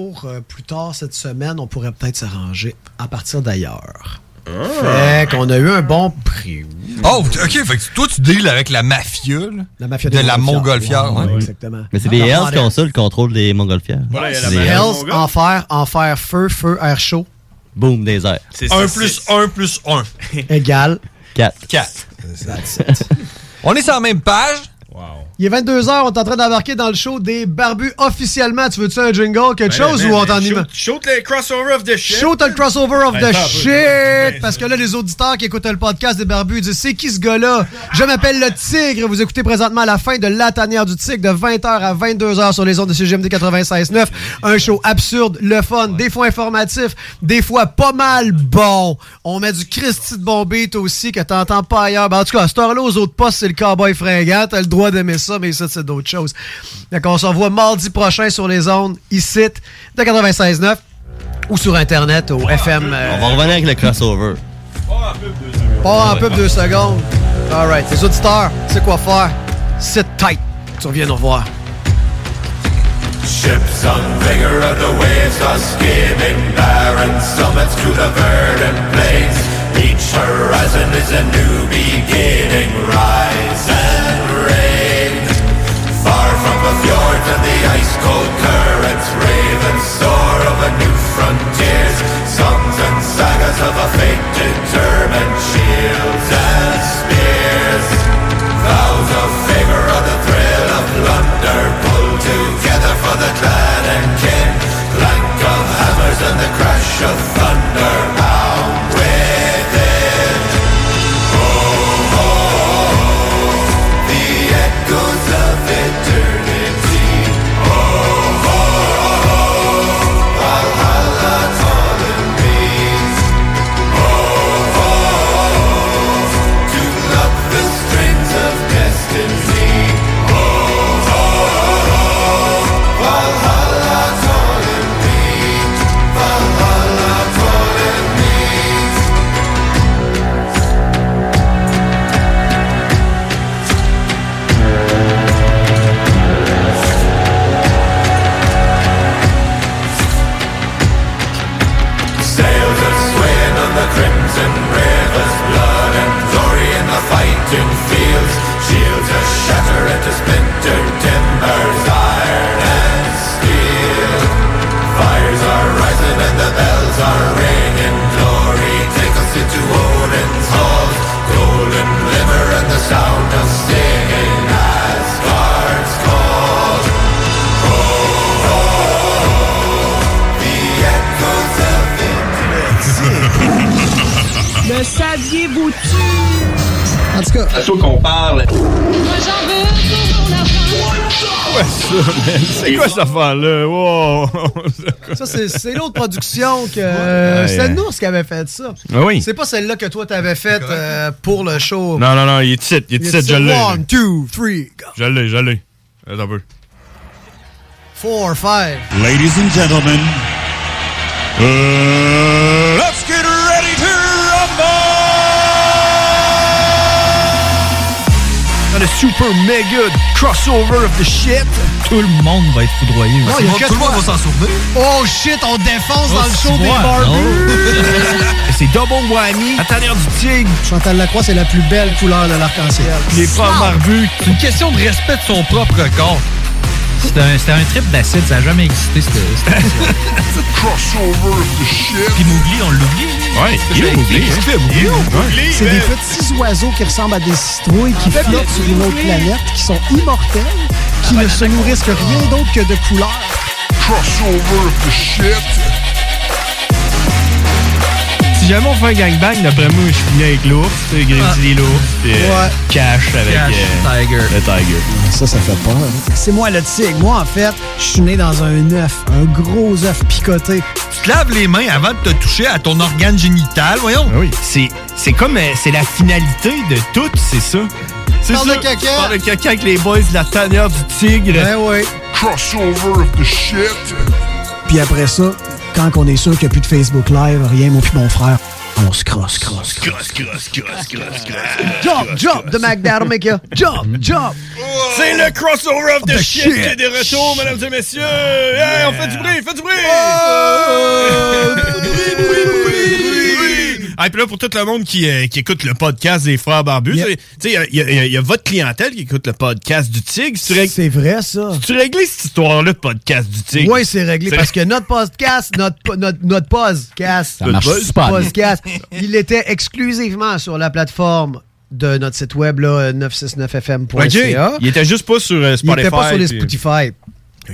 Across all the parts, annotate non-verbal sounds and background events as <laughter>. pour, euh, plus tard cette semaine, on pourrait peut-être s'arranger à partir d'ailleurs. Ah. Fait qu'on a eu un bon prix. Oh, t- ok, fait que toi, tu deals avec la mafia, là. La mafia De des la montgolfières. montgolfière, ouais. Exactement. Mais c'est des Alors, Hells qui ont ça, le contrôle des montgolfières. Voilà, il y a la Des mafia. Hells, Hells, enfer, enfer, feu, feu, air chaud, boom, des airs. C'est 1 ça, plus c'est- 1 plus <laughs> 1. égale. 4. 4. <laughs> On est sur la même page. Wow. Il est 22h, on est en train d'embarquer dans le show des barbus officiellement. Tu veux-tu un jingle, quelque Ben, chose, ben, ou on ben, t'en shoot- ima- Shoot les crossover of the shit. Show, t'as le crossover of Ben, the attends un peu, shit! ben, Parce que là, les auditeurs qui écoutent le podcast des barbus disent C'est qui ce gars-là? Je m'appelle le Tigre. Vous écoutez présentement la fin de La Tanière du Tigre de 20h à 22h sur les ondes de CGMD 96.9. Un show absurde, le fun, des fois informatif, des fois pas mal bon. On met du Christy de bon beat aussi que t'entends pas ailleurs. Ben, en tout cas, à cette heure-là, aux autres postes, c'est le cowboy fringant. T'as le droit d'aimer ça, mais ça, c'est d'autres choses. Donc, on se revoit mardi prochain sur les ondes, ici, de 96.9 ou sur Internet au FM. euh, On va revenir avec le crossover. pas un peu deux secondes. All right. Les auditeurs, c'est quoi faire. C'est tight. Tu reviens nous revoir. Ships on vigor of the waves are skimming barren summits to the verdant plains. Each horizon is a new beginning. Rise and reign. Far from the fjords and the ice-cold currents, raven soar over new frontiers. Songs and sagas of a fate determined, shields and spears. Vows of favor are the thrill of plunder, pulled together for the clan and kin. Clank of hammers and the crash of thunder, pound within. Oh, The echoes of eternity. Oh, oh, oh. Valhalla calling me. Oh, oh, oh. To love the strings of destiny. Oh, oh, oh. Valhalla calling me. Valhalla calling me. Sails are swaying on the crimson rivers, blood and glory in the fighting fields. Shields are shattered into splintered timbers, iron and steel. Fires are rising and the bells are ringing. Glory take us into Odin's halls. Golden liver and the sound of singing. Asgard's call. The echoes of eternity. Le saviez-vous-tu? En tout cas, C'est toi qu'on parle. Moi, j'en veux tout mon Ouais, ça, man. C'est quoi cette affaire-là? Wow. ça, c'est c'est l'autre production que. euh, Ouais. C'était nous qui avait fait ça. Ah oui. C'est pas celle-là que toi, t'avais faite euh, pour le show. Non, non, non, il est titre, il est titre, je l'ai. One, two, three, go. Je l'ai, je l'ai. Attends un peu. four, five. Ladies and gentlemen, uh, let's get ready to rumble! Dans le super mega crossover of the shit. Tout le monde va être foudroyé. Non, il y a que Tout le monde toi. va s'en souvenir. Oh shit, on défonce dans le Oh, c'est show des moi. barbus. <laughs> C'est double whammy. À travers du tigre. Chantal Lacroix, c'est la plus belle couleur de l'arc-en-ciel. Les femmes barbues. C'est une question de respect de son propre corps. C'était un, c'était un trip d'acide, ça n'a jamais existé, cette <laughs> cette émission. Crossover de shit. Puis Mowgli, on l'oublie. Ouais, il est oublié. hein. Il est oublié. C'est des petits oiseaux qui ressemblent à des citrouilles qui flottent sur une autre planète, qui sont immortels, qui ne se nourrissent que rien d'autre que de couleurs. Crossover de shit. Si jamais on fait un gangbang, d'après moi, je finis avec l'ours, tu sais, Grizzly l'ours, puis euh, Ouais. Cash avec Cash, euh, le Tiger. Ça, ça fait peur. hein? C'est moi le tigre. Moi, en fait, je suis né dans un œuf, un gros œuf picoté. Tu te laves les mains avant de te toucher à ton organe génital, voyons. Ah oui. C'est, c'est comme, euh, c'est la finalité de tout, c'est ça. C'est Parle ça. de caca. Tu parles de caca avec les boys de la tanière du tigre. Ben ouais. Crossover de shit. Puis après ça, quand on est sûr qu'il n'y a plus de Facebook Live, rien, moi puis mon frère, on se crosse, crosse. Cross, cross, cross, cross, cross. Jump, jump de McDarmica. Jump, jump. C'est le crossover of the, The shit, Ah, shit. qui est de retour, mesdames et messieurs. Hey, on fait du bruit, fait du bruit. Ah, et puis là, pour tout le monde qui, euh, qui écoute le podcast des Frères Barbus, Yep. tu sais, il y a- il y, a- il y a- il y a votre clientèle qui écoute le podcast du Tigre. C'est rég- C'est vrai, ça. tu réglé cette histoire-là, le podcast du Tigre? Oui, c'est réglé parce que notre podcast, notre, po- notre, notre podcast, Ça marche notre super bien. <laughs> podcast, il était exclusivement sur la plateforme de notre site web, là, 969fm.ca. OK. Il était juste pas sur euh, Ben, Il Spotify. était pas sur les puis- Spotify.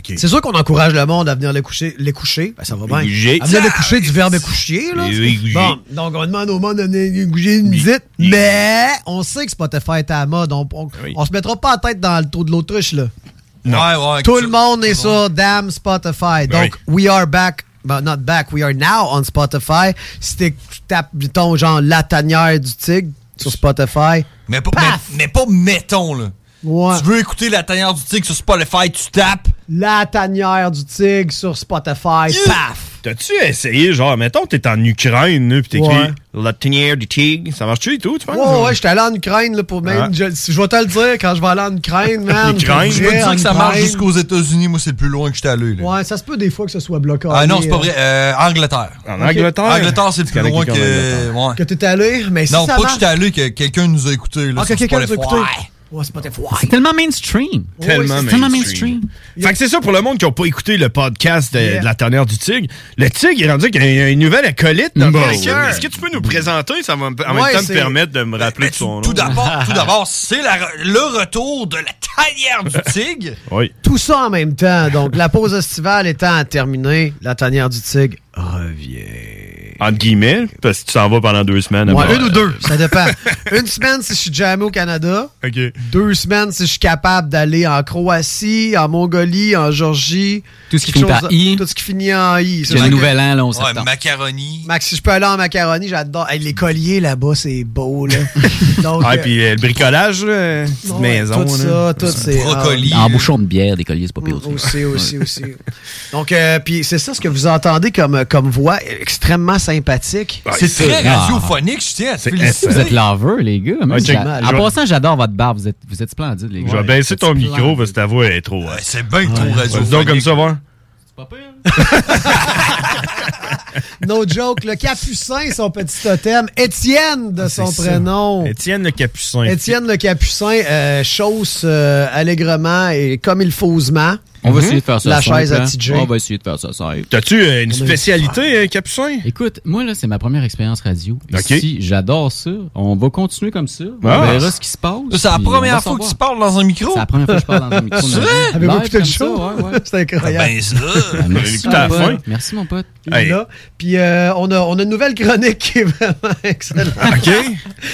C'est sûr qu'on encourage le monde à venir les coucher. Les coucher, Ben, ça va bien. coucher. À venir les coucher du verbe coucher. Là. Les coucher. Bon, donc on demande au monde de venir les coucher une visite. Mais on sait que Spotify est à la mode. On, on, on se mettra pas la tête dans le trou de l'autruche. là. Ouais, ouais. Tout le monde est sur Damn Spotify. Ben Donc, we are back. But not back, we are now on Spotify. Si t'es- tu tapes, ton genre, la tanière du tigre sur Spotify. Mais pas, mais, mais pas mettons, là. Tu veux écouter la tanière du tigre sur Spotify, tu tapes. La tanière du tigre sur Spotify. Paf! T'as-tu essayé, genre, mettons, t'es en Ukraine, là, pis t'écris Ouais. La tanière du Tigre. Ça marche-tu et tout, tu penses? Ouais, ouais, j'étais allé en Ukraine là, pour même. Ouais. Je, si- je vais te le dire quand je vais aller en Ukraine, <laughs> man. Je veux dire que ça marche jusqu'au. jusqu'aux États-Unis. Moi, c'est le plus loin que j'étais allé. là. Ouais, ça se peut des fois que ce soit bloqué. Ah non, c'est pas vrai. Euh, Angleterre. En Ok. Angleterre? Angleterre, c'est le Tu plus connais loin que. quelqu'un ouais. Que t'es allé, mais si non, ça pas que marche- j'étais allé, que quelqu'un nous a écoutés. Ah, Là, que sur quelqu'un nous a Spotify. écouté. Ouais, Spotify. C'est tellement mainstream. Tellement, C'est tellement mainstream. Fait que c'est ça pour le monde qui n'a pas écouté le podcast de, Yeah. de la tanière du Tigre. Le Tigre est rendu qu'il y a une nouvelle acolyte dans Bon. le podcast. Est-ce que tu peux nous présenter? Ça va me- en Ouais, même temps me c'est- Ben, permettre de me rappeler de son nom. Tout d'abord, <laughs> tout d'abord, c'est la re- le retour de la tanière du tigre. Oui. Tout ça en même temps. Donc, la pause estivale étant terminée, la tanière du tigre. Entre guillemets, parce que tu s'en vas pendant deux semaines. Ouais, après. une ou deux, ça dépend. Une semaine si je suis jamais au Canada. OK. Deux semaines si je suis capable d'aller en Croatie, en Mongolie, en Géorgie. Tout ce qui Quelque finit par chose- I. Tout ce qui finit en I. J'ai le nouvel an, là, on s'attend. macaroni. Max, si je peux aller en macaroni, j'adore. Hey, les colliers là-bas, c'est beau, <laughs> là. Donc, Ah, euh, et puis euh, le bricolage, là, petite ouais, maison. tout ça, là. tout c'est- Ah, euh. En bouchon de bière, des colliers, c'est pas pire aussi. Aussi, aussi, aussi. Donc, euh, puis c'est ça ce que vous entendez comme, comme voix extrêmement sympathique. C'est très radiophonique, je tiens à te féliciter. Ah. Vous êtes laveux, les gars. Même Ah, check. j'a- Je en vais- passant, j'adore votre barbe. Vous êtes, vous êtes splendide, les gars. Je vais baisser ton Splendide. micro parce que ta voix est trop. c'est bien que trop radiophonique. Donc, comme ça, voir. <laughs> No joke, le capucin, son petit totem. Étienne, de son Ah, C'est ça. prénom. Étienne le Capucin. Étienne le Capucin euh, chausse euh, allègrement et comme il fausement. On va essayer de faire ça. La simple, chaise hein. à TJ. On va essayer de faire ça. simple. T'as-tu euh, une On a- spécialité, hein, Capucin? Écoute, moi, là, c'est ma première expérience radio. Ok. Ici, j'adore ça. On va continuer comme ça. On Ah. verra ce qui se passe. C'est la puis on va première fois que savoir. tu parles dans un micro. C'est la première fois que je parle dans un micro. <laughs> C'est dans vrai? un Avez-vous live écouté le comme ça, show? ouais, ouais. C'est incroyable. <laughs> Ben, ça. Ah, On Merci, l'écoute à la mon fin. pote. Merci, mon pote. Il est là. Puis euh, on, a, on a une nouvelle chronique qui est <laughs> vraiment excellente. OK.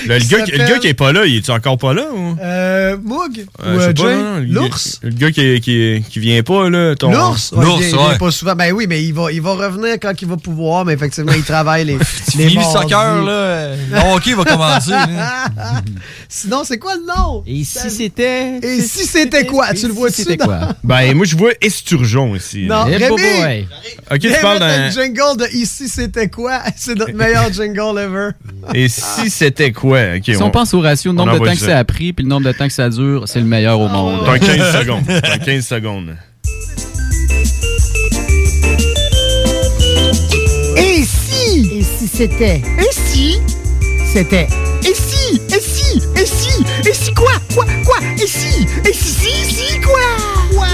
Le, le Qui gars, qui- le s'appelle- gars qui est pas là, il est encore pas là? Ou? Euh, Moog ou Euh, je sais euh, pas, Jay? non, le- L'ours? Le gars qui, qui, qui vient pas, là. Ton... L'ours? Ouais, il vient- il vient pas souvent. Ben oui, mais il va, il va revenir quand il va pouvoir, mais effectivement, il travaille les. les Fini le mardis. soccer, là. euh, Le hockey va commencer. là. <laughs> Sinon, c'est quoi le nom? Et si c'était. Et si c'était quoi? Tu le vois-tu? dans- Ben, moi, je vois Esturgeon <laughs> ici. Non, Eh, Rémi! bobo, hey. Ok, tu parles d'un. d'un. jingle de Ici, c'était quoi? <laughs> C'est notre meilleur jingle ever. Et si c'était quoi? Ok, Si on pense au ratio, le on nombre de envoie temps que ça. ça a pris puis le nombre de temps que ça dure, c'est le meilleur au monde. T'as 15 secondes. T'as 15 secondes. Et si Et si c'était Et si C'était Et si Et si Et si Et si quoi Quoi Quoi Et si Et si si si quoi Quoi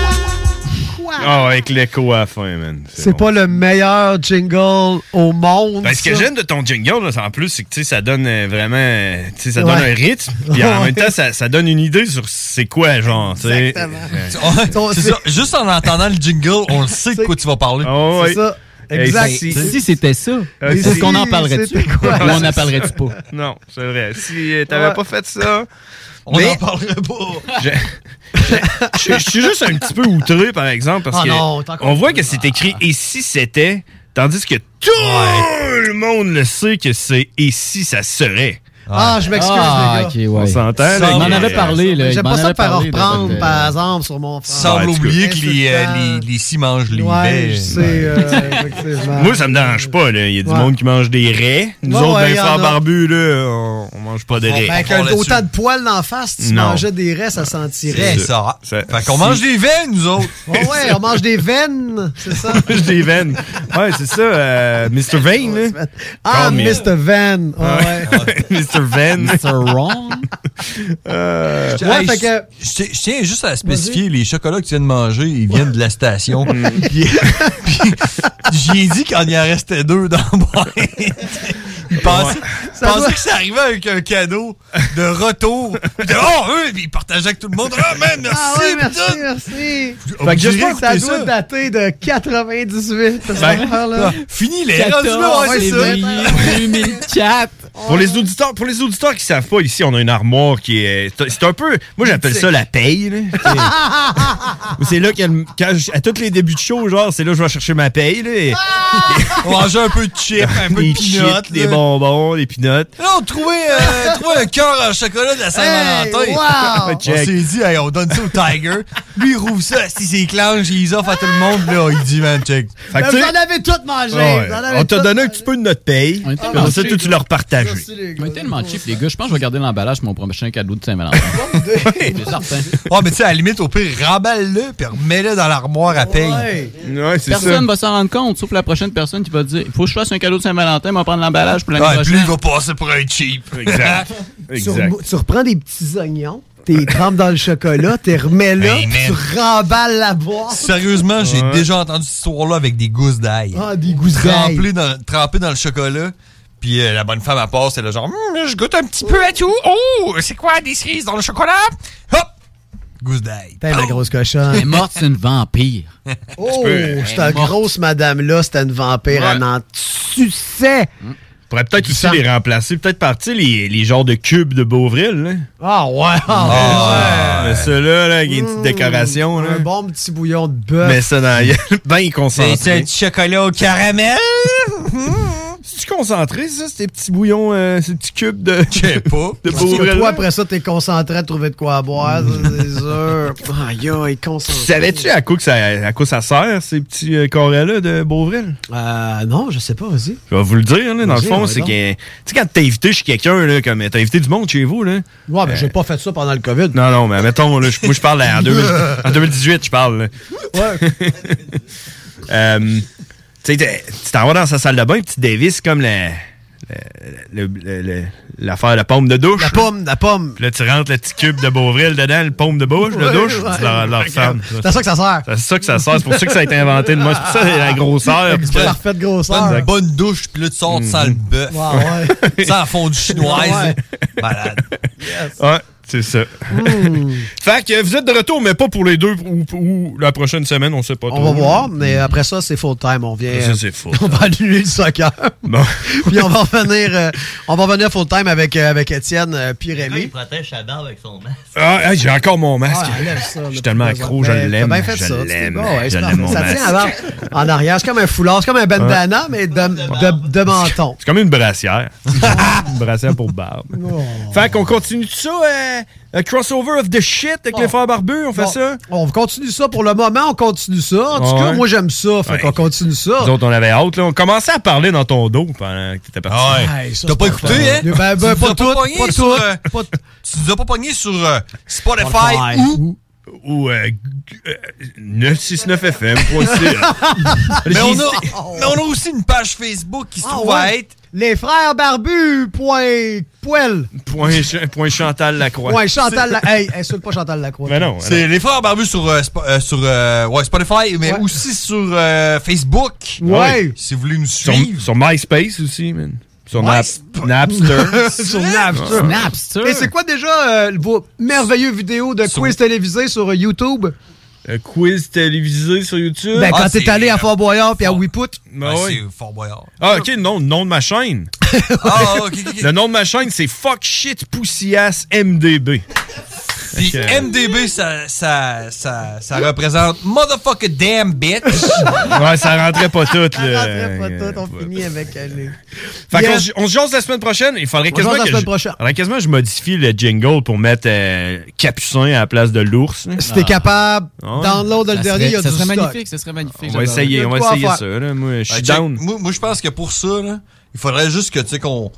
Ah, avec l'écho à la fin, man. C'est pas le meilleur jingle au monde. Ben, ce que ça. j'aime de ton jingle, là, c'est en plus, c'est que tu sais, ça donne euh, vraiment. euh, tu sais, ça donne Ouais. un rythme, puis en <laughs> Ouais. même temps, ça, ça donne une idée sur c'est quoi, genre. tu sais. Ouais, c'est ça. Juste <laughs> en entendant le jingle, on le sait de quoi tu vas parler. Ah, ouais. C'est ça. Exact. Si, Si- si c'était ça, Euh, est-ce si qu'on en parlerait-tu? c'était Ou quoi? on n'en parlerait-tu pas? Non, c'est vrai. Si euh, t'avais Ouais. pas fait ça. On mais en parlerait pas. je- Je je suis juste un petit peu outré, par exemple, parce Ah que non, t'es encore on voit que c'est écrit et si c'était, tandis que tout le monde le sait que c'est et si ça serait. Ah, je m'excuse, Ah, les gars. ok, ouais. On s'entend, Ça, les on en gars. avait parlé, là. J'aime Il m'en pas ça avait de faire parlé de reprendre, cette, euh, par exemple, sur mon frère. Semble oublier que les, euh, Insultant. les, les scies mangent les Ouais, baies. je sais, euh, effectivement. Moi, ça me dérange pas. là. Il y a du Ouais. monde qui mange des raies. Nous Ouais, autres, ouais, ben, y en frères a. barbus, là, on, on mange pas de Bon, raies. ben, avec un- autant de poils d'en face, si tu Non. mangeais des raies, ça sentirait. Fait qu'on mange des veines, nous autres. <laughs> Ouais, ouais, on mange des veines, c'est ça? on mange des veines. Ouais, c'est ça. euh, Mr. Vane, là. Ah, Call me. Mr. Van. Ah, ouais, <laughs> ouais. Mr. Vane. Mr. Ron. Euh, Je tiens- Ouais, hey, fait je- je tiens- je tiens juste à spécifier, les chocolats que tu viens de manger, ils viennent de <laughs> la station. Mm. Puis- puis J'ai dit qu'il y en restait deux dans le boîte. Il pensait, il Ça pensait doit- que ça arrivait avec un cadeau de retour. Puis de, oh, eux, puis il partageait avec tout le monde. Ah, man, merci. Ah ouais, merci, putain. merci. Fait que j'espère ça écouter doit ça. dater de 98. cette Ben, affaire-là. fini les rendus là, ouais, c'est ça. <laughs> Pour les auditeurs, pour les auditeurs qui savent pas, ici, on a une armoire qui est. C'est un peu. Moi, j'appelle ça la paye, là. C'est- c'est là qu'elle. Quand je- à tous les débuts de show, genre, c'est là que je vais chercher ma paye, là. et- <laughs> On mangeait un peu de <laughs> chips, un peu de des peanuts, chips, des là. bonbons, des peanuts. Là, on trouvait, euh, trouvait un cœur en chocolat de la Saint-Valentin. Hey, wow! <laughs> On s'est dit, hey, on donne ça au Tiger. Lui, il rouvre ça, si ses clanches, il les offre à tout le monde. Là, il dit, man, check. Fait que Ben, tu vous sais- Ah en avez toutes mangé. Ouais. vous en avez On t'a toutes- donné un petit peu de notre paye. puis Ah, tellement Après ça, cheap, toi, tu l'as repartagé. On est tellement cheap, les gars. Je pense que je vais garder l'emballage pour mon prochain cadeau de Saint-Valentin. <laughs> C'est certain. Ouais, Ah, mais tu sais, à la limite, au pire, remballe-le, puis remets-le dans l'armoire à paye. Ouais, Personne va s'en rendre compte, sauf la prochaine personne qui va dire il faut que je fasse un cadeau de Saint-Valentin, mais on va prendre l'emballage pour l'année Ouais, puis prochaine. lui, il va passer pour un cheap. <laughs> <laughs> Exact. Tu, rem- tu reprends des petits oignons, t'es trempes dans le chocolat, t'es remets Ben, là, Hey, puis tu remballes la boîte. Sérieusement, j'ai Ouais. déjà entendu cette histoire-là avec des gousses d'ail. Ah, des gousses d'ail. Trempées dans, trempées dans le chocolat. Puis euh, la bonne femme, à passe, elle a genre, Hum, je goûte un petit peu à tout. Oh, c'est quoi des cerises dans le chocolat? Hop! Gousse d'ail. Putain, la grosse cochonne. Elle est morte, c'est une <laughs> vampire. Oh, peux- cette grosse madame-là, c'était une vampire, elle en suçait. pourrait peut-être aussi les remplacer, peut-être par tu sais, les, les genres de cubes de Beauvril. Là. Ah ouais, ah Ah, mais Ceux-là, là, il y a une petite décoration. ouais. Là. Mmh. Un bon petit bouillon de bœuf. Mais ça, dans la gueule, <laughs> ben concentré. C'est un petit chocolat au caramel. C'est-tu concentré, ça, ces petits bouillons, euh, ces petits cubes de. Je sais pas. <laughs> De Parce que Beauvril. toi, après ça, t'es concentré à trouver de quoi à boire, ça, c'est sûr. Aïe, aïe, concentré. <laughs> Savais-tu à quoi, que ça, à quoi ça sert, ces petits euh, carrés-là de Beauvril? Euh, non, je sais pas, vas-y. Je vais vous le dire, là, dans le Vas-y, fond, ouais, c'est donc. que. Tu sais, quand t'es invité chez quelqu'un, là, comme t'as invité du monde chez vous, là. Euh, Ouais, Ah, mais j'ai pas fait ça pendant le COVID. Non, non, mais mettons, là, je- moi, je parle en, 2000 en 2018, je parle. là. <laughs> Euh, tu sais, t'es- tu t'en vas dans sa salle de bain, puis tu dévisses comme la. le- le- le- L'affaire, la pompe de douche. La pomme, la pomme. Puis là, tu rentres le petit cube de Beauvril dedans, le pompe de bouche, de Ouais, douche, ouais. tu leur, leur fermes. C'est à ça que ça sert. C'est ça que ça sert. C'est pour ça que ça a été inventé de moi. C'est pour ça que la grosseur. C'est une parfaite Prends grosseur. Mm-hmm. une bonne douche, puis là, tu sors, tu sens le bœuf. Ouais, <laughs> Tu sens la fondue chinoise. Ouais. Malade. Ouais, c'est ça. Hmm. <laughs> Fait que vous êtes de retour, mais pas pour les deux ou, ou la prochaine semaine, on sait pas On trop. va voir, mais après ça, c'est full time. On vient. Après ça, c'est full <laughs> On va annuler le soccer. Bon. <laughs> puis on va revenir, euh, on va revenir full time avec, euh, avec Étienne euh, puis Rémi. Il protège sa barbe avec son masque. Ah, hey, j'ai encore mon masque. Ah, enlève ça, là, je suis pour tellement les accro, autres. je Ben, l'aime. t'as bien fait je ça, c'est l'aime. bon, ouais, je c'est parfait. l'aime, mon Ça masque. Hein? tient avant, en arrière. C'est comme un foulard, c'est comme un bandana, mais de, de, de menton. C'est comme <laughs> une brassière. une brassière pour barbe. Fait qu'on continue tout ça. euh, un crossover of the shit avec les frères barbus, on fait Bon, ça. Ah On continue ça pour le moment, on continue ça. En tout Ouais. cas, moi j'aime ça, fait Ouais. qu'on continue ça. Nous autres, on avait hâte. Là. On commençait à parler dans ton dos pendant que t'étais parti. Hey, ça, c'est Ben, ben, hein? Tu nous pas as toutes, pogné pas sur, toutes, euh, Tu nous as pas pogné sur euh, Spotify, Spotify. ou... Ou euh, g- euh, 969fm.ca. <laughs> E, Mais hein. on, a, mais on a aussi une page Facebook qui se Ah, trouve ouais. à être Les frères barbus, point poil. Point, Ch- point Chantal Lacroix. Point Chantal La... Hey, insulte pas Chantal Lacroix. Mais non. C'est les frères barbus sur, euh, Sp- euh, sur euh, ouais, Spotify, mais aussi sur euh, Facebook. Ah Ouais. Si vous voulez nous Sur, suivre. sur MySpace aussi, man. Sur Nap- MySpace. <laughs> Napster. sur Napster. Ouais. Et c'est quoi déjà euh, vos merveilleux vidéos de quiz télévisés sur euh, YouTube? Un Euh, quiz télévisé sur YouTube. Ben, quand Ah, t'es allé à Fort Boyard puis à Whippoot. Ben oui. Fort Boyard. Ah, ok, non, le nom de ma chaîne. <laughs> Ah, ok, ok, ok. Le nom de ma chaîne, c'est Fuck Shit Poussias MDB. Puis Ok. MDB, ça, ça, ça, ça représente Motherfucker Damn Bitch. <laughs> Ouais, ça rentrait pas tout, là. Euh, on finit avec elle. Fait qu'on Yes. se- on se jase la semaine prochaine. Il faudrait On quasiment jase la que semaine je, prochaine. faudrait quasiment que je modifie le jingle pour mettre euh, Capucin à la place de l'ours. là. Ah. Si t'es capable, Ouais. download le Ça dernier, il y a serait- du ça serait stock. magnifique, ce serait magnifique. On va j'adore. essayer, on va Deux, essayer trois ça. là. Moi, je suis Hey, Ben, check, down. Moi, moi, je pense que pour ça, là, il faudrait juste que, tu sais, qu'on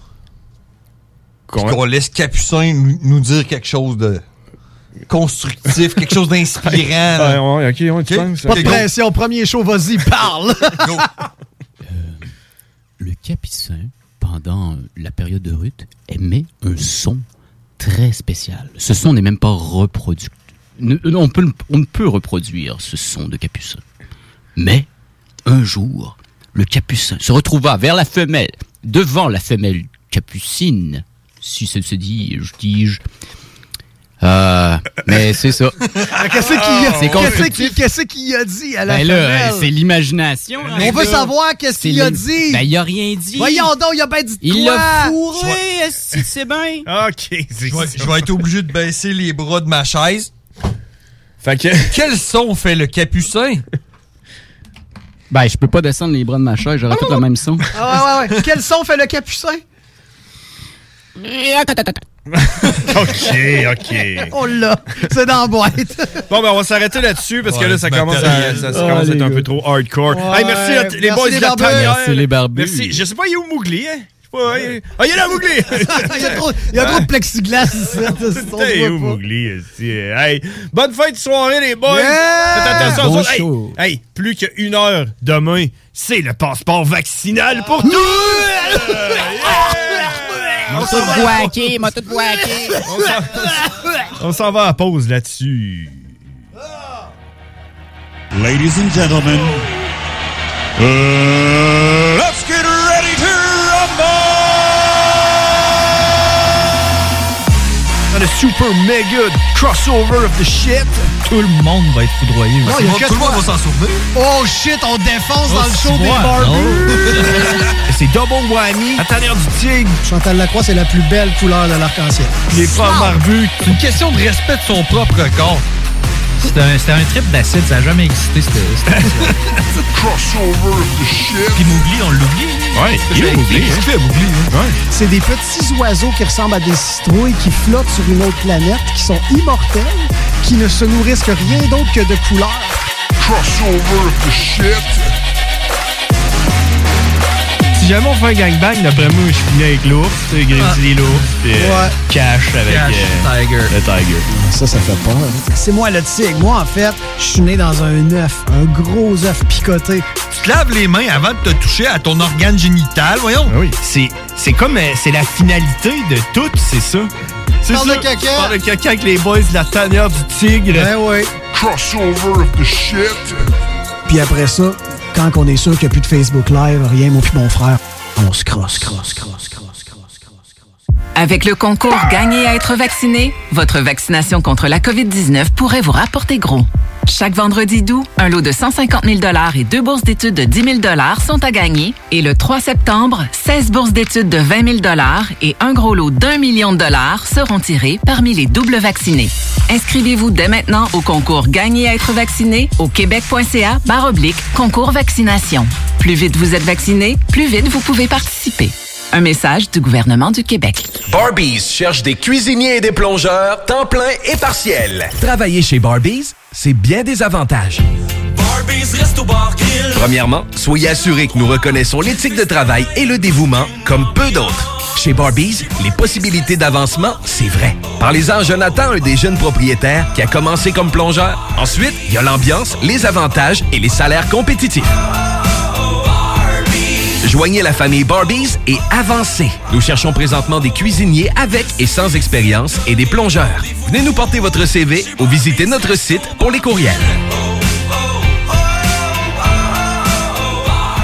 qu'on laisse Capucin nous, nous dire quelque chose de constructif, quelque <laughs> chose d'inspirant. là. Ouais, ouais, ok, on Ok. Pas de Ok, go. pression, premier show, vas-y, parle. Le capucin, pendant euh, la période de rut, émet un son très spécial. Ce son n'est même pas reproduit. Ne- euh, On, peut, le- on ne peut reproduire ce son de capucin. Mais, un jour, le capucin se retrouva vers la femelle, devant la femelle capucine, si ça se dit, je dis-je. Euh, mais c'est <laughs> ça. <laughs> Ah, Qu'est-ce qu'il Ah, y a- C'est qu'est-ce constructif. qu'il- qu'est-ce qu'il a dit à la Ben là, femelle? c'est l'imagination. On veut savoir qu'est-ce qu'il a dit. Ben, il a rien dit. Voyons donc, il a bien dit de Il quoi? l'a fourré, si c'est <laughs> bien. Ok, c'est Je vais- Je vais être obligé de baisser les bras de ma chaise. Fait que. Quel son fait le capucin? Ben, je peux pas descendre les bras de ma chaise, j'aurais fait le même son. Ah ouais, ouais, ouais. Quel son fait le capucin? <laughs> Ok, ok. On l'a. Oh C'est dans la boîte. Bon, ben, on va s'arrêter là-dessus parce que Ouais, là, ça du commence, à, matériel. ça, ça commence à être Oh, un les peu trop hardcore. Ouais. <laughs> Hey, merci, à t- les Merci boys les de la barbus. tanière. Merci les barbus. Merci. Je sais pas, il est où Mougli, hein? Je sais pas, il est- Ah, il est là, Mougli! <laughs> il y a trop, il y a trop de plexiglas ici. on se voit Putain, il est où pas. Mougli? esti? Hey, bonne fin de soirée, les boys! Yeah! Faites attention Bon aux autres. Hey, show. Hey, plus qu'une heure demain, c'est le passeport vaccinal pour tous! M'a tout boaqué, m'a tout boaqué. On s'en va à pause là-dessus. Ladies and gentlemen, uh, let's get ready to Dans le super mega crossover of the shit. Tout le monde va être foudroyé. Non, il y a que toi. s'en souvenir. Oh shit, on défonce dans le show des ouais. barbus. <laughs> C'est double whammy. À tanière du tigre. Chantal Lacroix, c'est la plus belle couleur de l'arc-en-ciel. Les frères barbus. C'est une question de respect de son propre corps. C'était un, c'était un trip d'acide, ça n'a jamais existé, cette cette émission. Crossover of the shit. Puis Mowgli, on l'oublie. Ouais, il est Mowgli, hein. C'est des petits oiseaux qui ressemblent à des citrouilles qui flottent sur une autre planète, qui sont immortels, qui ne se nourrissent que rien d'autre que de couleurs. Crossover of the shit. Si jamais on fait un gangbang, d'après moi, je finis avec l'ours, tu sais, Grizzly l'ours, puis euh, Ouais. Cash avec Cash, euh, le Tiger. Ça, ça fait peur. C'est moi le tigre. Moi, en fait, je suis né dans un œuf, un gros œuf picoté. <laughs> Tu te laves les mains avant de te toucher à ton organe génital, voyons. Ah oui. C'est, c'est comme euh, c'est la finalité de tout, c'est ça. C'est Parle ça. de caca. Tu parles de caca avec les boys de la tanière du tigre. Ben oui. Crossover of the shit. Puis après ça, quand on est sûr qu'il n'y a plus de Facebook Live, rien, moi puis mon frère, on se crosse, crosse, crosse, crosse, crosse, crosse. Avec le concours Gagner à être vacciné, votre vaccination contre la COVID-19 pourrait vous rapporter gros. Chaque vendredi doux, un lot de 150 000 et deux bourses d'études de 10 000 sont à gagner. Et le 3 septembre, 16 bourses d'études de 20 000 et un gros lot d'un million de dollars seront tirés parmi les doubles vaccinés. Inscrivez-vous dès maintenant au concours Gagner à être vacciné au québec.ca barre oblique concours vaccination. Plus vite vous êtes vacciné, plus vite vous pouvez participer. Un message du gouvernement du Québec. Barbies cherche des cuisiniers et des plongeurs, temps plein et partiel. Travailler chez Barbies, c'est bien des avantages. Premièrement, soyez assurés que nous reconnaissons l'éthique de travail et le dévouement comme peu d'autres. Chez Barbies, les possibilités d'avancement, c'est vrai. Parlez-en à Jonathan, un des jeunes propriétaires qui a commencé comme plongeur. Ensuite, il y a l'ambiance, les avantages et les salaires compétitifs. Joignez la famille Barbies et avancez. Nous cherchons présentement des cuisiniers avec et sans expérience et des plongeurs. Venez nous porter votre CV ou visitez notre site pour les courriels.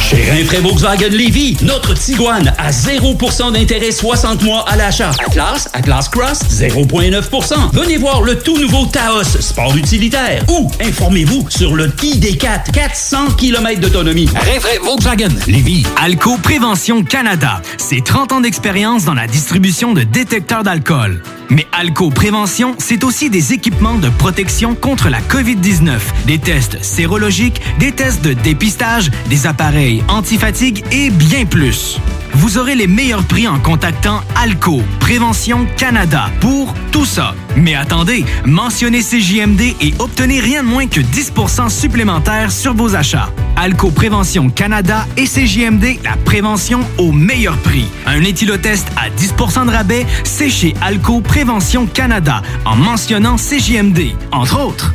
Chez Rinfraie Volkswagen Lévy, notre Tiguan à 0% d'intérêt 60 mois à l'achat. Atlas, Atlas Cross, 0,9%. Venez voir le tout nouveau Taos, sport utilitaire. Ou informez-vous sur le ID4, 400 km d'autonomie. Rinfraie Volkswagen Lévis. Alco Prévention Canada. C'est 30 ans d'expérience dans la distribution de détecteurs d'alcool. Mais Alco Prévention, c'est aussi des équipements de protection contre la COVID-19, des tests sérologiques, des tests de dépistage, des appareils antifatigue et bien plus. Vous aurez les meilleurs prix en contactant Alco Prévention Canada pour tout ça. Mais attendez, mentionnez CJMD et obtenez rien de moins que 10 supplémentaire sur vos achats. Alco Prévention Canada et CJMD, la prévention au meilleur prix. Un éthylotest à 10 de rabais, c'est chez Alco Prévention Canada en mentionnant CJMD, entre autres.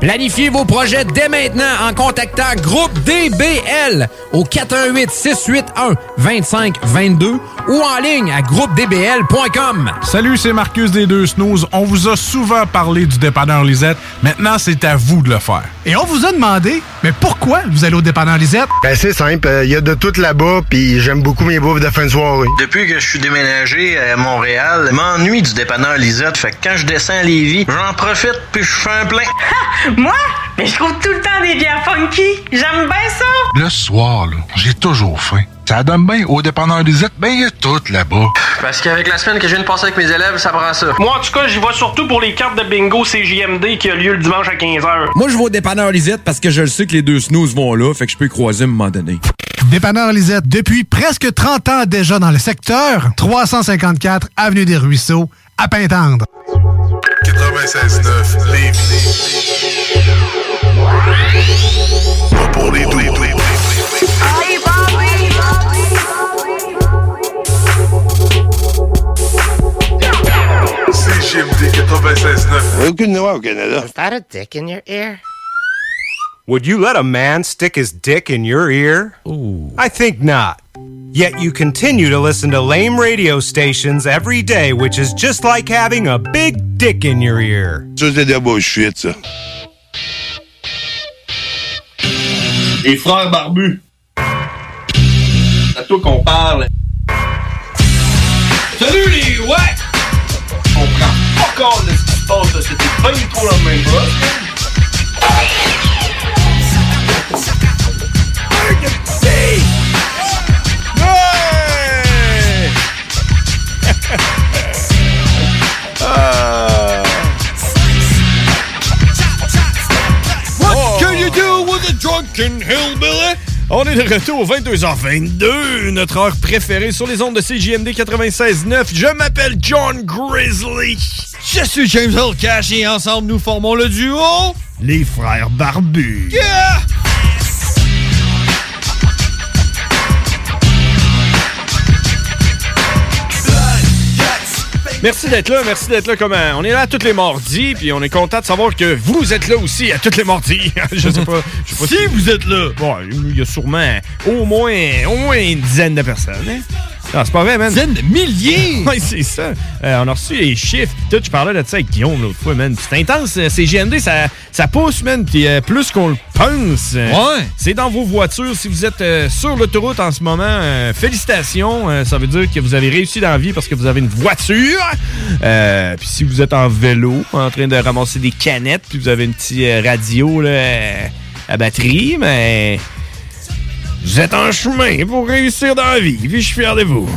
Planifiez vos projets dès maintenant en contactant Groupe DBL au 418 681 2522 ou en ligne à groupedbl.com. Salut, c'est Marcus des Deux Snooze. On vous a souvent parlé du dépanneur Lisette. Maintenant, c'est à vous de le faire. Et on vous a demandé, mais pourquoi vous allez au dépanneur Lisette? Ben, c'est simple, il y a de tout là-bas, puis j'aime beaucoup mes bouffes de fin de soirée. Depuis que je suis déménagé à Montréal, m'ennuie du dépanneur Lisette. Fait que quand je descends à Lévis, j'en profite puis je fais un plein. Moi? Mais je trouve tout le temps des bières funky. J'aime bien ça. Le soir, là, j'ai toujours faim. Ça donne bien au dépanneur Lisette, ben il y a tout là-bas. Parce qu'avec la semaine que je viens de passer avec mes élèves, ça prend ça. Moi, en tout cas, j'y vais surtout pour les cartes de bingo CJMD qui a lieu le dimanche à 15h. Moi, je vais au dépanneur Lisette parce que je le sais que les deux snooze vont là, fait que je peux y croiser à un moment donné. Dépanneur Lisette, depuis presque 30 ans déjà dans le secteur, 354 Avenue des Ruisseaux, à Pintendre. 96.9 Lévis. Pas pour les doux. CGMD 96.9. Aucune loi au Canada. Is that a dick in your ear? Would you let a man stick his dick in your ear? I think not. Yet you continue to listen to lame radio stations every day, which is just like having a big dick in your ear. Ça, c'est de la bullshit, ça. Les frères barbus. C'est à toi qu'on parle. Salut les ouais! On prend pas compte de ce qui se passe, là. c'était bien trop la même <laughs> Uh, What can you do with a drunken hillbilly? Oh. On est de retour au 22h22, notre heure préférée sur les ondes de CJMD 96.9. Je m'appelle John Grizzly. Je suis James Holcash et ensemble nous formons le duo Les Frères Barbus. Yeah! Merci d'être là, merci d'être là. Comme euh, on est là tous les mardis, puis on est content de savoir que vous êtes là aussi à tous les mardis. <laughs> je sais pas, je sais pas si, vous êtes là. Bon, il y a sûrement au moins, au moins une dizaine de personnes. hein. Non, c'est pas vrai, man. Dizaines de milliers. <laughs> oui, c'est ça. Euh, on a reçu les chiffres. Tout, je parlais de ça avec Guillaume l'autre fois, man. C'est intense. euh, C'est GMD, ça, ça pousse, man. Puis euh, plus qu'on le pense. euh, Ouais. C'est dans vos voitures. Si vous êtes euh, sur l'autoroute en ce moment, euh, félicitations. Euh, ça veut dire que vous avez réussi dans la vie parce que vous avez une voiture. Euh, puis si vous êtes en vélo, en train de ramasser des canettes, puis vous avez une petite euh, radio là, euh, à batterie, mais vous êtes en chemin pour réussir dans la vie. Puis je suis fier de vous.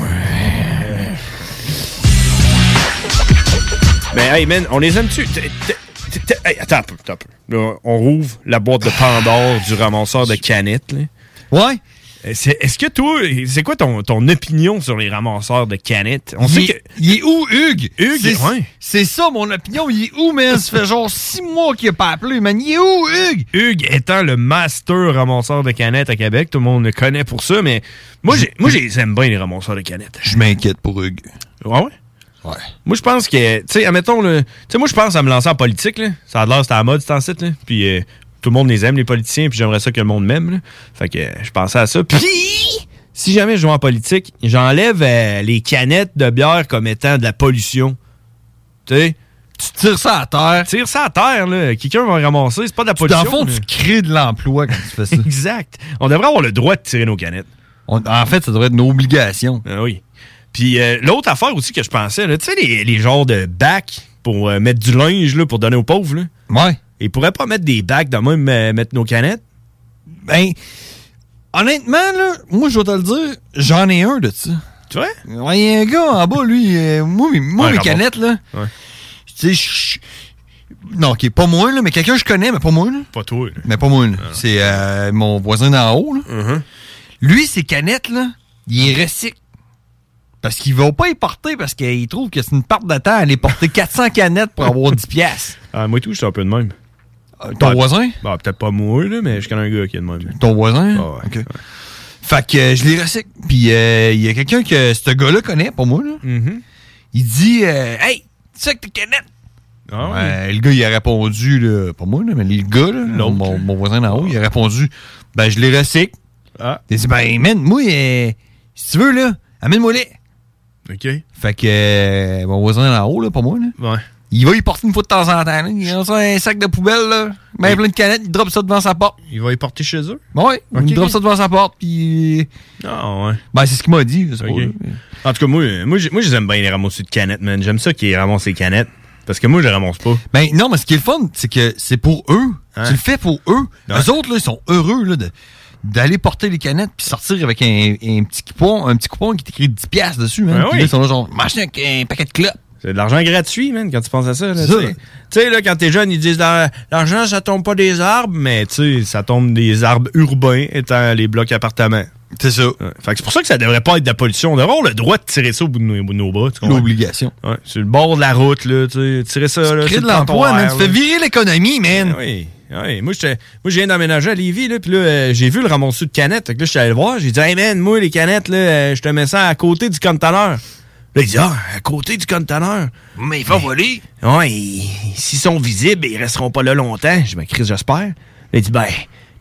Mais Ben, hey, man, on les aime-tu? T'es- t'es- t'es- t'es- hey, attends un peu, attends un peu. Là, on rouvre la boîte de Pandore du ramasseur de canettes. Ouais. Euh, c'est- Est-ce que toi, c'est quoi ton, ton opinion sur les ramasseurs de canettes? On Il sait est- que. Il est où, Hugues? Hugues, C'est- ouais. C'est ça, mon opinion. Il est où, man? Ça fait genre six mois qu'il a pas appelé, man. Il est où, Hugues? Hugues étant le master ramasseur de canettes à Québec, tout le monde le connaît pour ça, mais moi, j'ai- moi, j'aime bien les ramasseurs de canettes. Je m'inquiète pour Hugues. Ah Ouais, ouais? Ouais. Moi, je pense que, tu sais, admettons, le, tu sais, moi, je pense à me lancer en politique, là. Ça a l'air, c'était à la mode, cet site, là. Puis, euh, tout le monde les aime, les politiciens, puis j'aimerais ça que le monde m'aime, là. Fait que, euh, je pensais à ça. Puis, si jamais je joue en politique, j'enlève euh, les canettes de bière comme étant de la pollution. Tu sais? Tu tires ça à terre. Tire ça à terre, là. Quelqu'un va ramasser. C'est pas de la pollution. Dans le fond, là. tu crées de l'emploi quand tu fais ça. <laughs> exact. On devrait avoir le droit de tirer nos canettes. Ah en fait, ça devrait être nos obligations. oui. Puis euh, l'autre affaire aussi que je pensais, là, tu sais, les, les genres de bacs pour euh, mettre du linge là, pour donner aux pauvres. Là. Ouais. Ils pourraient pas mettre des bacs de même, euh, mettre nos canettes. Ben, honnêtement, là, moi, je vais te le dire, j'en ai un de ça. Tu vois? Ouais, y a un gars en bas, lui, euh, moi, mes- moi Ouais, mes ramasse. canettes, là, Ouais. tu sais, je- non, qui est pas moi, là, mais quelqu'un que je connais, mais pas moi, là. Pas toi, là. Ah, Mais pas moi, là. C'est euh, mon voisin d'en haut, là. Uh-huh. Lui, ses canettes, là, il les recycle. Parce qu'il va pas les porter, parce qu'il trouve que c'est une part de temps à <laughs> aller porter 400 canettes pour avoir 10 piastres. Ah, moi et tout, je suis un peu de même. Ah, ton voisin? Bah, peut-être pas moi, là, mais je connais un gars qui est de même. Ah, Ton voisin? OK. Fait que euh, je les recycle. Puis euh, il y a quelqu'un que ce gars-là connaît, pas moi, là. Mm-hmm. Il dit euh, Hey, tu sais que tes canettes? Ah Euh, le gars, il a répondu, là, pas moi, là, mais le gars, là, mon, mon voisin d'en haut, il a répondu Ben, je les recycle. Ah. Il a dit Ben, man, moi, euh, si tu veux, là, amène-moi-les. OK. Fait que euh, mon voisin d'en haut, là, pas moi, là, Ouais. il va y porter une fois de temps en temps. là. Il a un sac de poubelle, là, met plein de canettes, il drop ça devant sa porte. Ben Il va y porter chez eux? Ouais, Ok, il drop ok. ça devant sa porte, puis. Ah, ouais. Ben, c'est ce qu'il m'a dit. je sais pas, Ok. là. En tout cas, moi, euh, moi, j'ai- moi, j'aime bien les ramasser de canettes, man. J'aime ça qu'ils ramassent les canettes. Parce que moi, je les ramasse pas. Ben non, mais ce qui est le fun, c'est que c'est pour eux. Hein? Tu le fais pour eux. Les autres, là, ils sont heureux là, de- d'aller porter les canettes puis sortir avec un, un petit coupon, un petit coupon qui t'écrit 10 piastres dessus. Hein, Ben Puis oui. là, ils sont là genre, machin avec un paquet de clopes. C'est de l'argent gratuit, man, quand tu penses à ça. là, C'est ça. Tu sais. Tu sais, là, quand t'es jeune, ils disent L'ar- l'argent, ça tombe pas des arbres, mais tu sais, ça tombe des arbres urbains étant les blocs appartements. C'est ça. Fait que c'est pour ça que ça devrait pas être de la pollution. On devrait avoir le droit de tirer ça au bout de nos, bout de nos bras. tu comprends? L'obligation. Ouais, sur le bord de la route, là, tu sais, tirer ça. là, crées sur de le canton l'emploi, man. R, Tu fais là. Eh virer l'économie, man. Oui. oui. Moi, j'étais- moi, je viens d'emménager à Lévis, là, puis là, euh, j'ai vu le ramasseur de canettes. Fait que là, je suis allé le voir, j'ai dit, hey man, moi, les canettes, là, euh, je te mets ça à côté du conteneur. Là, il dit, ah, à côté du conteneur. Mais il va voler. Ouais, ils- s'ils sont visibles, ils resteront pas là longtemps. Je me crise, j'espère. Il dit, ben,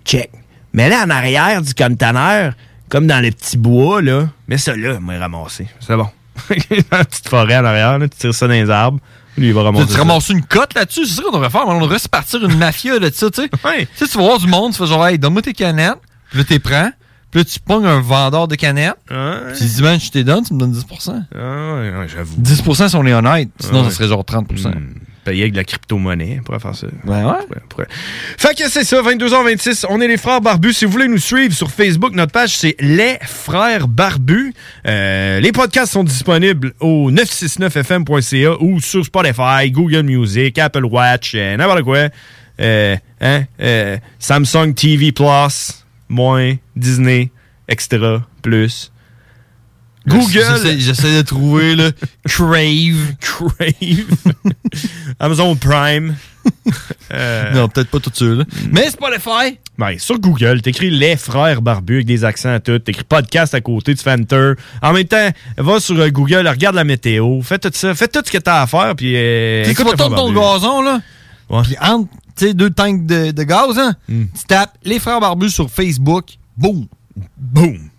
check. Mais là, en arrière du conteneur, comme dans les petits bois, là, mets ça là, moi, ramasser. C'est bon. <laughs> dans la petite forêt en arrière, là, tu tires ça dans les arbres. Lui, il va ramasser. Tu te ça. ramasses une cote là-dessus, c'est ça qu'on devrait faire. On devrait se partir une mafia de ça, <laughs> tu sais. Tu sais, tu vas voir du monde, tu fais genre, hey, donne-moi tes canettes, puis là, t'es prends, puis là, tu pognes un vendeur de canettes, puis tu dis, man, je t'ai donne, tu me donnes 10%. Ah, ouais, ouais, j'avoue. 10% si on est honnête, sinon Ah ouais. ça serait genre 30%. Payer avec de la crypto-monnaie, on pourrait faire ça. Hmm. Ben ouais. Fait que c'est ça, 22h26, on est les Frères Barbus. Si vous voulez nous suivre sur Facebook, notre page, c'est Les Frères Barbus. Euh, les podcasts sont disponibles au 969fm.ca ou sur Spotify, Google Music, Apple Watch, euh, n'importe quoi. Euh, hein, euh, Samsung TV Plus, moins, Disney, extra, plus. Google. J'essaie- J'essaie de <laughs> trouver, là, Crave. Crave. <laughs> Amazon Prime. Euh, Hmm. Non, peut-être pas tout de suite, là. Mais Spotify. Ben, sur Google, t'écris les frères barbus avec des accents à tout, t'écris podcast à côté, tu fais enter. En même temps, va sur euh, Google, regarde la météo, fais tout ça, fais tout ce que t'as à faire, puis euh, Tu sais, tu écoute vas les tondre Frères ton Barbus. gazon, là. Puis entre, tu sais, deux tanks de, de gaz, hein, Hmm. tu tapes les frères barbus sur Facebook, boum. Boum.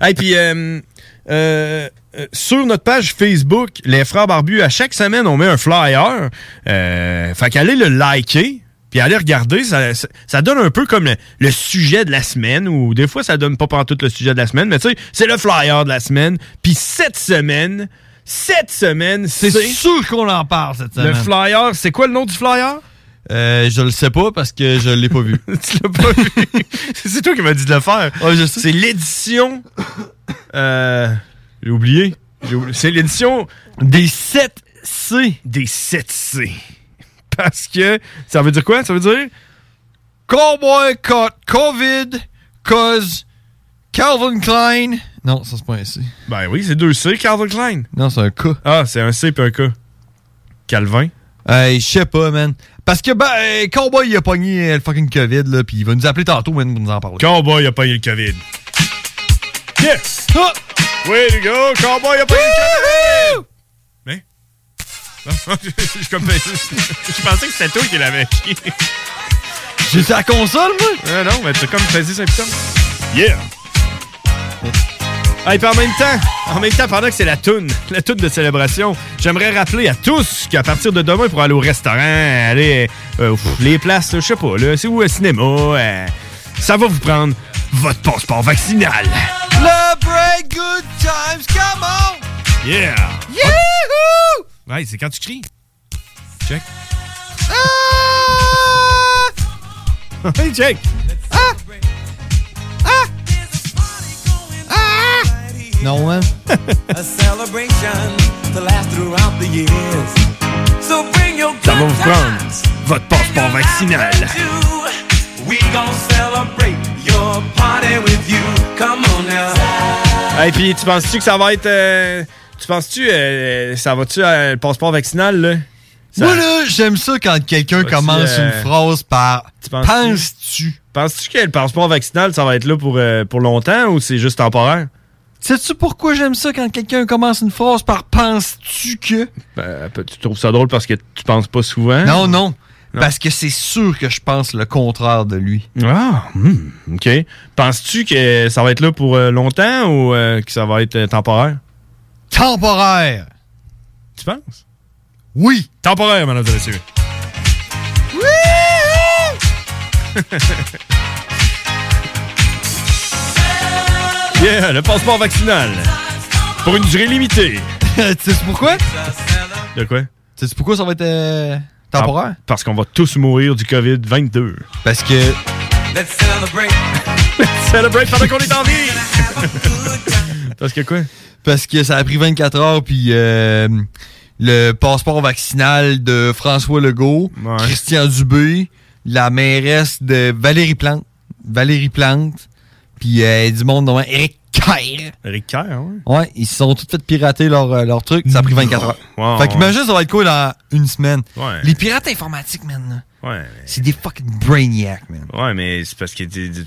Hey, puis euh, euh, euh, sur notre page Facebook, les frères barbus, à chaque semaine, on met un flyer. Euh, fait qu'allez le liker. Puis allez regarder, ça, ça- ça donne un peu comme le, le sujet de la semaine, ou des fois ça donne pas pantoute le sujet de la semaine, mais tu sais, c'est le flyer de la semaine. Puis cette semaine, cette semaine, c'est... C'est sûr qu'on en parle cette Le semaine. flyer, c'est quoi le nom du flyer? Euh, je le sais pas parce que je l'ai pas vu. <laughs> tu l'as pas vu. <laughs> c'est toi qui m'as dit de le faire. C'est l'édition. euh, j'ai oublié. J'ai oublié. C'est l'édition. Des 7C. Des 7C. Parce que. Ça veut dire quoi? Ça veut dire. Cowboy caught COVID cause Calvin Klein. Non, ça c'est pas un C. Ben oui, c'est deux C, Calvin Klein. Non, c'est un K. Ah, c'est un C puis un K. <laughs> Calvin. Hey, je sais pas, man. Parce que, ben, euh, Cowboy, il a pogné euh, le fucking COVID, là, puis il va nous appeler tantôt, man, pour nous en parler. Cowboy, il a pogné le COVID. Yeah! Ah! Way to go, cowboy, il a pogné le COVID! Mais? Ah, Je suis comme <laughs> pincé. Je pensais que c'était toi qui l'avais chié. J'étais à la console, moi? Euh, non, mais t'as comme pesé ça putain. Yeah! Hey, Ah, puis en même temps, en même temps, pendant que c'est la toune, la toune de célébration, j'aimerais rappeler à tous qu'à partir de demain, pour aller au restaurant, aller euh, pff, les places, je sais pas, là, c'est où, le cinéma, euh, ça va vous prendre votre passeport vaccinal. The break good times, come on! Yeah! Youhou! Ouais, c'est quand tu cries. Check. Ah! hey, check! Non, <laughs> hein? A celebration to last throughout the years. So bring your Ça va vous prendre votre passeport vaccinal. We gon' celebrate your party with you. Come on now. Hey, puis tu penses-tu que ça va être. euh, tu penses-tu. euh, ça va-tu euh, le passeport vaccinal, là? Ça- Moi, là, j'aime ça quand quelqu'un Vas-tu, commence euh, une phrase par Penses-tu? Penses-tu que le passeport vaccinal, ça va être là pour, euh, pour longtemps ou c'est juste temporaire? Sais-tu pourquoi j'aime ça quand quelqu'un commence une phrase par penses-tu que Ben, tu trouves ça drôle parce que tu penses pas souvent? Non, non. Parce que c'est sûr que je pense le contraire de lui. Ah, hmm, OK. Penses-tu que ça va être là pour euh, longtemps ou euh, que ça va être euh, temporaire? Temporaire. Tu penses? Oui. Temporaire, madame et messieurs. Yeah, le passeport vaccinal. Pour une durée <laughs> limitée. tu sais pourquoi? De quoi? Ah, Sais-tu pourquoi ça va être euh, temporaire? Parce qu'on va tous mourir du COVID-22. Parce que... Let's celebrate. Celebrate pendant qu'on est en vie! Parce que quoi? Parce que ça a pris 24 heures, puis euh, le passeport vaccinal de François Legault, Christian Dubé, la mairesse de Valérie Plante, Valérie Plante, puis euh, du monde nommé Eric Kerr. Eric Kerr, oui. Ouais, ils se sont tout fait pirater leur, euh, leur truc, ça a pris 24 heures. Wow, fait qu'imagine, ça va être cool dans une semaine. <laughs> Ouais. Les pirates informatiques, man. Ouais. C'est des fucking brainiacs, man. Ouais, mais c'est parce que t'es- t'es-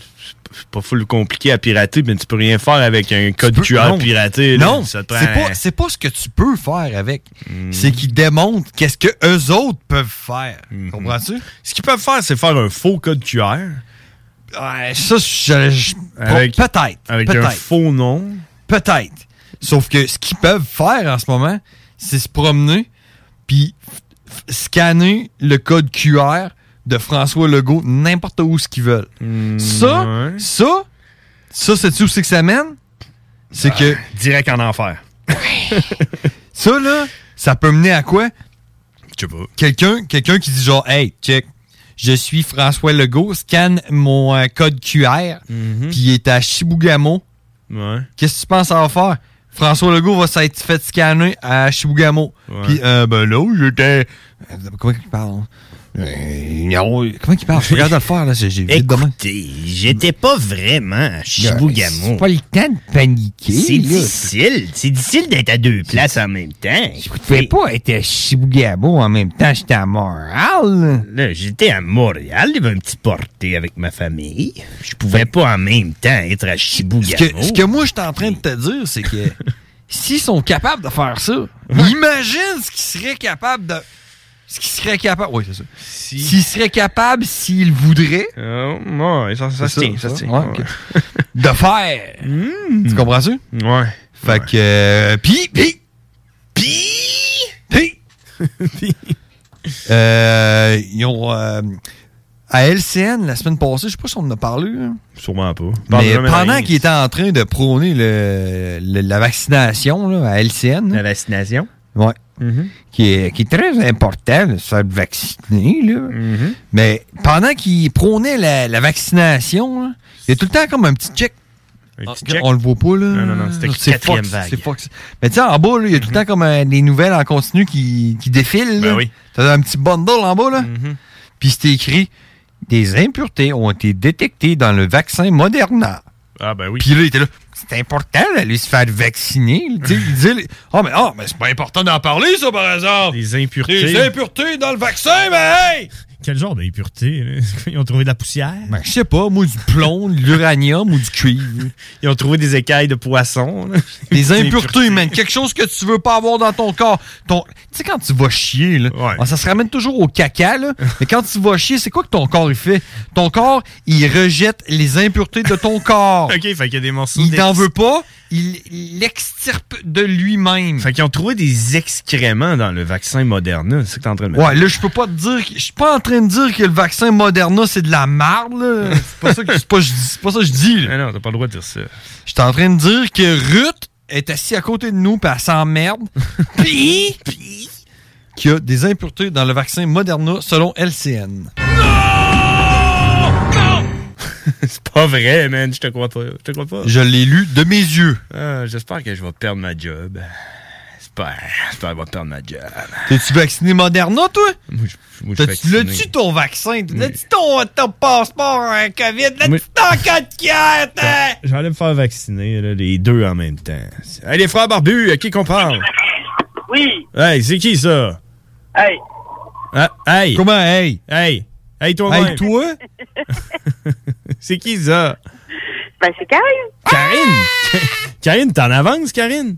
c'est pas full compliqué à pirater, mais tu peux rien faire avec un code peux- QR non. piraté. là. Non, Ça c'est te prend- Hmm. pas, c'est pas ce que tu peux faire avec. C'est qu'ils démontrent qu'est-ce que eux autres peuvent faire. Comprends-tu? Hmm. Ce qu'ils peuvent faire, c'est faire un faux code QR. Ouais, ça, je- je- Avec- bon, peut-être. avec peut-être. un faux nom. Peut-être. Sauf que ce qu'ils peuvent faire en ce moment, c'est se promener puis f- f- scanner le code QR de François Legault n'importe où ce qu'ils veulent. Hmm, ça, ça, ça, c'est-tu où c'est que ça mène? C'est que... Euh, Direct en enfer. Ça, là, ça peut mener à quoi? Je sais pas. Quelqu'un quelqu'un qui dit genre, hey, check, je suis François Legault, scanne mon euh, code QR, puis il est à Chibougamau. Mhm. Ouais. Qu'est-ce que tu penses à faire? François Legault va s'être fait scanner à Chibougamau. Ouais. Puis, euh, ben là, où j'étais. Euh, Comment qu'il parle? Euh, non, Comment qu'il <laughs> parle? Je regarde le faire, là, j'ai j'ai vite demain. J'étais pas vraiment à Chibougamau. C'est pas le temps de paniquer. C'est là. difficile. C'est difficile d'être à deux places en même temps. Je pouvais pas être à Chibougamau en même temps, j'étais à Montréal. Là, j'étais à Montréal, il y avait un petit porté avec ma famille. Je pouvais pas en même temps être à Ce Chibougamau. que, ce que moi, je suis en train de te dire, c'est que <laughs> s'ils sont capables de faire ça, imagine ce qu'ils seraient capables de. Ce qu'ils seraient capables. Oui, c'est ça. S'ils seraient capables, s'ils voudraient. Oh, ouais, ça, ça C'est se tient, ça se tient, Hmm. ouais, ok. de faire. Tu comprends-tu? Ouais. Fait que. euh, Puis, puis, puis, <laughs> puis. Euh, ils ont. euh, à LCN, la semaine passée, je sais pas si on en a parlé. là. Sûrement pas. Mais Parle jamais pendant d'analyse. qu'il était en train de prôner le, le- la vaccination là, à LCN. La vaccination? Oui. qui, est, qui est très important de se faire vacciner. Là. Mais pendant qu'il prônait la, la vaccination, là, il y a tout le temps comme un petit check. Ah, On le voit pas, là. Non, non, non, c'était quatrième vague. Mais tu sais, en bas, là, il y a tout Mhm. le temps comme euh, des nouvelles en continu qui, qui défilent. Ben là. T'as un petit bundle en bas, là. Mhm. Puis c'était écrit Des impuretés ont été détectées dans le vaccin Moderna. Ah, ben oui. Puis là, il était là. C'est important d'aller se faire vacciner. Tu sais, Il disait, oh, mais, ah, mais c'est pas important d'en parler, ça, par exemple. Les impuretés. Les impuretés dans le vaccin, mais hey! Quel genre d'impureté? <laughs> là? Ils ont trouvé de la poussière? Ben, je sais pas, moi, du plomb, de l'uranium ou du cuivre. Ils ont trouvé des écailles de poisson. <laughs> Des impuretés, man. Quelque chose que tu veux pas avoir dans ton corps. Ton... Tu sais, quand tu vas chier, là, ah, ça se ramène toujours au caca, là. mais quand tu vas chier, c'est quoi que ton corps, il fait? Ton corps, il rejette les impuretés de ton corps. OK, fait qu'il y a des morceaux. Il d'ex- t'en veut pas, il il l'extirpe de lui-même. Fait qu'ils ont trouvé des excréments dans le vaccin Moderna. C'est ce que t'es en train de me Ouais, là, je peux pas te dire. que- Je suis pas en train de dire que le vaccin Moderna, c'est de la marde, là. C'est pas ça que c'est pas- je dis- c'est pas ça que je dis, là. Non, t'as pas le droit de dire ça. Je suis en train de dire que Ruth est assise à côté de nous, puis <laughs> elle s'emmerde. Puis. puis Qu'il y a des impuretés dans le vaccin Moderna selon LCN. C'est pas vrai, man. Je te crois pas. Je te crois pas. Je l'ai lu de mes yeux. Ah, J'espère que je vais perdre ma job. J'espère. J'espère que je vais perdre ma job. T'es-tu vacciné Moderna, toi? Moi, je suis T'as-tu- vacciné. L'as-tu ton vaccin? L'as-tu ton, euh, ton passeport hein, COVID? L'as-tu Oui. ton code QR? hein? J'allais me faire vacciner, là, les deux en même temps. Hey, les frères barbus, à qui qu'on parle? Oui, Hey, c'est qui ça? hey, Ah, hey! Comment, hey? Hey! Hey, toi-même! Hey, toi? <laughs> c'est qui ça? ben c'est Karine. Karine! Ah! <laughs> Karine, t'en avances, Karine?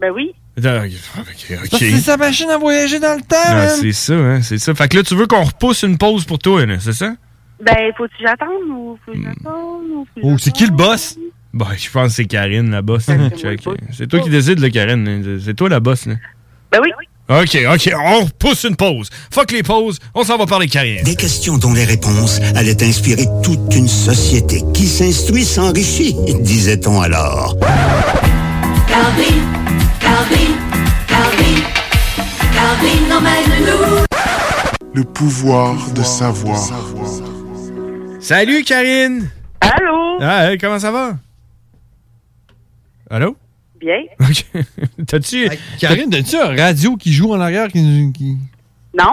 Ben oui. Ah, Ok, ok. Parce que C'est sa machine à voyager dans le temps, Ah, man. c'est ça, hein, c'est ça. Fait que là, tu veux qu'on repousse une pause pour toi, là, c'est ça? <laughs> Ben, faut-tu j'attende ou faut-tu j'attende ou faut-tu Oh, c'est qui le boss? Bah, je pense que c'est Karine, la boss. hein. Check. C'est toi qui décides, là, Karine. hein. C'est toi la boss, là. Ben oui. OK, OK, on repousse une pause. Fuck les pauses, on s'en va parler Karine. Des questions dont les réponses allaient inspirer toute une société qui s'instruit s'enrichit, disait-on alors. Calvin, Calvin, Calvin, Calvin emmène-nous. Le pouvoir de savoir. Salut, Karine! Allô? Ah, hey, comment ça va? Allô? Bien. OK. <laughs> T'as-tu... Karine, t'as-tu un radio qui joue en arrière? Qui, qui- Non?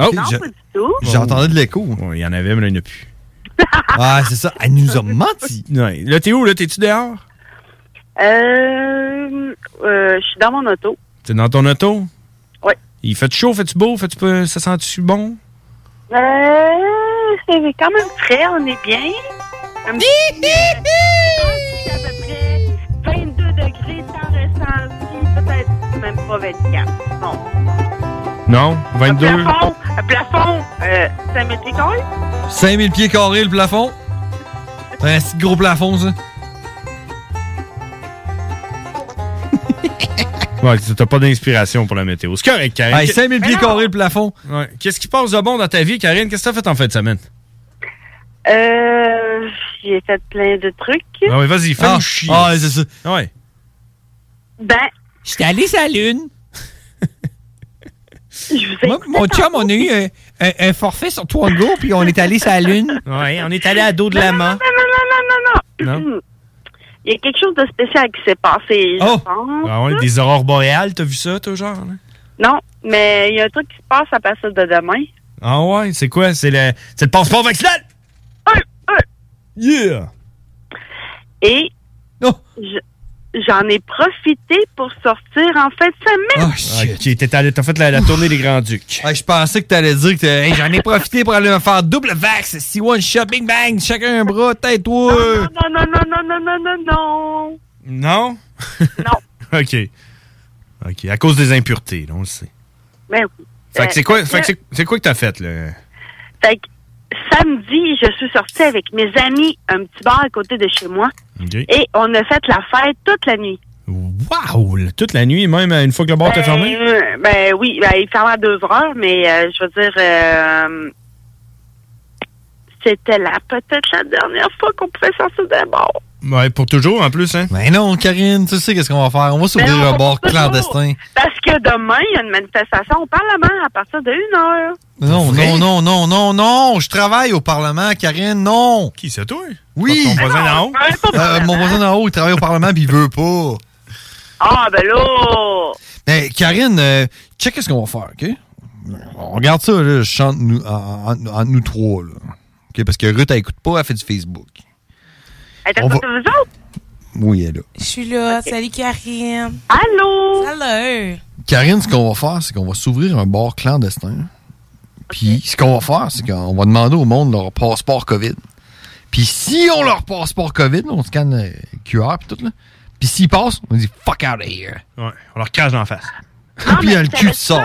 Oh, non, je- pas du tout. J'entendais de l'écho. Il y en avait, mais là, il n'y en a plus. <laughs> ah, c'est ça. Elle nous a menti. Ouais. Là, t'es où, là? T'es-tu dehors? Euh, euh, je suis dans mon auto. T'es dans ton auto? Ouais. Il fait chaud, fait-tu beau? Fait-tu pas- Ça sent-tu bon? Euh, c'est quand même frais, on est bien. Un petit- Je pense que c'est à peu près 22 degrés sans ressenti, peut-être même pas 24. Non. Non? 22? Plafond, euh, plafond, euh, ça me décolle? 5000 pieds carrés, le plafond. C'est un petit gros plafond, ça. Ouais, t'as pas d'inspiration pour la météo. C'est correct, Karine. Hey, 5000 pieds carrés, le plafond. Ouais. Qu'est-ce qui passe de bon dans ta vie, Karine? Qu'est-ce que t'as fait en fin de semaine? Euh, j'ai fait plein de trucs. Ah ouais, vas-y, fais-nous chier. Ah, c'est ça. Ouais. Ben, J'étais allé sur la Lune. Moi, mon chum, on a eu un, un- un forfait sur trois go, puis on est allé sur la Lune. Ouais, on est allé à dos de la main. Ben non, non, non, non, non, non. Il y a quelque chose de spécial qui s'est passé, je pense. Ah ouais, des aurores boréales, t'as vu ça, toi, genre? là? Non, mais il y a un truc qui se passe à partir de demain. Ah ouais, c'est quoi? C'est le, c'est le passeport vaccinal? <laughs> Yeah! Et je- j'en ai profité pour sortir en fin de Ah! semaine. Ok, t'es allé- t'as fait la, la tournée des Grands-Ducs. Ah, je pensais que t'allais dire que t'es- hey, j'en ai profité pour aller me faire double vax. Si one shopping bang, chacun un bras, tête, toi. Non, non, non, non, non, non, non, non. Non? Non. OK. OK, à cause des impuretés, là, on le sait. Ben oui. Fait que c'est quoi, Euh, fait que c'est, c'est quoi que t'as fait, là? fait que samedi, je suis sortie avec mes amis à un petit bar à côté de chez moi. OK. Et on a fait la fête toute la nuit. Wow! là, Toute la nuit, même une fois que le bar t'est fermé? Euh, ben oui, ben, il ferme à deux heures, mais euh, je veux dire, euh, c'était là peut-être la dernière fois qu'on pouvait sortir d'un bar. Ouais, pour toujours, en plus, hein? Ben non, Karine, tu sais qu'est-ce qu'on va faire. On va s'ouvrir Ben, on un va bar pas clandestin. Parce que demain, il y a une manifestation au Parlement à partir de une heure. Non, non, non, non, non, non. Je travaille au Parlement, Karine, non. Qui, c'est toi? Oui. Ton voisin d'en haut? je travaille pas au Euh, mon voisin d'en haut, il travaille au Parlement, puis il veut pas. Ah, ben là! Mais Karine, euh, check qu'est-ce qu'on va faire, OK? On regarde ça, là, je chante nous, en- en- entre nous trois, là. OK? Parce que Ruth, elle écoute pas, elle fait du Facebook. Elle est à On côté va- de vous autres? Oui, elle est là. Je suis là. Salut, Karine. Allô? Allô. Karine, ce qu'on va faire, c'est qu'on va s'ouvrir un bar clandestin. Puis ce qu'on va faire, c'est qu'on va demander au monde leur passeport COVID. Puis si on leur passeport COVID, là, on scanne le QR puis tout, là. Puis s'ils passent, on dit fuck out of here. Ouais, on leur cache dans la face. puis il y a le cul qui sort.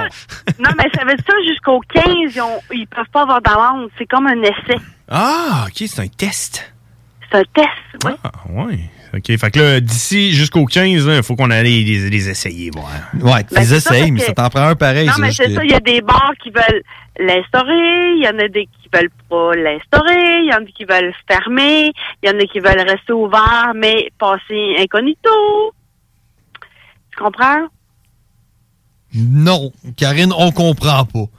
Non, mais ça veut dire ça jusqu'au 15, ils, ont- ils peuvent pas avoir d'amende. C'est comme un essai. Ah, ok, c'est un test. C'est un test. Oui. Ah, ouais. Ok, fait que là, d'ici jusqu'au 15, il faut qu'on aille les, les essayer, voir. Ouais, Ben, les c'est ça, essayes, parce mais que- ça t'en prend un pareil. non, mais c'est ça, il y a des bars qui veulent l'instaurer, il y en a des qui veulent pas l'instaurer, il y en a qui veulent fermer, il y en a qui veulent rester ouverts, mais passer incognito. Tu comprends? Non, Karine, on comprend pas.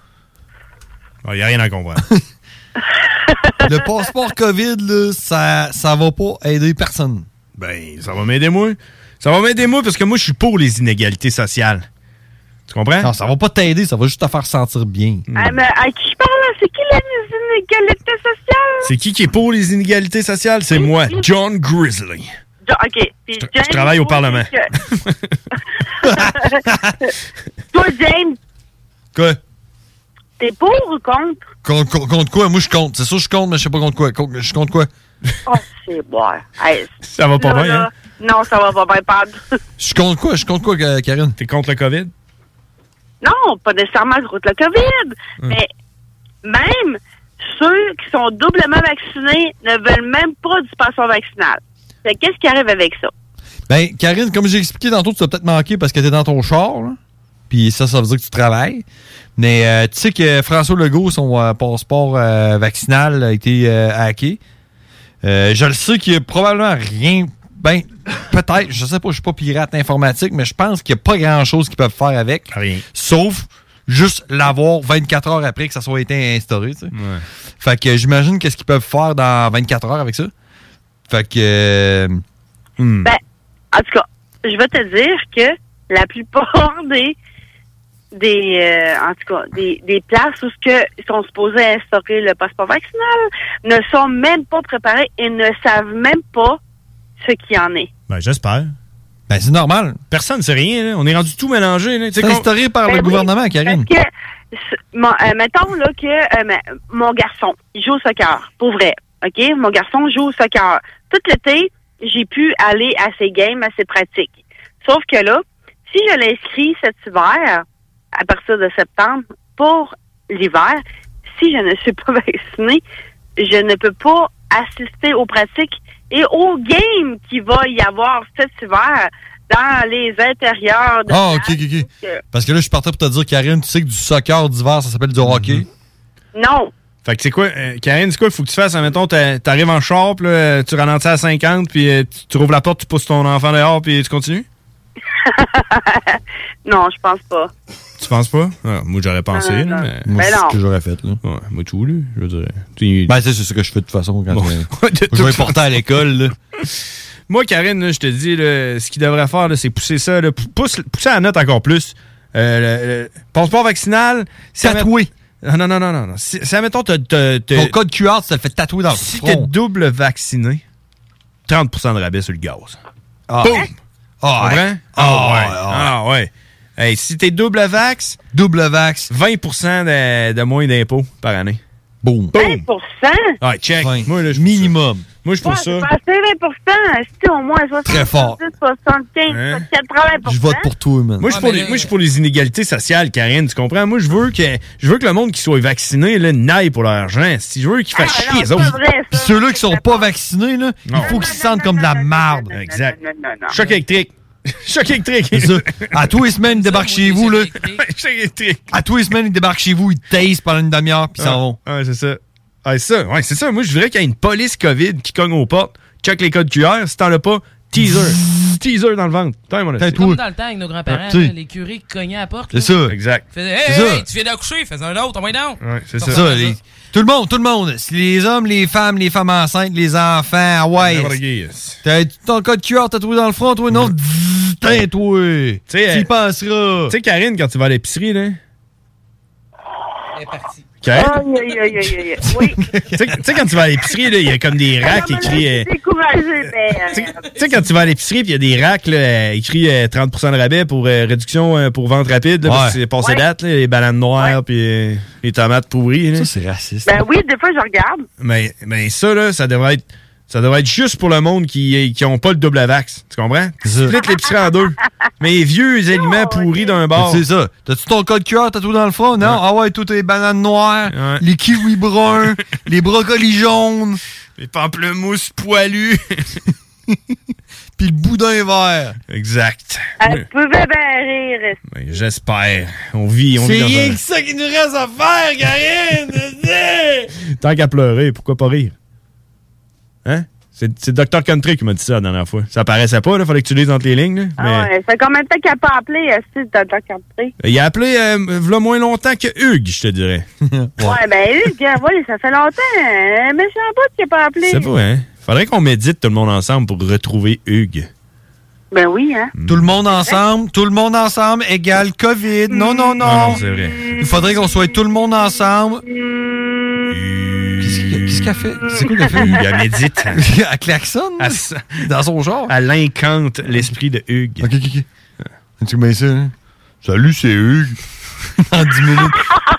Il n'y a rien à comprendre. <laughs> <laughs> le passeport COVID, là, ça, ça va pas aider personne. Ben, ça va m'aider, moi. Ça va m'aider, moi, parce que moi, je suis pour les inégalités sociales. Tu comprends? Non, ça va pas t'aider, ça va juste te faire sentir bien. Hmm. Ah, mais à qui je parle? là? C'est qui la inégalité sociale? C'est qui qui est pour les inégalités sociales? C'est moi, John Grizzly. Jo- OK. Puis James, Je travaille au toi, Parlement. que- toi, James, Quoi? t'es pour ou contre? Contre, contre- contre quoi? Moi, je compte. C'est sûr, que je compte, mais je sais pas contre quoi. Contre- je compte quoi? Oh, c'est boire. Hey, Ça va pas là, bien, là, hein? Non, ça va pas bien, pardon. Je compte quoi? Je compte quoi, Ka- Karine? T'es contre le COVID? Non, pas nécessairement contre le COVID, mais même ceux qui sont doublement vaccinés ne veulent même pas du passeport vaccinal. Fait que Qu'est-ce qui arrive avec ça? Ben, Karine, comme j'ai expliqué tantôt, tu t'as peut-être manqué parce que t'es dans ton char, là. Puis ça, ça veut dire que tu travailles. Mais euh, tu sais que François Legault, son euh, passeport euh, vaccinal a été euh, hacké. Euh, je le sais qu'il n'y a probablement rien. Ben, peut-être, je sais pas, je suis pas pirate informatique, mais je pense qu'il n'y a pas grand-chose qu'ils peuvent faire avec. Rien. Sauf juste l'avoir 24 heures après que ça soit été instauré, tu sais. Fait que j'imagine qu'est-ce qu'ils peuvent faire dans 24 heures avec ça. Fait que. euh, hmm. Ben, en tout cas, je vais te dire que la plupart <laughs> des des euh, en tout cas des, des places où ce que ils sont supposés instaurer le passeport vaccinal ne sont même pas préparés et ne savent même pas ce qu'il y en est. Ben, j'espère. Ben, c'est normal. Personne ne sait rien, là. On est rendu tout mélangé, là. Tu sais, C'est qu'on- instauré par Ben le oui, gouvernement, Karine. Parce que, s- mon- euh, mettons là, que euh, ma- mon garçon, il joue au soccer, pour vrai. OK? Mon garçon joue au soccer. Tout l'été, j'ai pu aller à ses games, à ses pratiques. Sauf que là, si je l'inscris cet hiver, à partir de septembre, pour l'hiver, si je ne suis pas <laughs> vaccinée, je ne peux pas assister aux pratiques et aux games qu'il va y avoir cet hiver dans les intérieurs de Ah, ok, ok, ok. Hein? que- Parce que là, je partais pour te dire, Karine, tu sais que du soccer d'hiver, ça Hmm. s'appelle du hockey. Non. <laughs> Fait que c'est quoi, euh, Karine, c'est quoi, faut que tu fasses, admettons, t'a- t'arrives en shop, là, euh, tu ralentis à 50, puis euh, tu, tu rouvres la porte, tu pousses ton enfant dehors, puis tu continues? Non, je pense pas. Tu penses pas? Ah, moi, j'aurais pensé, Non, non. là, mais... Moi, Ben c'est ce non. que j'aurais fait, là. Ouais, moi, tout voulu, je veux dire. Ben, c'est c'est ce que je fais de toute façon <laughs> quand Bon. je vais- je vais porter à l'école, là. Moi, Karine, là, je te dis, là, ce qu'il devrait faire, là, c'est pousser ça, là, pou- pousse, pousser la note encore plus. Euh, le, le passeport vaccinal. Si Tatoué. Ah, Non, non, non, non. non. Si, si, admettons, t'as- t'as- t'as- Ton code QR, tu te le fais tatouer dans le si t'es front. double vacciné, 30 de rabais sur le gaz. Ah. Boum! Ah, Comprends? ouais. Ah, ouais. Ah, ouais. Ah, ouais. Hey, si t'es double vax, double vax, 20 de, de moins d'impôts par année. Boum. 20 Ah, check. Moi, là, je suis pour Minimum. ça. Moi, je suis pour Ouais, ça. c'est pas assez 20 C'est au moins 70, Très fort. 75, Hein? 80 toi, man. Ah, Moi, je suis pour, les- moi, je euh, suis pour les inégalités sociales, Karine, tu comprends? Moi, je veux que, je veux que le monde qui soit vacciné, là, n'aille pour leur argent. Si je veux qu'ils Ah, fassent chier les autres. Puis ceux-là qui sont pas vaccinés, là, il faut qu'ils se sentent comme de la marde. Exact. Choc électrique. <laughs> Choc électrique. C'est ça. À tous les semaines, ils débarquent chez vous, là. Choc électrique. À tous les semaines, ils débarquent chez vous, ils te taisent pendant une demi-heure, puis ils s'en vont. Ouais, c'est ça. Ouais, c'est ça. Ouais, c'est ça. Moi, je voudrais qu'il y ait une police COVID qui cogne aux portes, check les codes QR. Si t'en as pas, teaser. teaser dans le ventre. Putain, mon C'est esti. comme dans le temps avec nos grands-parents, Ah, tu sais. là, les curés qui cognaient à la porte. C'est là. ça. Exact. Ils faisaient, hey, C'est hey, ça. tu viens d'accoucher, fais un autre, on va donc. Ouais, c'est C'est ça, les- Tout le monde, tout le monde. Si Les hommes, les femmes, les femmes enceintes, les enfants, ah N'importe ouais. qui, T'as ton code QR tatoué dans le front, toi, non? Tain, toi! Tu sais, Tu y euh, penseras! Tu sais, Karine, quand tu vas à l'épicerie, là. Elle est partie. Aïe, aïe, aïe, aïe, aïe. Oui, Tu sais- tu sais, quand tu vas à l'épicerie, là, il y a comme des racks écrits. euh, découragé, ben. <laughs> Tu sais, quand tu vas à l'épicerie, puis il y a des racks là, euh, écrits euh, 30 de rabais pour euh, réduction euh, pour vente rapide, là, Ouais. parce que c'est passé Ouais. date, là, les bananes noires, puis euh, les tomates pourries. Ça, c'est raciste. Ben oui, des fois, je regarde. Mais, mais ça, là, ça devrait être. Ça devrait être juste pour le monde qui qui ont pas le double vax. Tu comprends? Tu splits l'épicerie en deux. Mais les vieux Oh, aliments pourris d'un bar. C'est ça. T'as-tu ton code QR tatou dans le front? Non? Ah ouais, toutes les bananes noires, les <laughs> kiwis bruns, les brocolis jaunes. Les pamplemousses poilus. <laughs> Puis le boudin vert. Exact. Elle pouvait bien rire. Ben, J'espère. On vit, on vit C'est dans rien un- que ça qui nous reste à faire, Karine! Tant qu'à pleurer, pourquoi pas rire? Hein? C'est c'est Dr. Country qui m'a dit ça la dernière fois. Ça paraissait pas, là. Fallait que tu lises entre les lignes, là. Ah Mais ouais, ça fait combien de temps qu'elle n'a pas appelé, Esti, t'as t'as capté? il a appelé, euh, v'là moins longtemps que Hugues, je te dirais. <laughs> Ouais. ben Hugues, oui, ça fait longtemps, hein, méchant bout qu'il n'a pas appelé. C'est pas, hein? Faudrait qu'on médite tout le monde ensemble pour retrouver Hugues. Ben oui, hein. Mm. Tout le monde ensemble, tout le monde ensemble égale COVID. Non, non, non. Mm. Ah c'est vrai. Il faudrait qu'on soit tout le monde ensemble. Mm. Qu'est-ce qu'il- qu'est-ce qu'elle fait? C'est quoi qu'elle fait? Hugues, elle médite. <laughs> elle klaxonne? Dans son genre. Elle incante l'esprit de Hugues. Ok, ok, ok. Tu mets ça, hein? Salut, c'est Hugues. Dans 10 minutes.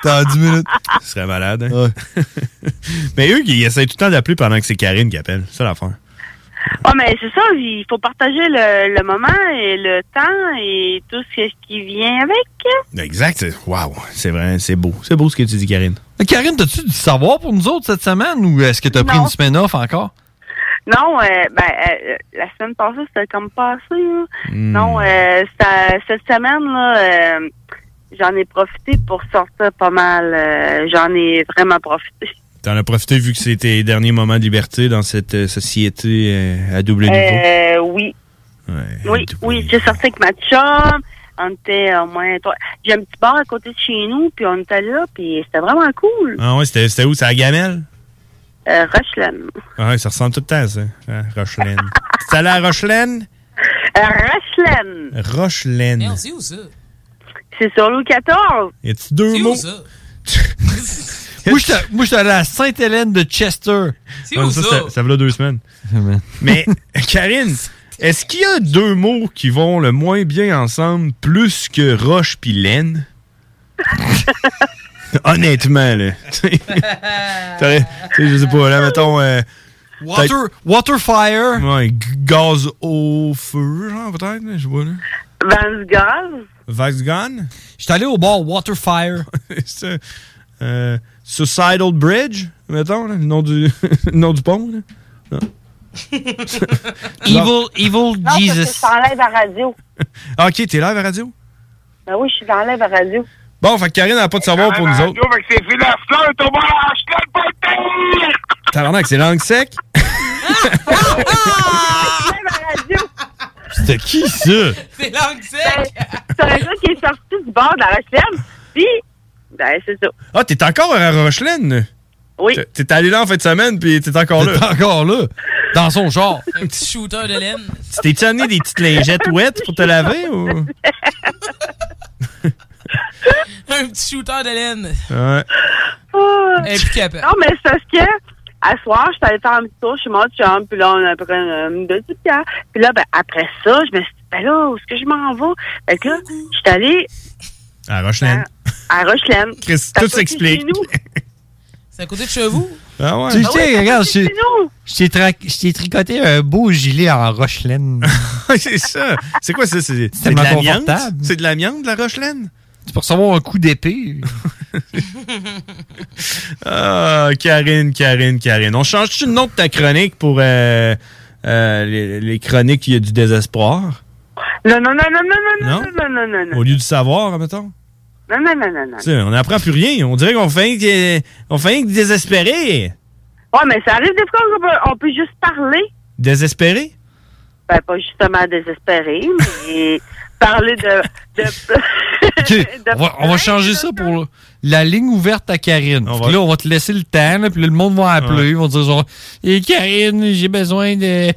Dans 10 minutes. Ce serait malade, hein? <laughs> Mais Hugues, il essaie tout le temps d'appeler pendant que c'est Karine qui appelle. C'est ça l'affaire. Ouais, Ah, mais c'est ça, il faut partager le, le moment et le temps et tout ce qui vient avec. hein. Exact. c'est- Wow. C'est vrai, c'est beau. C'est beau ce que tu dis, Karine. Karine, t'as-tu du savoir pour nous autres cette semaine ou est-ce que t'as pris Non. une semaine off encore? Non, euh, ben, euh, la semaine passée, c'était comme passé, là. Hmm. Non, euh, ça- cette semaine, là, euh, j'en ai profité pour sortir pas mal. euh, j'en ai vraiment profité. T'en as profité vu que c'est tes derniers moments de liberté dans cette euh, société euh, à double niveau. Euh, oui, Ouais. Oui, oui, j'ai sorti avec ma chum. On était au moins trois. J'ai un petit bar à côté de chez nous, puis on était là, puis c'était vraiment cool. Ah ouais, c'était c'était où? C'est à Gamelle? Euh, Rochelaine. Ah ouais, ça ressemble tout le temps à ça. Hein, Rochelaine. T'es allé à Rochelaine? Euh, Rochelaine. Rochelaine. c'est où ça? C'est sur Louis 14. Y a-tu deux mots? <laughs> moi, j'étais- moi, j'étais allé à Sainte-Hélène de Chester. Ouais, ça, ça? Ça fait deux semaines. Mais, euh, Karine, est-ce qu'il y a deux mots qui vont le moins bien ensemble plus que roche pis laine? Honnêtement, là. T'aurais- tu sais, je sais pas, là, mettons. euh, Water- peut-être- fire. Ouais, g- gaz au feu, genre, peut-être, là, je sais pas, là. Vance Gaz. Vax Gone? J'étais allé au bar Waterfire. <laughs> C'est euh, Suicidal Bridge, mettons, là, le nom du, <laughs> le nom du pont, là. Non. <laughs> Evil, evil Non, parce que je suis en live à radio. Ah, ok, t'es live à radio? Ben oui, je suis en live à radio. Bon, fait que Karine n'a pas de savoir pour nous autres. Tabarnak, c'est langue sec? Ah! Ah! Ah. <laughs> C'était qui ça? C'est langue sec. Ben, C'est un gars qui est sorti du bord de la Rochelaine, puis, ben, c'est ça. Ah, t'es encore à Rochelaine? Oui. T'es allé là en fin de semaine, puis t'es encore là. T'es encore là? Dans son genre. Un petit shooter de laine. T'es-tu amené des petites lingettes ouettes pour te laver ou? Un petit shooter de laine. Ouais. Oh, Implicable. Non, mais c'est parce que, à soir, je suis allée faire un petit tour chez mon chum, puis là, on a pris une deux petites bières. Puis là, ben, après ça, je me suis dit, ben là, où est-ce que je m'en vais? Fait que là, je suis allée À Rochelaine. à Rochelaine. Chris, C'est à côté tout de s'explique. chez nous. C'est à côté de chez vous? Ah Tu Ah sais, ouais, regarde, c'est je je t'ai tra- je t'ai tricoté un beau gilet <laughs> en Rochelaine. c'est ça. C'est quoi ça? C'est C'est c'est de tellement l'amiante? confortable. C'est de l'amiante, la Rochelaine? C'est pour recevoir un coup d'épée. <laughs> Ah, Karine, Karine, Karine. On change-tu le nom de ta chronique pour euh, euh, les, les chroniques où il y a du désespoir? Non, non, non, non, non, non, Non? non, non, non, non, non. Au lieu du savoir, mettons? Non, non, non, non, non. Tu sais, on n'apprend plus rien. On dirait qu'on fait rien que, on fait rien que désespérer. Ouais, mais ça arrive des fois qu'on peut, on peut juste parler. Désespérer? Ben, pas justement désespéré, <laughs> mais parler de. <laughs> de... <laughs> OK, on va, on va changer ça pour le- la ligne ouverte à Karine. Puis là, on va te laisser le temps, là, puis là, le monde va appeler. Ils vont dire genre, Eh, Karine, j'ai besoin de-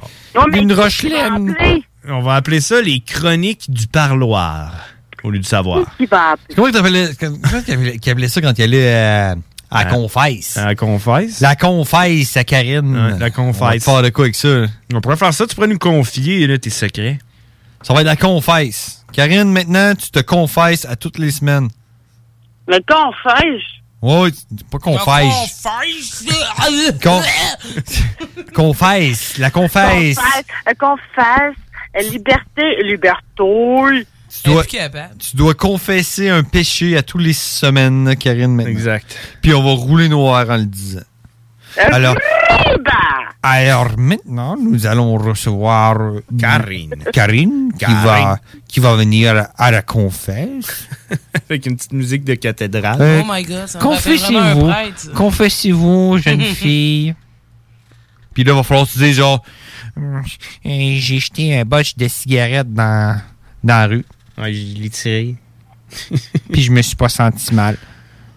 d'une Rochelaine. On va appeler ça les chroniques du parloir. Au lieu du savoir. Qui va appeler? Comment il appelait, comment il appelait- qu'il appelait ça quand il allait euh, À confesse. À confesse. <laughs> La confesse à Karine. la confesse. On va te faire de quoi avec ça? On pourrait faire ça, tu pourrais nous confier là, tes secrets. Ça va être la confesse. Karine, maintenant, tu te confesses à toutes les semaines. Le confesse. Ouais, tu- pas confesse. Con- <laughs> confesse. La Confesse. confesse. euh, Confesse. euh, Liberté. Liberté. Tu dois, tu dois confesser un péché à tous les semaines, Karine, maintenant. Exact. Puis on va rouler noir en le disant. Alors, alors maintenant, nous allons recevoir euh, Karine. Karine, qui, Karine. va, qui va venir à la confesse. Avec une petite musique de cathédrale. Euh, Oh God, ça me rappelle confessez-vous, vraiment un prêtre, ça. confessez-vous, <laughs> jeune fille. Puis là, il va falloir se dire genre, Hum, euh, j'ai jeté un botch de cigarette dans, dans la rue. Ouais, je l'ai tiré. Puis je me suis pas senti mal.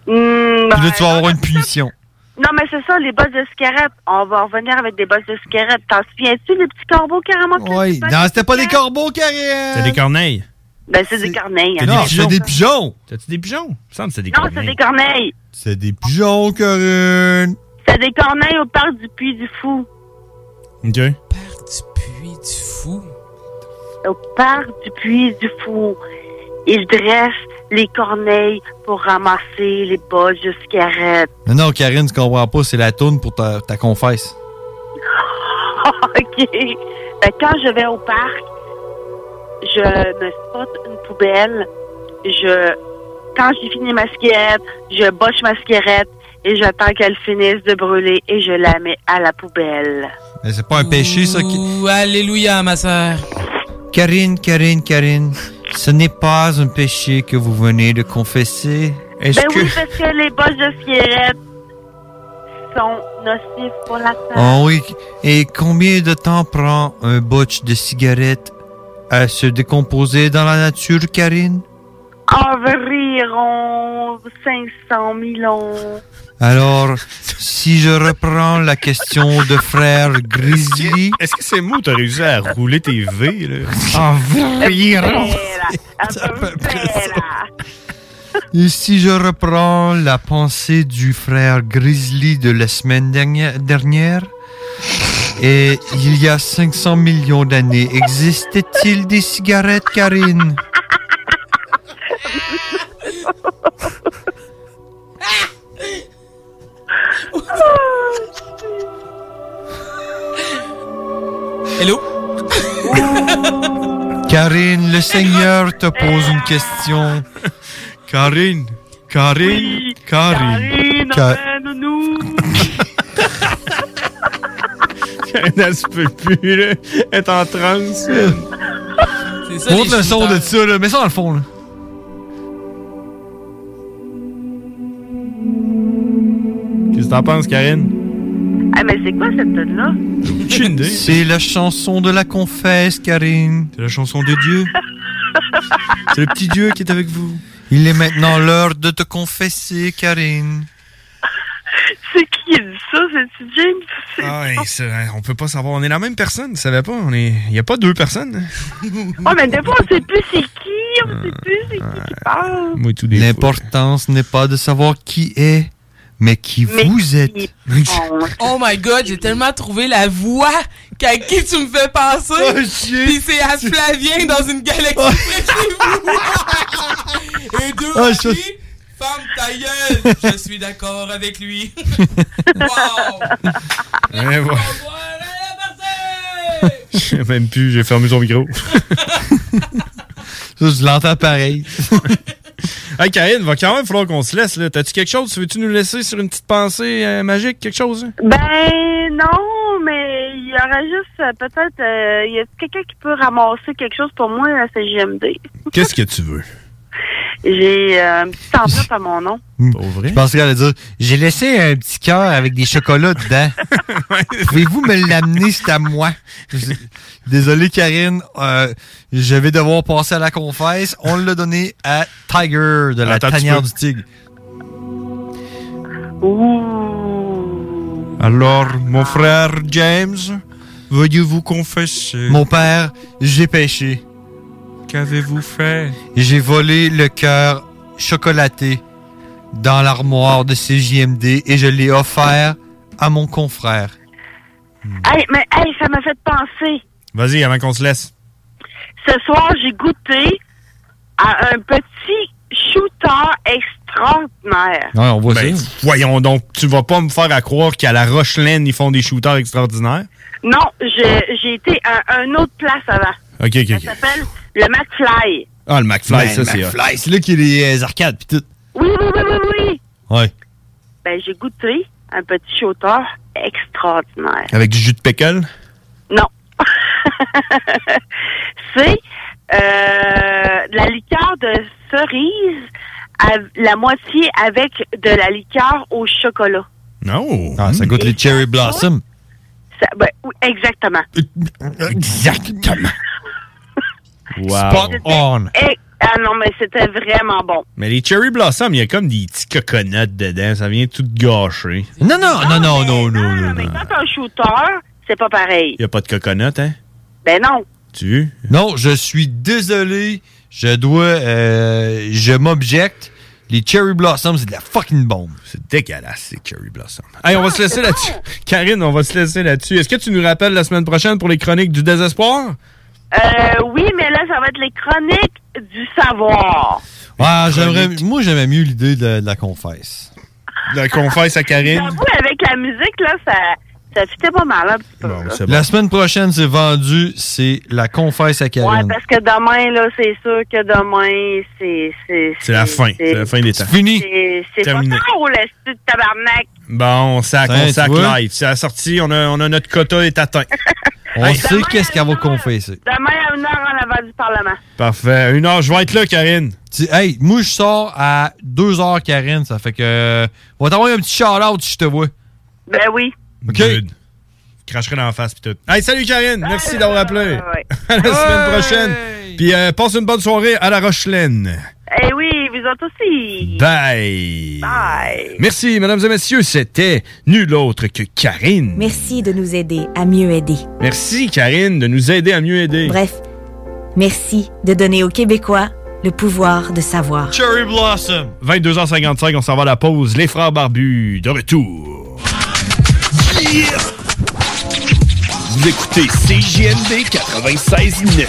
Hum, Puis là, ben, tu vas avoir une punition. Non, mais c'est ça, les bosses de cigarettes. On va revenir avec des bosses de cigarettes. T'en souviens-tu, les petits corbeaux carrément? Oui, Non, c'était pas des corbeaux, Karine! T'as des corneilles. Ben, c'est des corneilles. T'as hein. des pigeons. pigeons. T'as-tu des pigeons? Il me semble que c'est des Non, c'est des corneilles. corneilles. C'est des pigeons, Karine. C'est des corneilles au parc du Puy du Fou. OK. Fou. Au parc du Puy du Fou, ils dressent les corneilles pour ramasser les bosses de cigarettes. Non, non, Karine, tu comprends pas, c'est la toune pour ta, ta confesse. <laughs> OK. Ben, quand je vais au parc, je me spot une poubelle. Je, quand j'ai fini ma cigarette, je boche ma cigarette et j'attends qu'elle finisse de brûler et je la mets à la poubelle. Mais c'est pas un péché, ça. Qui... Ouh, alléluia, ma sœur. Karine, Karine, Karine, ce n'est pas un péché que vous venez de confesser. Est-ce ben que... oui, parce que les bosses de cigarette sont nocives pour la santé. Oh oui, et combien de temps prend un botch de cigarette à se décomposer dans la nature, Karine? Environ 500 000 ans. Alors, si je reprends la question de frère Grizzly... Est-ce que c'est moi ou t'as réussi à rouler tes V, là? Ah, Environ... Et si je reprends la pensée du frère Grizzly de la semaine dernière, dernière, et il y a 500 millions d'années, existait-il des cigarettes, Karine <laughs> Hello Karine, le Seigneur te pose une question. Karine, Karine, Karine. Ka- Euh, nous <laughs> Elle se peut plus, là. Elle est en transe. Montre le son de ça, là. Mets ça dans le fond, là. Qu'est-ce que t'en penses, Karine? Ah, mais c'est quoi cette tune-là? C'est la chanson de la confesse, Karine. C'est la chanson de Dieu. C'est le petit Dieu qui est avec vous. Il est maintenant l'heure de te confesser, Karine. C'est qui qui a dit ça? C'est-tu James? Ah, hey, c'est- on peut pas savoir. On est la même personne, tu savais pas? On est... Y a pas deux personnes. hein? Oh, mais des fois, on sait plus c'est qui, on sait plus c'est qui qui parle. L'importance n'est pas de savoir qui est, mais qui <laughs> vous êtes. Oh my god, j'ai tellement trouvé la voix qu'à qui tu me fais passer. Oh, Puis c'est à Flavien dans une galaxie près <laughs> de chez vous. Et deux Ah, ça- aussi, ferme ta gueule. Je suis d'accord avec lui. <laughs> wow. Ah, Ouais, voilà. <laughs> Je sais même plus, j'ai fermé son <laughs> micro. Ça, je l'entends pareil. <laughs> hey, Karine, va quand même falloir qu'on se laisse, là. T'as-tu quelque chose? Veux-tu nous laisser sur une petite pensée euh, magique, quelque chose? Ben non, mais il y aurait juste euh, peut-être euh, il y a quelqu'un qui peut ramasser quelque chose pour moi à CGMD. Qu'est-ce que tu veux? J'ai euh, une petite enveloppe à mon nom. Hmm. Je pensais qu'elle allait dire J'ai laissé un petit cœur avec des chocolats <laughs> dedans. Pouvez-vous me l'amener, c'est à moi. Je- Désolé, Karine. euh, je vais devoir passer à la confesse. On l'a donné à Tiger de la Attends, tu tanière peux. du tigre. Alors, mon frère James, veuillez vous confesser. Mon père, j'ai péché. Qu'avez-vous fait? J'ai volé le cœur chocolaté dans l'armoire de CJMD et je l'ai offert à mon confrère. Hey, mais hey, ça m'a fait penser. Vas-y, avant qu'on se laisse. Ce soir, j'ai goûté à un petit shooter extraordinaire. Ouais, on voit ça. Ben, Voyons donc, tu vas pas me faire à croire qu'à la Rochelaine, ils font des shooters extraordinaires. Non, je- j'ai été à un autre place avant. Ok, ok, ok. Ça s'appelle le McFly. Ah, le McFly, Ben, ça, c'est. McFly, c'est là qu'il y a les euh, arcades pis tout. Oui, oui, oui, oui, oui. Ouais. Ben, j'ai goûté un petit shooter extraordinaire. Avec du jus de pécole? Non. <laughs> C'est euh, de la liqueur de cerise, à- la moitié avec de la liqueur au chocolat. Non. Ah, ça goûte les cherry blossom. Ça- ben, oui, exactement. Exactement. Wow. C'était- Eh, ah non, mais c'était vraiment bon. Mais les cherry blossom, il y a comme des petits coconuts dedans. Ça vient tout gâcher. Non, non, non, non, non, non, non. Quand un shooter, c'est pas pareil. Il y a pas de coconut, hein? Ben non. Tu? Non, je suis désolé. Je dois. euh, je m'objecte. Les cherry blossoms, c'est de la fucking bombe. C'est dégueulasse, ces cherry blossoms. Hey, on va se laisser là-dessus. Karine, on va se laisser là-dessus. Est-ce que tu nous rappelles la semaine prochaine pour les chroniques du désespoir? Euh, oui, mais là, ça va être les chroniques du savoir. Ouais, j'aimerais, moi, j'aimais mieux l'idée de, de la confesse. La confesse à Karine? J'avoue, Ah, avec la musique, là, ça, ça fitait pas mal hein. un petit peu. là. La semaine prochaine, c'est vendu, c'est la confesse à Ouais, Karine. parce que demain, là, c'est sûr que demain, c'est. C'est C'est la fin. C'est la fin des temps. C'est- C'est pas Terminé. tard, le style de tabarnak. Bon, on sac, Tiens, on tu sac vois? live. C'est la sortie, on a, on a notre quota est atteint. On sait qu'est-ce qu'elle va confesser. Demain, à une heure en avant du Parlement. Parfait. Une heure, je vais être là, Karine. hey, moi, je sors à 2 heures, Karine. Ça fait que. euh, On va t'envoyer un petit shout-out si je te vois. Ben oui. OK. Cracherai dans la face, pis tout. Hey, salut Karine, merci d'avoir appelé. <laughs> À la semaine prochaine. Puis euh, passe une bonne soirée à la Rochelaine. Eh oui, vous autres aussi. Bye. Bye. Merci, mesdames et messieurs, c'était nul autre que Karine. Merci de nous aider à mieux aider. Merci Karine de nous aider à mieux aider. Bref, merci de donner aux Québécois le pouvoir de savoir. Cherry Blossom. 22h55, on s'en va à la pause. Les frères barbus, de retour. Vous écoutez CJMD 96.9.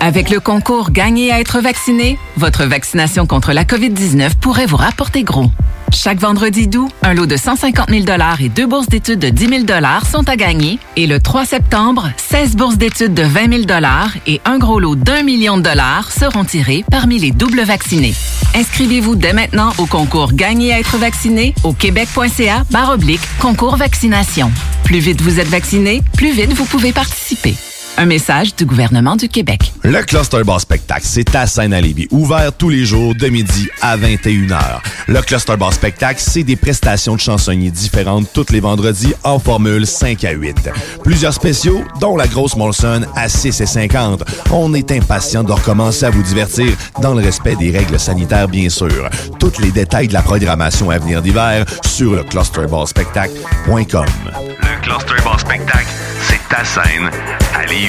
Avec le concours Gagner à être vacciné, votre vaccination contre la COVID-19 pourrait vous rapporter gros. Chaque vendredi doux, un lot de 150 000 et deux bourses d'études de 10 000 sont à gagner. Et le 3 septembre, 16 bourses d'études de 20 000 et un gros lot d'un million de dollars seront tirés parmi les doubles vaccinés. Inscrivez-vous dès maintenant au concours Gagner à être vacciné au québec.ca barre oblique concours vaccination. Plus vite vous êtes vacciné, plus vite vous pouvez participer. Un message du gouvernement du Québec. Le Cluster Bar Spectacle, c'est ta scène à Lévis, ouvert tous les jours de midi à 21h. Le Cluster Bar Spectacle, c'est des prestations de chansonniers différentes tous les vendredis en formule 5 à 8. Plusieurs spéciaux, dont la grosse Molson à 6 et 50. On est impatient de recommencer à vous divertir dans le respect des règles sanitaires, bien sûr. Tous les détails de la programmation à venir d'hiver sur le clusterbarspectacle.com. Le Cluster Bar Spectacle, c'est ta scène à Lévis.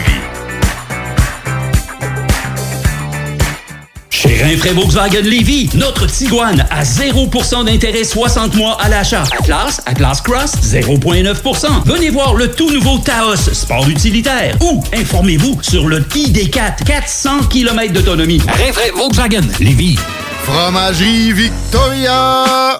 Chez Rinfraie Volkswagen Lévy, notre Tiguan à 0% d'intérêt 60 mois à l'achat. Atlas, Atlas Cross, 0,9%. Venez voir le tout nouveau Taos, sport utilitaire. Ou informez-vous sur le ID4, 400 km d'autonomie. Rinfraie Volkswagen Lévy. Fromagerie Victoria!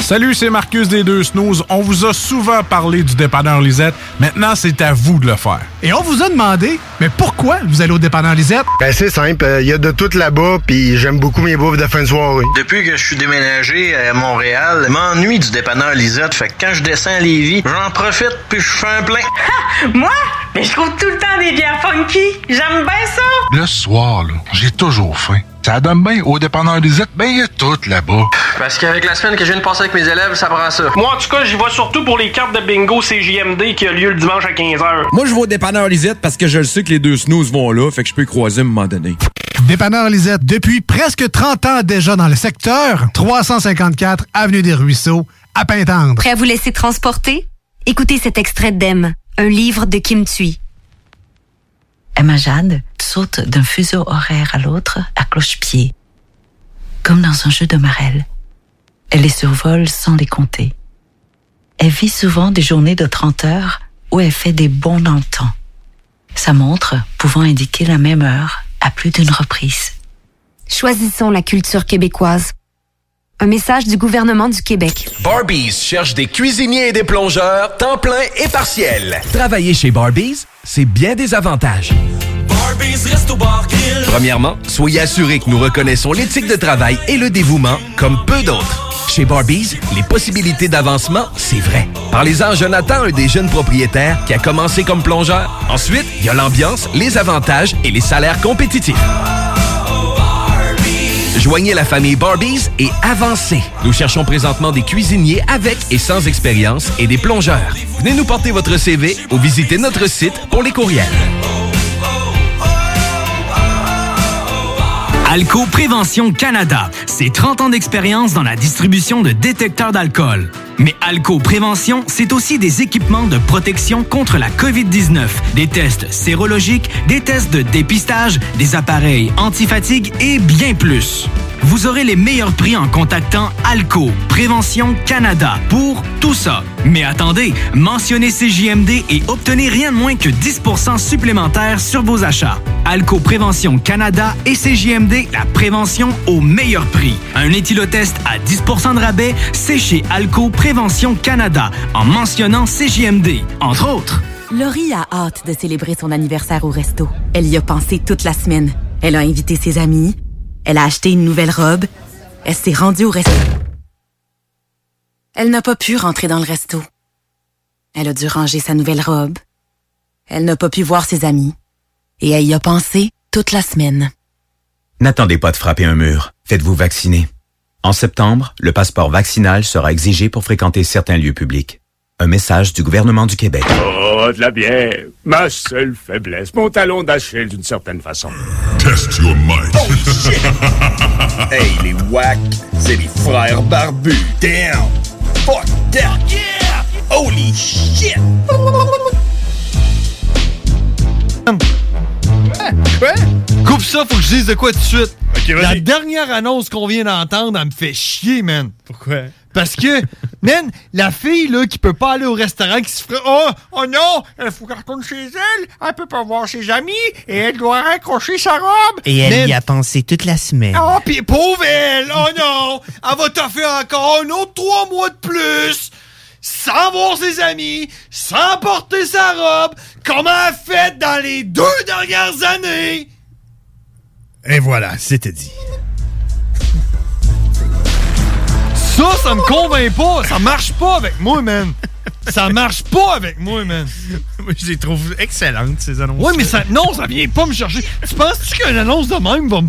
Salut, c'est Marcus des Deux Snooze. On vous a souvent parlé du dépanneur Lisette. Maintenant, c'est à vous de le faire. Et on vous a demandé, mais pourquoi vous allez au dépanneur Lisette? Ben c'est simple, euh, il y a de tout là-bas, puis j'aime beaucoup mes bouffes de fin de soirée. Depuis que je suis déménagé à Montréal, je m'ennuie du dépanneur Lisette. Fait que quand je descends à Lévis, j'en profite puis je fais un plein. Moi, mais je trouve tout le temps des bières funky. J'aime bien ça. Le soir, là, j'ai toujours faim. Ça donne bien au dépanneur Lisette, ben il y a tout là-bas. Parce qu'avec la semaine que je viens de passer avec mes élèves, ça prend ça. Moi, en tout cas, j'y vais surtout pour les cartes de bingo CJMD qui a lieu le dimanche à 15h. Moi, je vais au dépanneur Lisette parce que je le sais que les deux snooze vont là, fait que je peux y croiser à un moment donné. Dépanneur Lisette, depuis presque 30 ans déjà dans le secteur, 354 Avenue des Ruisseaux, à Pintendre. Prêt à vous laisser transporter? Écoutez cet extrait d'Em, un livre de Kim Thuy. Emma Jade saute d'un fuseau horaire à l'autre à cloche-pied, comme dans un jeu de marelle. Elle les survole sans les compter. Elle vit souvent des journées de 30 heures où elle fait des bonds dans le temps, sa montre pouvant indiquer la même heure à plus d'une reprise. Choisissons la culture québécoise. Un message du gouvernement du Québec. Barbies cherche des cuisiniers et des plongeurs, temps plein et partiel. Travailler chez Barbies, c'est bien des avantages. Premièrement, soyez assurés que nous reconnaissons l'éthique de travail et le dévouement comme peu d'autres. Chez Barbies, les possibilités d'avancement, c'est vrai. Parlez-en à Jonathan, un des jeunes propriétaires qui a commencé comme plongeur. Ensuite, il y a l'ambiance, les avantages et les salaires compétitifs. Joignez la famille Barbies et avancez. Nous cherchons présentement des cuisiniers avec et sans expérience et des plongeurs. Venez nous porter votre CV ou visitez notre site pour les courriels. Alco Prévention Canada, c'est 30 ans d'expérience dans la distribution de détecteurs d'alcool. Mais Alco Prévention, c'est aussi des équipements de protection contre la COVID-19, des tests sérologiques, des tests de dépistage, des appareils antifatigue et bien plus. Vous aurez les meilleurs prix en contactant Alco Prévention Canada pour tout ça. Mais attendez, mentionnez CJMD et obtenez rien de moins que 10 supplémentaires sur vos achats. Alco Prévention Canada et CJMD, la prévention au meilleur prix. Un éthylotest à 10 de rabais, c'est chez Alco Prévention Canada en mentionnant CJMD, entre autres. Laurie a hâte de célébrer son anniversaire au resto. Elle y a pensé toute la semaine. Elle a invité ses amis. Elle a acheté une nouvelle robe. Elle s'est rendue au resto. Elle n'a pas pu rentrer dans le resto. Elle a dû ranger sa nouvelle robe. Elle n'a pas pu voir ses amis. Et elle y a pensé toute la semaine. N'attendez pas de frapper un mur. Faites-vous vacciner. En septembre, le passeport vaccinal sera exigé pour fréquenter certains lieux publics. Un message du gouvernement du Québec. Oh, de la bière. Ma seule faiblesse. Mon talon d'Achille, d'une certaine façon. Test your mind. hey, les wack, c'est les frères barbus. Damn. Fuck that. Yeah. Holy shit. Quoi? Coupe ça, faut que je dise de quoi tout de suite. vas-y. La dernière annonce qu'on vient d'entendre, elle me fait chier, man. Pourquoi? Parce que, <laughs> man, la fille, là, qui peut pas aller au restaurant, qui se ferait, oh, oh non, il faut qu'elle retourne chez elle, elle peut pas voir ses amis, et elle doit raccrocher sa robe. Et elle Man, y a pensé toute la semaine. Oh, pis pauvre elle! Oh non! Elle va toffer encore un autre trois mois de plus! Sans voir ses amis, sans porter sa robe, comment elle a fait dans les deux dernières années! Et voilà, c'était dit. Ça, ça me convainc pas! Ça marche pas avec moi, man! Ça marche pas avec moi, man! Je les trouve excellentes, ces annonces. Ouais, mais ça, non, ça vient pas me chercher. Tu penses-tu qu'une annonce de même va, me-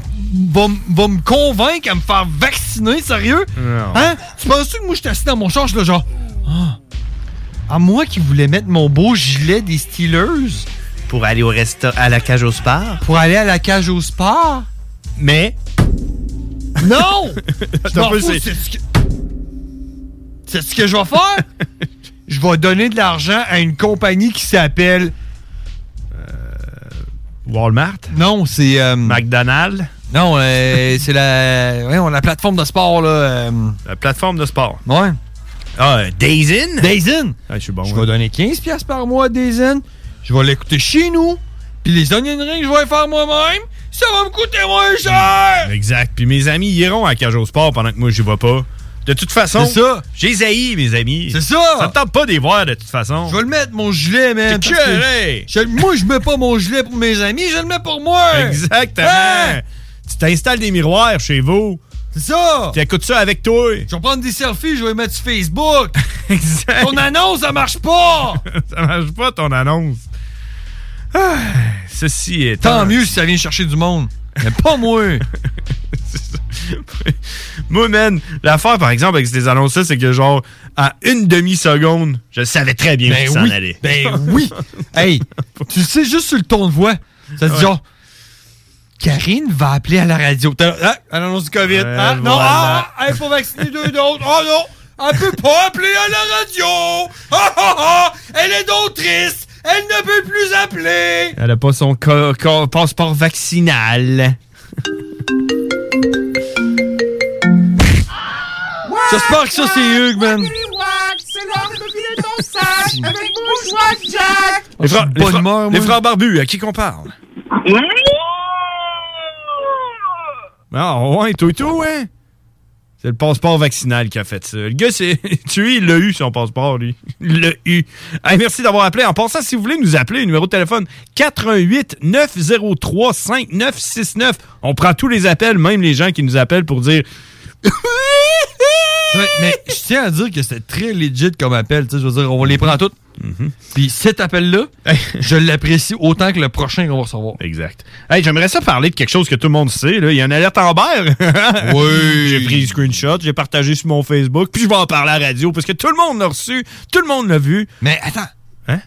va, me- va me convaincre à me faire vacciner, sérieux? Non. Hein? Tu penses-tu que moi, je suis assis dans mon charge, là, genre... Ah, à moi qui voulais mettre mon beau gilet des Steelers... Pour aller au resta à la cage au sport. Pour aller à la cage au sport? Mais... Non! je <laughs> Attends m'en un peu, fous, c'est- c'est ce que... C'est ce que je <laughs> vais faire? je vais donner de l'argent à une compagnie qui s'appelle... Euh, Walmart? Non, c'est... euh, McDonald's? Non, euh, <laughs> c'est la, voyons, la plateforme de sport. Là, euh. La plateforme de sport? Ouais. Ah, euh, Days In? Ah, Days In. je suis bon. Je vais donner 15 pièces par mois à Dazen. Je vais l'écouter chez nous. Puis les onion rings, je vais les faire moi-même. Ça va me coûter moins cher. Mm, Exact. Puis mes amis iront à la cage au sport pendant que moi, j'y vais pas. De toute façon, C'est ça. j'ai zaï, mes amis. C'est ça. Ça me tente pas de les voir, de toute façon. Je vais le mettre, mon gilet, man. T'es parce que curé. je- moi, je mets pas mon gilet pour mes amis, je le mets pour moi. Exactement. Hein? Tu t'installes des miroirs chez vous. C'est ça. Tu écoutes ça avec toi. Je vais prendre des selfies, je vais les mettre <laughs> sur Facebook. exact. Ton annonce, ça marche pas. ça marche pas, ton annonce. Ah, ceci est... <laughs> Tant mieux si ça vient chercher du monde. Mais pas moi. <laughs> Moi, man, l'affaire, par exemple, avec ces annonces-là, c'est que, genre, à une demi-seconde, je savais très bien Ben où s'en oui, allait. <laughs> ben oui. Hey, tu le sais juste sur le ton de voix. Ça te dit Ouais. genre, Karine va appeler à la radio. T'as- Ah, elle annonce du COVID. Ah, non, voilà. ah, il faut vacciner deux doses. Oh non, elle peut pas appeler à la radio. Ah, ah, ah, elle est donc triste. Elle ne peut plus appeler. Elle a pas son co- co- passeport vaccinal. J'espère que ça, c'est Hugues, man. Oh, C'est l'heure de vider ton sac avec mon joie Jack! Les frères, les frères- les frères barbus, à qui qu'on parle? Ah, ouais, tout, tout, hein? C'est le passeport vaccinal qui a fait ça. Le gars, c'est. <laughs> Tu sais, il l'a eu, son passeport, lui. Il l'a eu. Hey, merci d'avoir appelé. En passant, si vous voulez nous appeler, numéro de téléphone 88 903 5969. On prend tous les appels, même les gens qui nous appellent pour dire. Ouais, <laughs> mais je tiens à dire que c'était très legit comme appel. tu sais, Je veux dire, on les prend toutes. Puis cet appel-là, je l'apprécie autant que le prochain qu'on va recevoir. Exact. Hey, j'aimerais ça parler de quelque chose que tout le monde sait. Là. Il y a une alerte <laughs> Amber. oui. J'ai pris le screenshot, j'ai partagé sur mon Facebook, puis je vais en parler à la radio parce que tout le monde l'a reçu, tout le monde l'a vu. Mais attends. Hein?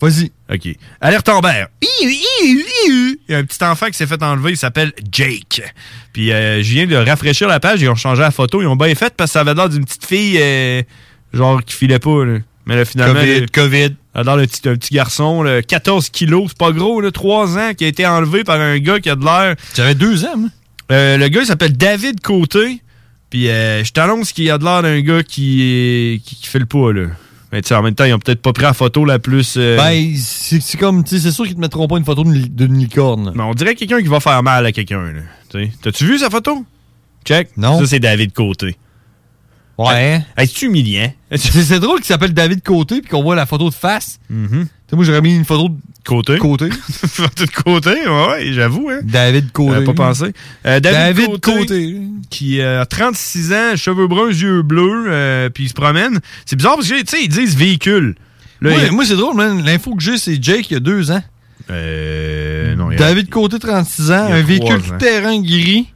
Vas-y. OK. Alerte Amber. Il y a un petit enfant qui s'est fait enlever, il s'appelle Jake. Puis euh, je viens de rafraîchir la page, ils ont changé la photo, ils ont bien fait parce que ça avait l'air d'une petite fille, euh, genre, qui filait pas. là. Mais là, finalement. COVID, le- alors, le petit, un petit garçon, là, 14 kilos, c'est pas gros, là, 3 ans, qui a été enlevé par un gars qui a de l'air. J'avais 2 ans, hein? moi. Euh, le gars, il s'appelle David Côté. Puis, euh, je t'annonce qu'il a de l'air d'un gars qui, est- qui, qui fait le pas, là. Mais tu sais, en même temps, ils ont peut-être pas pris la photo la plus. euh, Ben, c'est c'est comme, tu sais, c'est sûr qu'ils te mettront pas une photo d'une li- d'une licorne. Mais on dirait quelqu'un qui va faire mal à quelqu'un, là. Tu sais. T'as-tu vu sa photo? Check. Non. Ça, c'est David Côté. Ouais. hein? Est-ce humiliant? <laughs> C'est c'est drôle qu'il s'appelle David Côté puis qu'on voit la photo de face. Tu sais, moi, j'aurais mis une photo de côté. Côté. <laughs> photo de côté, ouais, ouais, j'avoue, hein. David Côté. J'avais pas pensé. Euh, David, David Côté, qui euh, a 36 ans, cheveux bruns, yeux bleus, euh, puis il se promène. C'est bizarre parce que, tu sais, ils disent véhicule. Là, moi, il- moi, c'est drôle, man. L'info que j'ai, c'est Jake, il a 2 ans. Euh, non, il y a- David Côté, 36 ans. il y a Hein, Un véhicule trois ans. tout-terrain gris.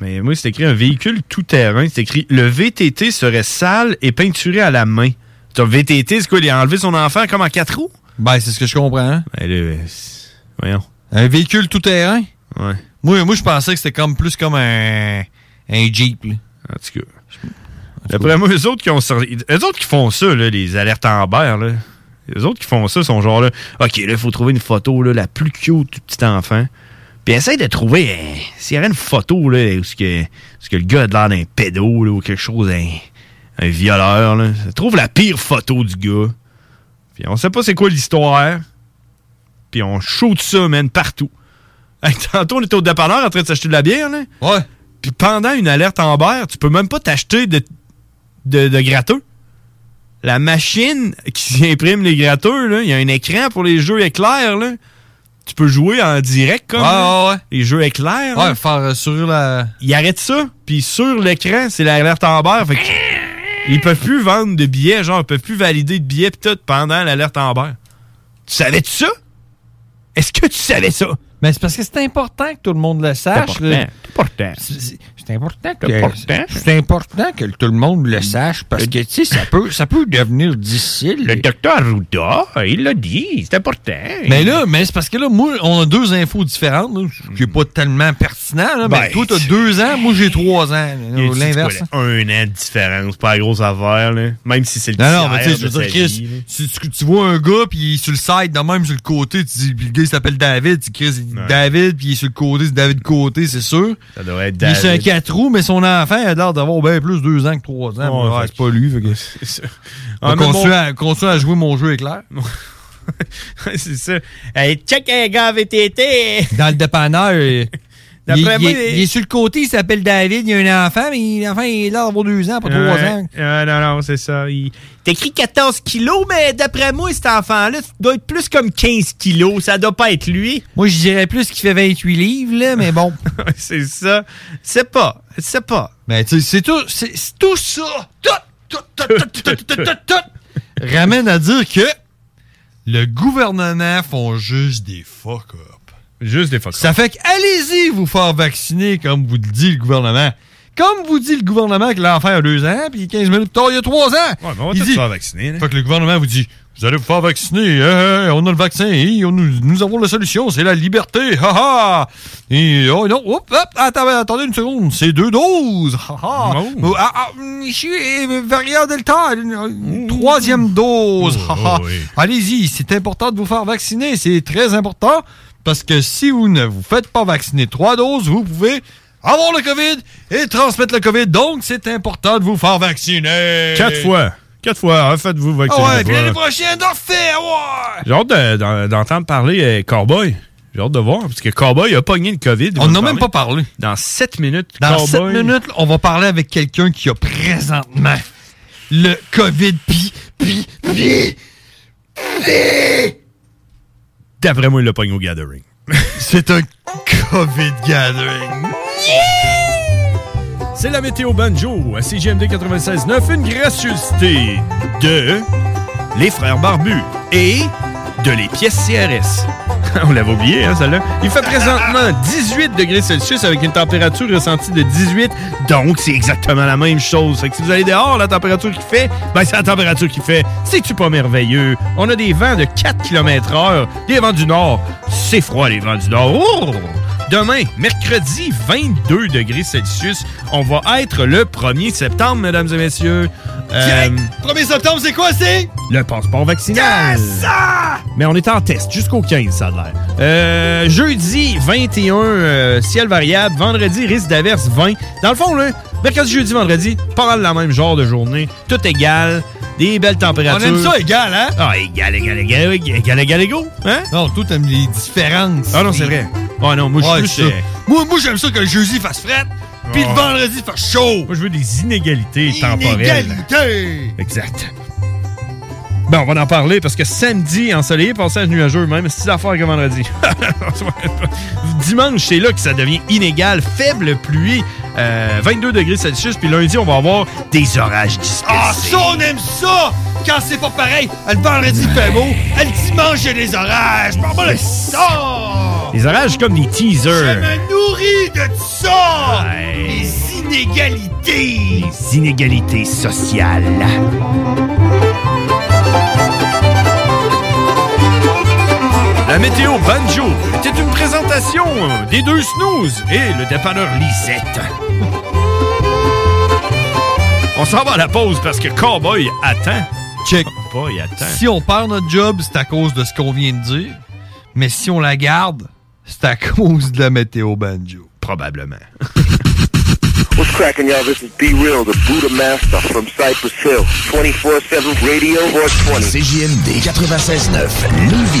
Mais moi, c'est écrit un véhicule tout-terrain. C'est écrit le VTT serait sale et peinturé à la main. Ton VTT, c'est quoi? Il a enlevé son enfant comme en quatre roues? Ben, c'est ce que je comprends. Ben, là, c'est- voyons. Un véhicule tout-terrain? Ouais. Moi, moi je pensais que c'était comme plus comme un, un Jeep. Là. En tout cas. D'après moi, eux autres qui ont sorti- eux autres qui font ça, là, les alertes Amber, là. Eux autres qui font ça sont genre là, OK, là, il faut trouver une photo là, la plus cute du petit enfant. Puis essaye de trouver euh, s'il y avait une photo là, où ce que, où ce que le gars a l'air d'un pédo là, ou quelque chose, un, un violeur. Là. Trouve la pire photo du gars. Puis on sait pas c'est quoi l'histoire. Puis on shoot ça, man, partout. Hey, <laughs> tantôt, on était au dépanneur en train de s'acheter de la bière, là. Ouais. Puis pendant une alerte Amber, tu peux même pas t'acheter de, de, de gratteux. La machine qui <laughs> imprime les gratteux, là, il y a un écran pour les jeux éclairs, là. Tu peux jouer en direct, comme. Ouais, là. ouais, ouais. Les jeux éclairs. là. Ouais, faire euh, sur la. Ils arrêtent ça, puis sur l'écran, c'est l'alerte Amber. <laughs> Fait que ils peuvent plus vendre de billets, genre, ils peuvent plus valider de billets pis tout pendant l'alerte Amber. Tu savais-tu ça? Est-ce que tu savais ça? Mais c'est parce que c'est important que tout le monde le sache. important, Ben, là. c'est important. C'est- c'est- C'est important, que- C'est important. c'est important que tout le monde le sache parce que, tu sais, ça peut, ça peut devenir difficile. Le docteur Arruda, il l'a dit, c'est important. Mais là, mais c'est parce que là, moi, on a deux infos différentes, là, qui est pas tellement pertinent. Là, mais Ben, toi, t'as deux ans, moi, j'ai trois ans. Il y a L'inverse. hein. quoi, là, Un an de différence, pas la grosse affaire, là. Même si c'est le Non, non, mais tu tiers sais, je veux de dire, sa vie, Chris, là. tu, tu- tu vois un gars, puis il est sur le side, de même sur le côté, tu dis, puis le gars, il s'appelle David, tu dis, Chris, il dit David, puis il est sur le côté, c'est David Côté, c'est sûr. Ça devrait être Il est sur un David. 4 roues, mais son enfant, il a l'air d'avoir bien plus 2 ans que 3 ans. Ouais, mais ouais, fait c'est pas lui, <laughs> fait que- Ah, On mais mon- continue à- continue à jouer mon jeu <laughs> éclair. c'est ça. Hey, check un gars VTT! Dans le dépanneur, il, <laughs> D'après il- moi, il est- les- il est sur le côté, il s'appelle David, il a un enfant, mais l'enfant, il a l'air d'avoir 2 ans, pas 3 Ouais. ans. Ah, non, non, c'est ça. Il... T'écris 14 kilos, mais d'après moi, cet enfant-là doit être plus comme 15 kilos. Ça doit pas être lui. Moi, je dirais plus qu'il fait 28 livres, là, mais <laughs> bon. c'est ça. C'est pas. C'est pas. Mais Ben, tu sais, c'est tout, c'est c'est tout ça. Tout, tout, tout, tout, tout, tout, tout, tout. Ramène à dire que le gouvernement font juste des fuck-up. Juste des fuck Ça fait que allez-y vous faire vacciner, comme vous le dit le gouvernement. Comme vous dit le gouvernement que l'enfant a deux ans, puis 15 minutes plus tard, il y a trois ans. Ouais, mais on va Il tous dit- se faire vacciner. là. Fait que le gouvernement vous dit Vous allez vous faire vacciner, hein, hein, on a le vaccin, hein, on- nous, nous avons la solution, c'est la liberté, ha ha Et oh non, hop, hop, attendez, attendez une seconde, c'est deux doses, ha ha Oh, ah, ah, hum, Je suis euh, variant Delta, euh, troisième dose, ha Oh, ha Allez-y, c'est important de vous faire vacciner, c'est très important, parce que si vous ne vous faites pas vacciner trois doses, vous pouvez. Avoir le COVID et transmettre le COVID, donc c'est important de vous faire vacciner. Quatre fois. Quatre fois. hein, Faites-vous vacciner. Ah ouais, puis Voilà. l'année prochaine, on refait, ouais! J'ai hâte de- d'en- d'entendre parler euh, Cowboy. J'ai hâte de voir, parce que Cowboy a pogné le COVID. On n'a même pas parlé. Dans 7 minutes, Dans Cowboy- 7 minutes, là, on va parler avec quelqu'un qui a présentement le COVID, puis, puis, puis, puis- D'après moi, il l'a pogné au Gathering. <laughs> C'est un COVID Gathering. C'est la météo banjo à CGMD 96.9, une gracieuseté de les frères barbus et de les pièces CRS. <laughs> On l'avait oublié, hein, celle-là. Il fait présentement 18 degrés Celsius avec une température ressentie de 18, donc c'est exactement la même chose. Fait que si vous allez dehors, la température qu'il fait, ben c'est la température qu'il fait. C'est-tu pas merveilleux? On a des vents de 4 km heure, des vents du nord. C'est froid, les vents du nord. Oh! Ouh! Demain, mercredi, 22 degrés Celsius. On va être le 1er septembre, mesdames et messieurs. Euh, 1er septembre, c'est quoi, c'est? le passeport vaccinal. Mais on est en test jusqu'au 15, ça a l'air. Euh, jeudi, 21, euh, ciel variable. Vendredi, risque d'averse, 20. Dans le fond, là, mercredi, jeudi, vendredi, pas mal la même genre de journée. Tout égal. Des belles températures. On aime ça égal, hein? Ah, égal, égal, égal, égal, égal, égal. Hein? Non, tout aime les différences. Ah non, c'est vrai. Ah non, moi, je suis plus, c'est ça. euh, Moi, moi, j'aime ça que le jeudi fasse frette, puis le Oh. vendredi fasse chaud. Moi, je veux des inégalités temporelles. Inégalité! Exact. Ben, on va en parler parce que samedi, ensoleillé, passage nuageux, même, c'est affaire que vendredi. <laughs> Dimanche, c'est là que ça devient inégal. Faible pluie, euh, 22 degrés Celsius, puis lundi, on va avoir des orages dispersés. Ah, ça, on aime ça! Quand c'est pas pareil, le vendredi il fait beau, le dimanche, il y a des orages. Parle-moi de ça! Des orages comme des Je teasers. me nourris de ça! Ouais. Les inégalités! Les inégalités sociales. La météo banjo était une présentation euh, des deux snooze et le dépanneur Lisette. On s'en va à la pause parce que Cowboy attend. Check. Cowboy attend. Si on perd notre job, c'est à cause de ce qu'on vient de dire. Mais si on la garde, c'est à <laughs> cause de la météo banjo. <laughs> Probablement. What's cracking, y'all? This is Be Real, the Buddha Master from Cypress Hill. 24-7 Radio Horse 20. CJMD 96.9, Lévis.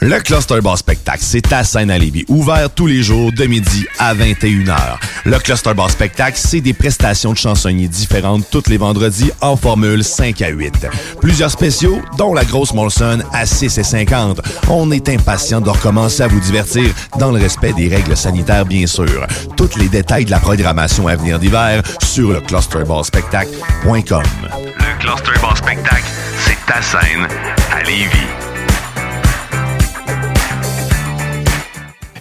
Le Cluster Bar Spectacle, c'est à scène à Lévis, ouvert tous les jours de midi à 21h. Le Cluster Bar Spectacle, c'est des prestations de chansonniers différentes tous les vendredis en formule 5 à 8. Plusieurs spéciaux, dont la grosse Molson à 6 et 50. On est impatient de recommencer à vous divertir dans le respect des règles sanitaires, bien sûr. Tous les détails de la programmation à venir d'hiver sur le clusterbarspectacle.com. Le Cluster Bar Spectacle, c'est ta scène à Lévis.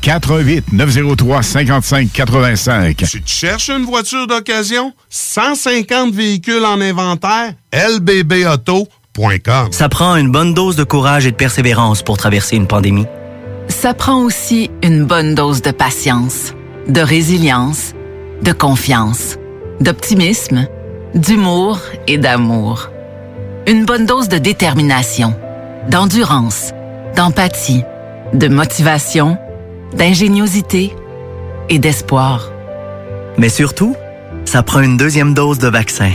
418 903 55 85. Cherche une voiture d'occasion? 150 véhicules en inventaire? lbbauto.com Ça prend une bonne dose de courage et de persévérance pour traverser une pandémie. Ça prend aussi une bonne dose de patience, de résilience de confiance, d'optimisme, d'humour et d'amour. Une bonne dose de détermination, d'endurance, d'empathie, de motivation, d'ingéniosité et d'espoir. Mais surtout, ça prend une deuxième dose de vaccin.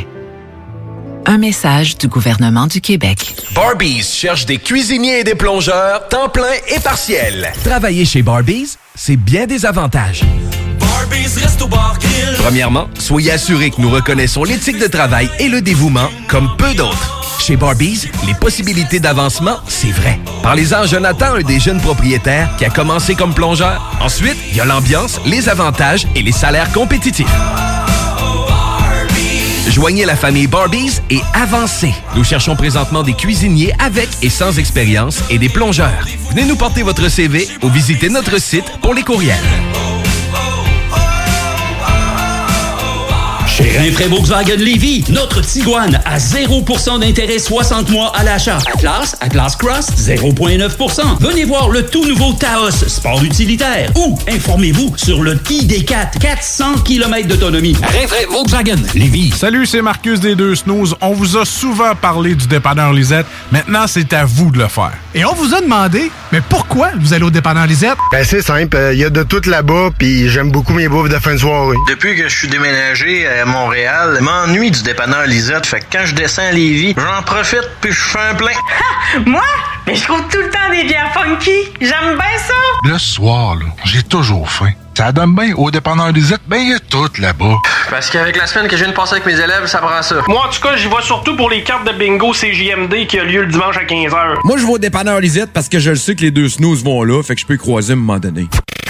Un message du gouvernement du Québec. Barbies cherche des cuisiniers et des plongeurs, temps plein et partiel. Travailler chez Barbies, c'est bien des avantages. Premièrement, soyez assurés que nous reconnaissons l'éthique de travail et le dévouement comme peu d'autres. Chez Barbies, les possibilités d'avancement, c'est vrai. Parlez-en à Jonathan, un des jeunes propriétaires qui a commencé comme plongeur. Ensuite, il y a l'ambiance, les avantages et les salaires compétitifs. Joignez la famille Barbies et avancez. Nous cherchons présentement des cuisiniers avec et sans expérience et des plongeurs. Venez nous porter votre CV ou visitez notre site pour les courriels. Chez Rinfraie Volkswagen Lévy, notre Tiguan à 0% d'intérêt 60 mois à l'achat. Atlas, Atlas Cross, 0,9%. Venez voir le tout nouveau Taos, sport utilitaire. Ou informez-vous sur le ID4, 400 km d'autonomie. Rinfraie Volkswagen Lévy. Salut, c'est Marcus des Deux Snooze. On vous a souvent parlé du dépanneur Lisette. Maintenant, c'est à vous de le faire. Et on vous a demandé, mais pourquoi vous allez au dépanneur Lisette? Ben, c'est simple, il y a de tout là-bas, puis j'aime beaucoup mes bouffes de fin de soirée. Depuis que je suis déménagé à Montréal, m'ennuie du dépanneur Lisette. Fait que quand je descends à Lévis, j'en profite puis je fais un plein. Moi, mais je trouve tout le temps des bières funky. J'aime bien ça. Le soir, là, j'ai toujours faim. Ça donne bien. Au dépanneur Lisette, ben, il y a tout là-bas. Parce qu'avec la semaine que je viens de passer avec mes élèves, ça prend ça. Moi, en tout cas, j'y vais surtout pour les cartes de bingo CJMD qui a lieu le dimanche à 15h. Moi, je vais au dépanneur Lisette parce que je le sais que les deux snooze vont là, fait que je peux y croiser à un moment donné.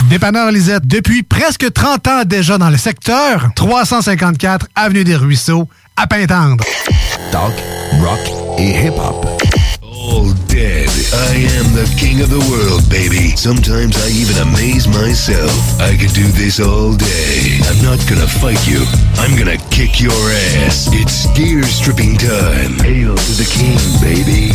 Dépanneur Lisette, depuis presque 30 ans déjà dans le secteur, 354 Avenue des Ruisseaux, à Pintendre. Talk, rock et hip-hop. All dead. I am the king of the world, baby. Sometimes I even amaze myself. I could do this all day. I'm not gonna fight you. I'm gonna kick your ass. It's gear stripping time. Hail to the king, baby.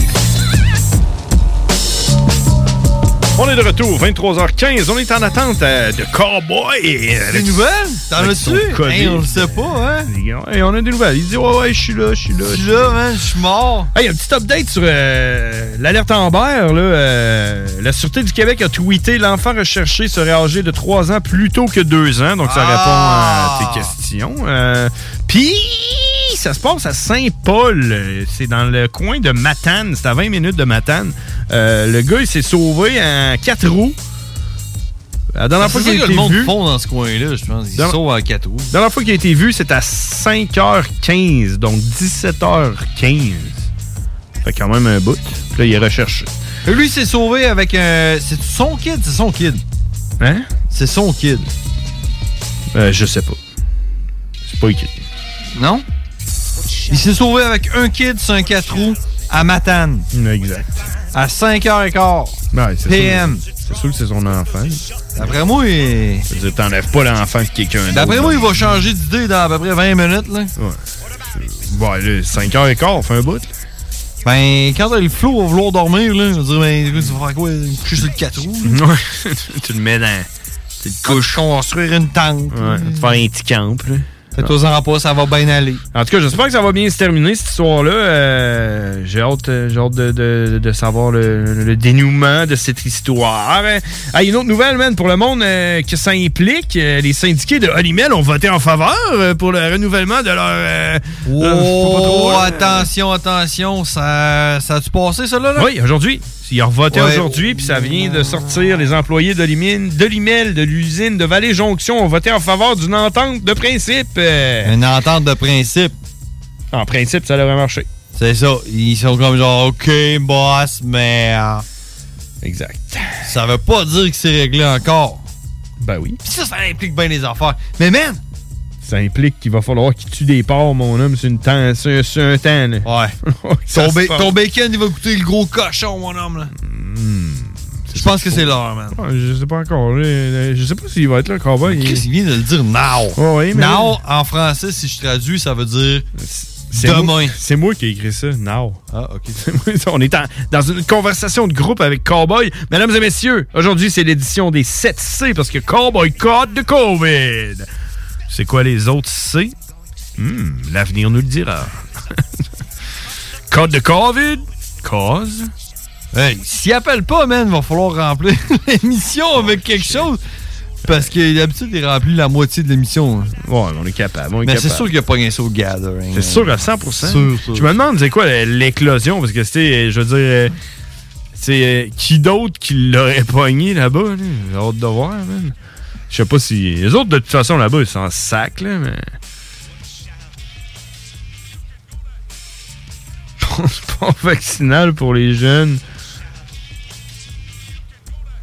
On est de retour, 23h15. On est en attente euh, de Cowboy. Des nouvelles? T'en Avec as-tu? son COVID. Hey, on le sait pas, hein? Hey, on a des nouvelles. Il dit, ouais, ouais, je suis là, je suis là. Je suis là, man, je suis mort. Hey, un petit update sur euh, l'alerte Amber. Là, euh, la Sûreté du Québec a tweeté l'enfant recherché serait âgé de 3 ans plutôt que 2 ans. Donc, ça Ah! répond à tes questions. Euh, Puis, ça se passe à Saint-Paul. Euh, C'est dans le coin de Matane. C'est à 20 minutes de Matane. Euh, le gars, il s'est sauvé en 4 roues. La dernière fois C'est ça qu'il a que été le monde vu, fond dans ce coin-là, je pense. Ils Dans- sauvent à quatre roues. la dernière fois qu'il a été vu, c'est à 5h15, donc 17h15. Fait quand même un bout. Puis là, il est recherché. Lui, il s'est sauvé avec un. C'est son kid, c'est son kid. Hein? C'est son kid. Euh, je sais pas. C'est pas écrit. Non? Il s'est sauvé avec un kid sur un 4 roues à Matane. Exact. À 5h15. Ouais, c'est PM. sûr. C'est sûr que c'est son enfant. D'après moi, il... Je veux dire, t'enlèves pas l'enfant de quelqu'un d'autre. D'après moi, il va changer d'idée dans à peu près 20 minutes. Là. Ouais. Bon, là, 5h15, fait un bout. Ben, quand le flow va vouloir dormir, là, je veux dire, ben, écoute, tu vas faire quoi? Coucher sur le 4 roues? là? <laughs> Ouais. tu le mets dans. Tu le couches. Construire une tente. Ouais. Tu fais un petit camp, là. Faites-en pas, ça va bien aller. En tout cas, j'espère que ça va bien se terminer cette histoire-là. Euh, j'ai hâte, euh, j'ai hâte de, de- de savoir le, le dénouement de cette histoire. Euh, Ah, une autre nouvelle, man, pour le monde euh, que ça implique. euh, les syndiqués de Holimel ont voté en faveur euh, pour le renouvellement de leur. euh, leur- je sais pas trop, euh, Oh, là. attention, attention, ça, ça a-tu passé, ça, là? là? Oui, aujourd'hui. Ils ont voté Ouais. aujourd'hui, puis ça vient de sortir. Les employés de l'Imine- de l'Imel, de l'usine de Vallée-Jonction ont voté en faveur d'une entente de principe. euh. Une entente de principe. En principe, ça devrait marcher. C'est ça. Ils sont comme genre, OK, boss, mais. euh, Exact. Ça veut pas dire que c'est réglé encore. Ben oui. Pis ça, ça implique bien les affaires. Mais man, Ça implique qu'il va falloir qu'il tue des porcs, mon homme, c'est une temps, c'est un- c'est un temps. <laughs> Ouais. ton, ba- ton bacon, il va coûter le gros cochon, mon homme, là. Hmm. Je pense que c'est l'heure, man. Je sais pas encore. Je, je sais pas s'il va être là, le cowboy. Il... Chris, il vient de le dire now. Ouais, mais- now, en français, si je traduis, ça veut dire C'est demain. moi- C'est moi qui ai écrit ça, now. Ah, OK. On est en- dans une conversation de groupe avec Cowboy. Mesdames et messieurs, aujourd'hui, c'est l'édition des 7C parce que Cowboy code de COVID. C'est quoi les autres C? Hmm, L'avenir nous le dira. <laughs> Code de COVID? Cause? Hey, s'il appelle pas, man, va falloir remplir <laughs> Oh, l'émission avec quelque chose. Parce que d'habitude, il remplit la moitié de l'émission. Ouais, on est capable. on est Mais c'est capable. sûr qu'il a pas gagné ça au gathering. C'est sûr à 100 Sûr, sûr. Je me demande, c'est quoi euh, l'éclosion? Parce que, tu sais, je veux dire, euh, c'est euh, qui d'autre qui l'aurait pogné là-bas? là? J'ai hâte de voir, man. Je sais pas si. Les autres, de toute façon, là-bas, ils sont en sac, là, mais. <laughs> Passeport vaccinal pour les jeunes.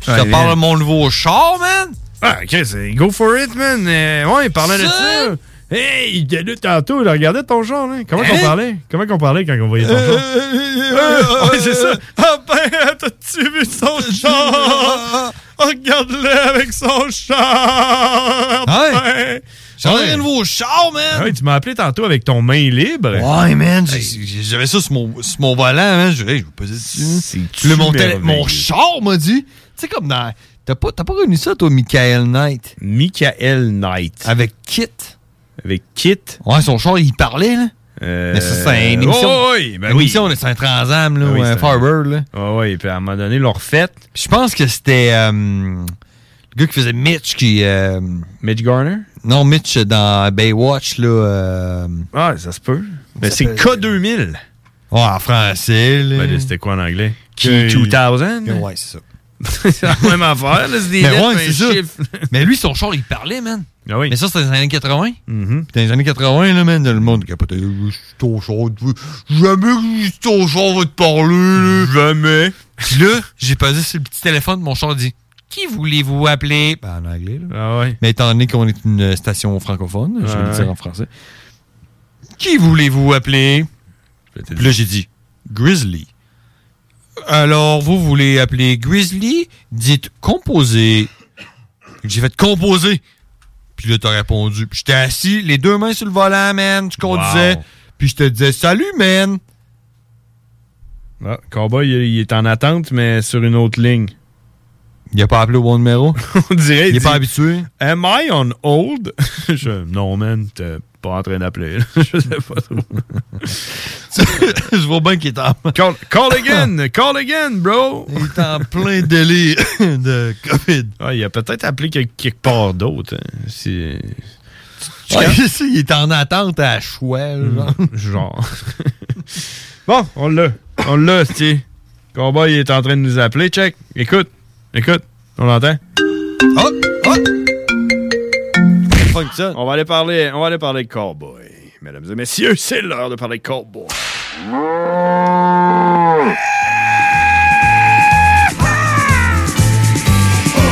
Je te parle de mon nouveau char, man! Ah, ok, c'est go for it, man! Euh, ouais, il parlait de ça! Hey, il y a deux tantôt, il regardait ton genre, là. Comment Hein? qu'on parlait? Comment qu'on parlait quand on voyait ton genre? Euh, ouais, c'est ça! Ah ben, t'as-tu vu <laughs> son char? Regarde-le avec son char! Ouais! J'en ai un nouveau char, man! Ouais, Ah tu m'as appelé tantôt avec ton main libre. Ouais, man, j'ai- j'ai- j'avais ça sur mon, sur mon volant, man. Je, hey, je vais poser dessus. tu Le mon, télé- merveilleux. mon char m'a dit. Tu sais, comme dans. T'as pas, t'as pas connu ça, toi, Michael Knight? Michael Knight. Avec Kit. Avec Kit? Euh, Ouais, son char, il parlait, là. Mais ça, c'est une émission. Oh, oui, ben une oui. émission, là, c'est un Transam, là, Ah oui, ou c'est un un- Firebird, là. Ah oui, puis à un moment donné, leur fête. Je pense que c'était euh, le gars qui faisait Mitch qui. euh, Mitch Garner? Non, Mitch euh, dans Baywatch, là. euh, Ah, ça se peut. Mais c'est s'appelle- K2000. Ouais, en français, là. Ben, là, c'était quoi en anglais? Que- Q2000? Ouais, c'est ça. <laughs> c'est la même affaire, là. C'est des Mais lettres, ouais, un c'est ça. chiffre. Mais lui, son char, il parlait, man. Ah oui. Mais ça, c'était dans les années 80. Mhm. Puis dans les années 80, là, man, le monde capotait. Euh, C'est ton char, tu veux- jamais que c'est ton char va te parler, là. Jamais. Puis là, j'ai posé sur le petit téléphone, mon char dit Qui voulez-vous appeler Ben, en anglais, là. Ah ouais. Mais étant donné qu'on est une euh, station francophone, je vais le Ouais. dire en français. Qui voulez-vous appeler Puis là, j'ai dit Grizzly. Alors, vous voulez appeler Grizzly Dites composé. J'ai fait composer. Puis là, t'as répondu. Puis j'étais assis, les deux mains sur le volant, man. Je conduisais. Wow. Puis je te disais Salut, man. Ah, Cowboy, il, il est en attente, mais sur une autre ligne. Il a pas appelé au bon numéro? <laughs> On dirait. Il est dit, pas habitué. Am I on hold? <laughs> Je- non, man, t'es pas en train d'appeler. <laughs> là. Je sais pas trop. <laughs> je vois bien qu'il est en... <laughs> Call, call again! Call again, bro! Il est en plein délire <laughs> de COVID. Ah, il a peut-être appelé quel- quelque part d'autre. hein. Si- Ouais, je sais, <laughs> il est en attente à choix, genre. Genre. <laughs> bon, on l'a. On l'a, c'est. Cowboy il est en train de nous appeler. Check. Écoute. Écoute. On l'entend. Hop, hop. On va aller parler. On va aller parler de Cowboy. Mesdames et messieurs, c'est l'heure de parler de Cowboy.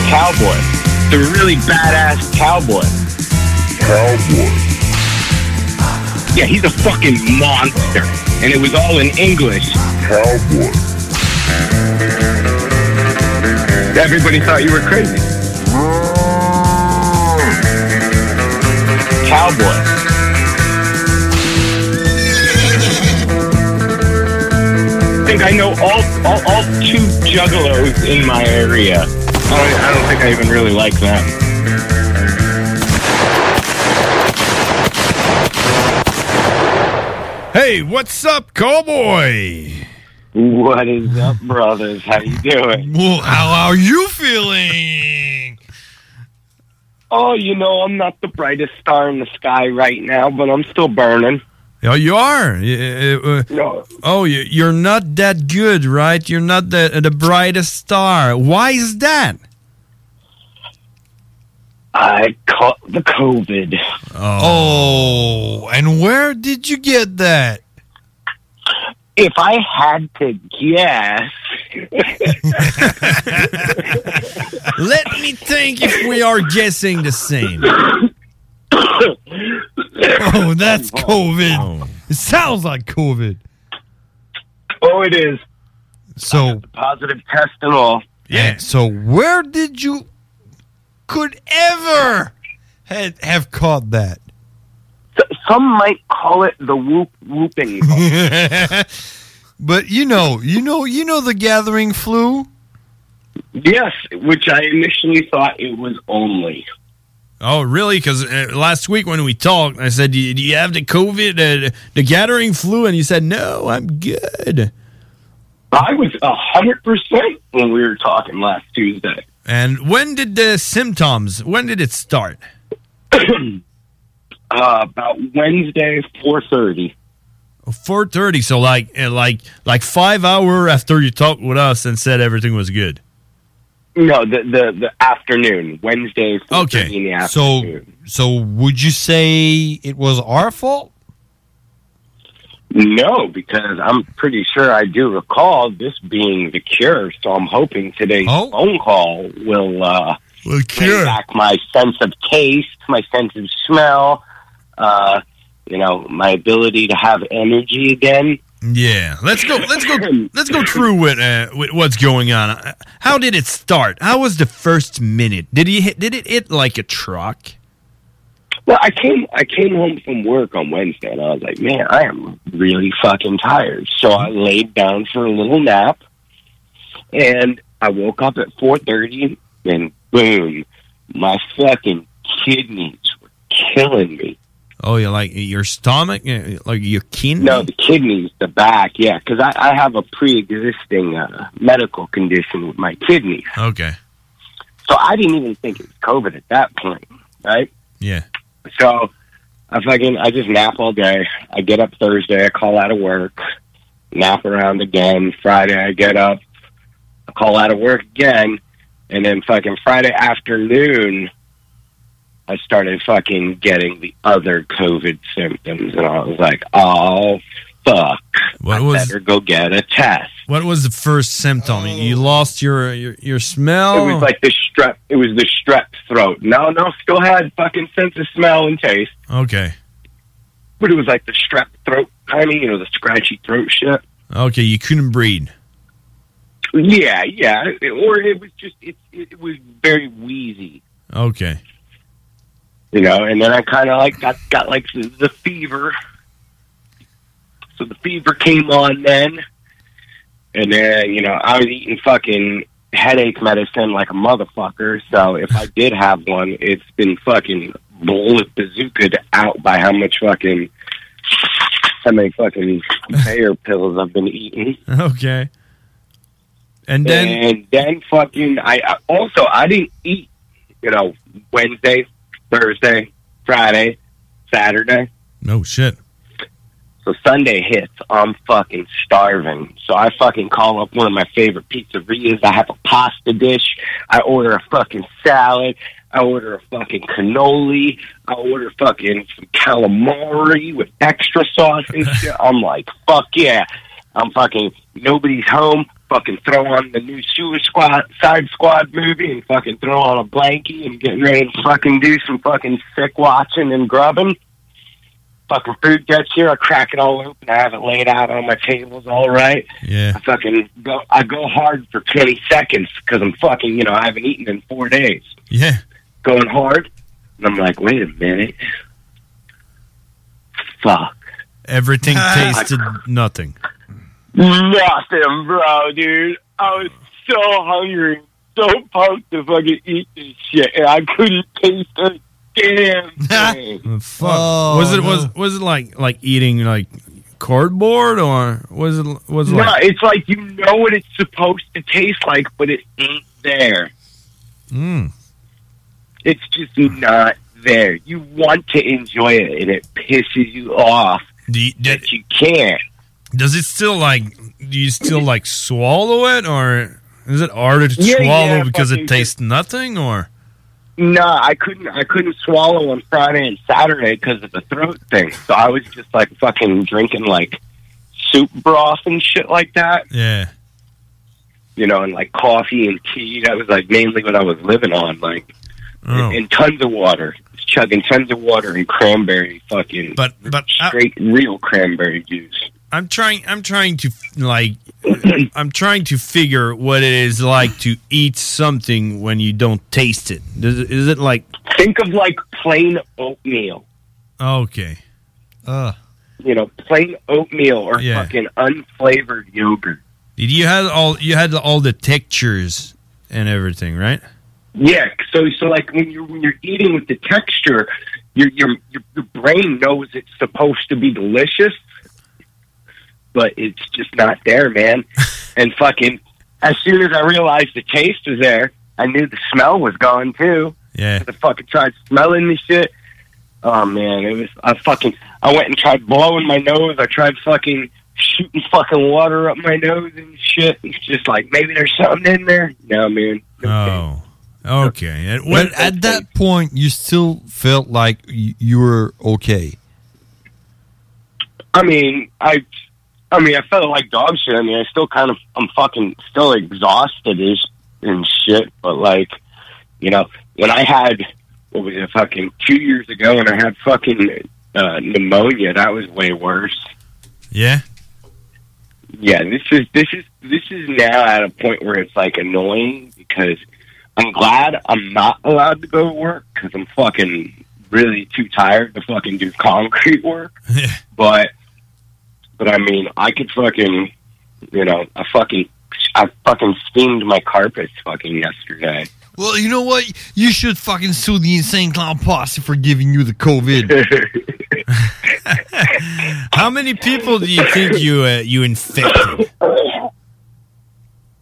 Cowboy. The really badass cowboy. Cowboy. Yeah, he's a fucking monster. And it was all in English. Cowboy. Everybody thought you were crazy. Cowboy. I think I know all, all, all two juggalos in my area. I don't, I don't think I even really like them. Hey, what's up, Cowboy? What is up, brothers? How you doing? <laughs> Well, how are you feeling? Oh, you know, I'm not the brightest star in the sky right now, but I'm still burning. Oh, you are. Y- uh, uh, Oh, you- you're not that good, right? You're not the the brightest star. Why is that? I caught the COVID. Oh. and where did you get that? If I had to guess, Let me think if we are guessing the same. Oh, that's COVID. Mm. It sounds like COVID. oh, it is Uh, So, <laughs> positive test and all. yeah. So, where did you could ever <laughs> had, have caught that? Some might call it the whoop whooping. but you know, you know, Oh, you know the gathering flu. Yes, which I initially thought it was only. Oh, really? Because uh, last week when we talked, I said, "Do you, do you have the COVID, uh, the- the gathering flu?" And you said, "No, I'm good." I was hundred percent when we were talking last Tuesday. And when did the symptoms? When did it <clears throat> start? uh, about Wednesday, four thirty. Four thirty. So like, uh, like, like five hour after you talked with us and said everything was good. No, the the, the afternoon, Wednesday, four Okay, thirty in the So, afternoon. so would you say it was our fault? No, because I'm pretty sure I do recall this being the cure. So I'm hoping today's phone call will uh, will cure back my sense of taste, my sense of smell. Uh, you know, my ability to have energy again. Yeah, let's go. <laughs> Let's go. let's go through with, uh, with what's going on. Uh, How did it start? How was the first minute? Did he hit, did it hit like a truck? Well, I came I came home from work on Wednesday, and I was like, man, I am really fucking tired. So I laid down for a little nap, and I woke up at four thirty, and boom, my fucking kidneys were killing me. Oh, you like your stomach, Uh, like your kidney? No, the kidneys, the back, yeah, because I, I have a pre-existing uh, medical condition with my kidneys, Okay. so I didn't even think it was COVID at that point, right? Yeah. So I fucking I just nap all day. I get up Thursday, I call out of work, nap around again. Friday I get up, I call out of work again, and then fucking Friday afternoon I started fucking getting the other COVID symptoms and I was like, Oh fuck. What I was- better go get a test. What was the first symptom? Oh. You lost your your, your smell. It was like the strep it was the strep throat. No, no, still had fucking sense of smell and taste. okay, But it was like the strep throat kind of, you know, the scratchy throat shit. okay, you couldn't breathe. Yeah, yeah. It- Or it was just it, it was very wheezy, Okay. <laughs> you know. And then I kind of like got got like the, the fever. So the fever came on then, and then you know I was eating fucking headache medicine like a motherfucker. So if I did have one, it's been fucking bullet bazookaed out by how much fucking how many fucking Bayer pills I've been eating. Okay. And then and then fucking I, I also I didn't eat, you know, Wednesday, Thursday, Friday, Saturday. no shit. So Sunday hits, I'm fucking starving. So I fucking call up one of my favorite pizzerias. I have a pasta dish. I order a fucking salad. I order a fucking cannoli. I order fucking some calamari with extra sauce and shit. I'm like, fuck yeah. I'm fucking nobody's home. Fucking throw on the new Sewer Squad Side Squad movie and fucking throw on a blankie and get ready to fucking do some fucking sick watching and grubbing fucking food gets here, I crack it all open, I have it laid out on my tables, all right. Yeah. I fucking go, I go hard for twenty seconds because I'm fucking, you know, I haven't eaten in four days. Yeah. Going hard, and I'm like, wait a minute, fuck, <laughs> Everything tasted nothing. nothing, bro, dude. I was so hungry, so pumped to fucking eat this shit, and I couldn't taste a <laughs> damn thing. Fuck. Oh, was it was was it like like eating like cardboard or was it was it No, like it's like you know what it's supposed to taste like, but it ain't there. Mm. It's just not there. You want to enjoy it, and it pisses you off that you can't. Does it still like? Do you <laughs> still like swallow it, or is it harder to Yeah, swallow yeah, because fucking- it tastes nothing? Or No, I couldn't. I couldn't swallow on Friday and Saturday because of the throat thing. So I was just like fucking drinking like soup broth and shit like that, yeah, you know, and like coffee and tea. That was like mainly what I was living on, like Oh. and tons of water, chugging tons of water and cranberry fucking, but but uh, straight real cranberry juice. I'm trying. I'm trying to <clears throat> like. I'm trying to figure what it is like to eat something when you don't taste it. Does it is it like? Think of like plain oatmeal. Okay. Uh, you know, plain oatmeal or Yeah. fucking unflavored yogurt. did you had all you had all the textures and everything, right? Yeah. So so like when you when you're eating with the texture, your your your, your brain knows it's supposed to be delicious, but it's just not there, man. and fucking as soon as I realized the taste was there, I knew the smell was gone too. Yeah. I fucking tried smelling the shit. Oh man, it was I fucking I went and tried blowing my nose. I tried fucking shooting fucking water up my nose and shit. It's just like maybe there's something in there. No man. Oh. Okay. And Well, at that point, you still felt like y- you were okay. I mean, I, I mean, I felt like dog shit. I mean, I still kind of, I'm fucking still exhausted as and shit. But like, you know, when I had what was it, fucking two years ago, and I had fucking uh, pneumonia, that was way worse. Yeah. Yeah, this is this is this is now at a point where it's like annoying because I'm glad I'm not allowed to go to work because I'm fucking really too tired to fucking do concrete work. but but I mean, I could fucking you know, I fucking I fucking steamed my carpets fucking yesterday. Well, you know what? You should fucking sue the insane clown posse for giving you the COVID. <laughs> How many people do you think you uh, you infected?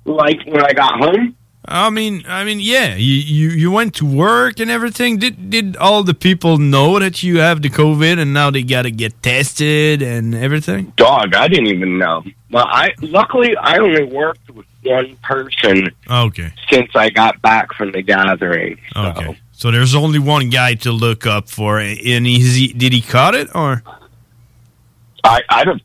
Like when I got home. I mean, I mean, yeah. You, you you went to work and everything. Did did all the people know that you have the COVID and now they gotta get tested and everything? Dog, I didn't even know. Well, I luckily I only worked with one person Okay, since I got back from the gathering. okay. So there's only one guy to look up for, and is he, did he caught it or? I, I don't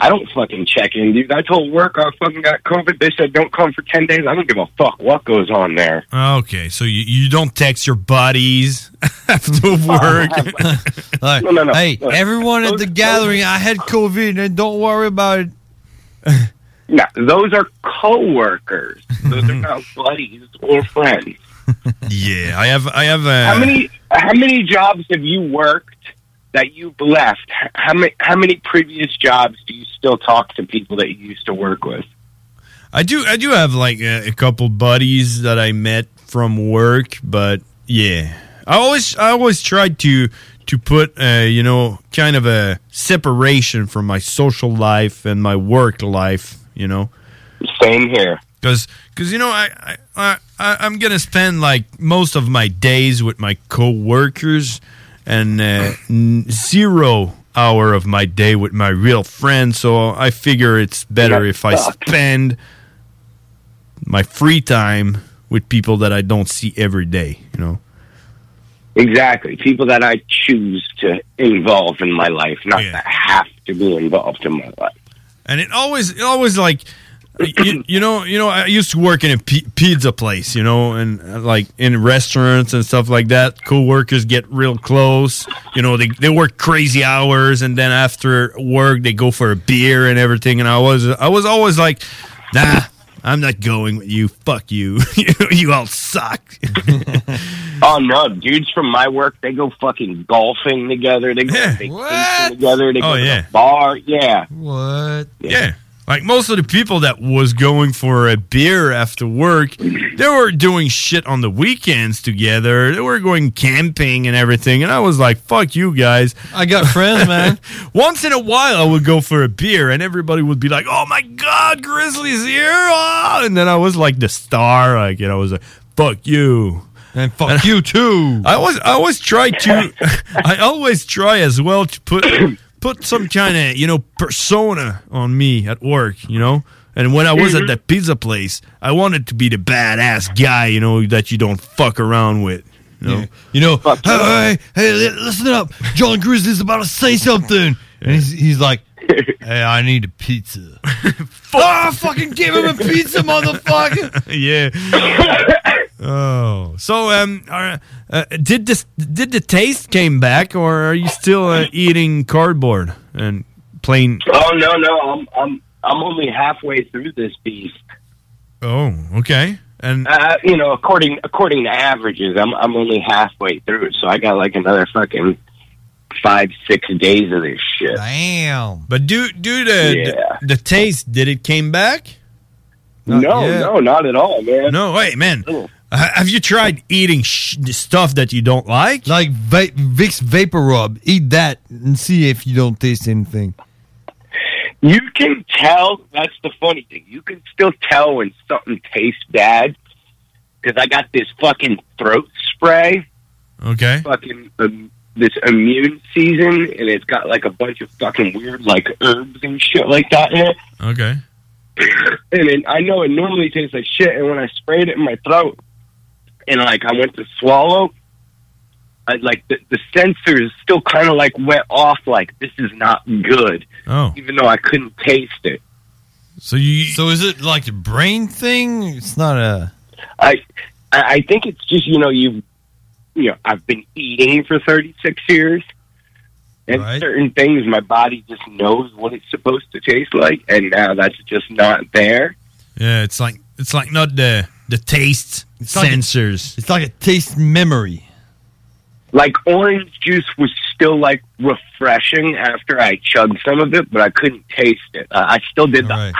I don't fucking check in, dude. I told work I fucking got COVID. They said don't come for ten days. I don't give a fuck what goes on there. Okay, so you, you don't text your buddies <laughs> <laughs> after Oh, work. <laughs> Like, No, no, no. Hey, Look, everyone at the gathering, I had COVID, and don't worry about it. No, those are coworkers. <laughs> Those are not buddies or friends. yeah, I have I have uh, How many how many jobs have you worked that you've left? How many how many previous jobs do you still talk to people that you used to work with? I do. I do have like a, a couple buddies that I met from work, but yeah, I always I always tried to to put uh, you know kind of a separation from my social life and my work life. You know, same here. Because you know I, I I I- I'm gonna spend like most of my days with my coworkers and uh, n- zero hour of my day with my real friends. So I figure it's better That if I sucks. spend my free time with people that I don't see every day. You know. Exactly. People that I choose to involve in my life, not that have to be involved in my life. and it always it always like you, you know you know I used to work in a p- pizza place you know and uh, like in restaurants and stuff like that co-workers get real close you know they, they work crazy hours and then after work they go for a beer and everything and I was I was always like nah I'm not going with you fuck you <laughs> you, you all suck Oh no, dudes from my work, they go fucking golfing together. They go on vacation together. They go Oh, to yeah. the bar. Yeah, What? Yeah. Like most of the people that was going for a beer after work, they were doing shit on the weekends together. They were going camping and everything. And I was like, fuck you guys. I got friends, man. <laughs> Once in a while, I would go for a beer and everybody would be like, oh my God, Grizzly's here. Ah! And then I was like the star. Like, you know, I was like, fuck you. And fuck you too. I was I always try to <laughs> I always try as well to put put some kind of you know persona on me at work, you know. And when I was at Mhm. that pizza place, I wanted to be the badass guy, you know, that you don't fuck around with. You know, you know. Hey, hey, li- listen up. John Grizzly's about to say something. And he's, he's like, hey, I need a pizza. Ah, fucking give him a pizza, <laughs> motherfucker. <laughs> yeah. oh, so um, are, uh, did this did the taste came back, or are you still uh, eating cardboard and plain? Oh no, no, I'm I'm I'm only halfway through this beast. Oh, okay. And Uh, you know, according according to averages, I'm I'm only halfway through it, so I got like another fucking five six days of this shit. Damn. But do do the, the the taste did it came back? no, yet. no, not at all, man. No, wait, Oh, man. Uh, have you tried eating sh- stuff that you don't like? Like va- Vicks Vapor Rub. Eat that and see if you don't taste anything. You can tell. That's the funny thing. You can still tell when something tastes bad because I got this fucking throat spray. Okay. Fucking um, this immune season, and it's got like a bunch of fucking weird like herbs and shit like that in it. <coughs> Okay. And it, I know it normally tastes like shit, and when I sprayed it in my throat, and like I went to swallow, I like the, the sensors still kind of like went off. Like this is not good, Oh. even though I couldn't taste it. So you So is it like a brain thing? It's not a I I I think it's just you know you've you know I've been eating for thirty six years, and certain things my body just knows what it's supposed to taste like, and now that's just not there. Yeah, it's like it's like not the the taste sensors. it's like a taste memory. Like orange juice was still like refreshing after I chugged some of it, but I couldn't taste it. Uh, I still did the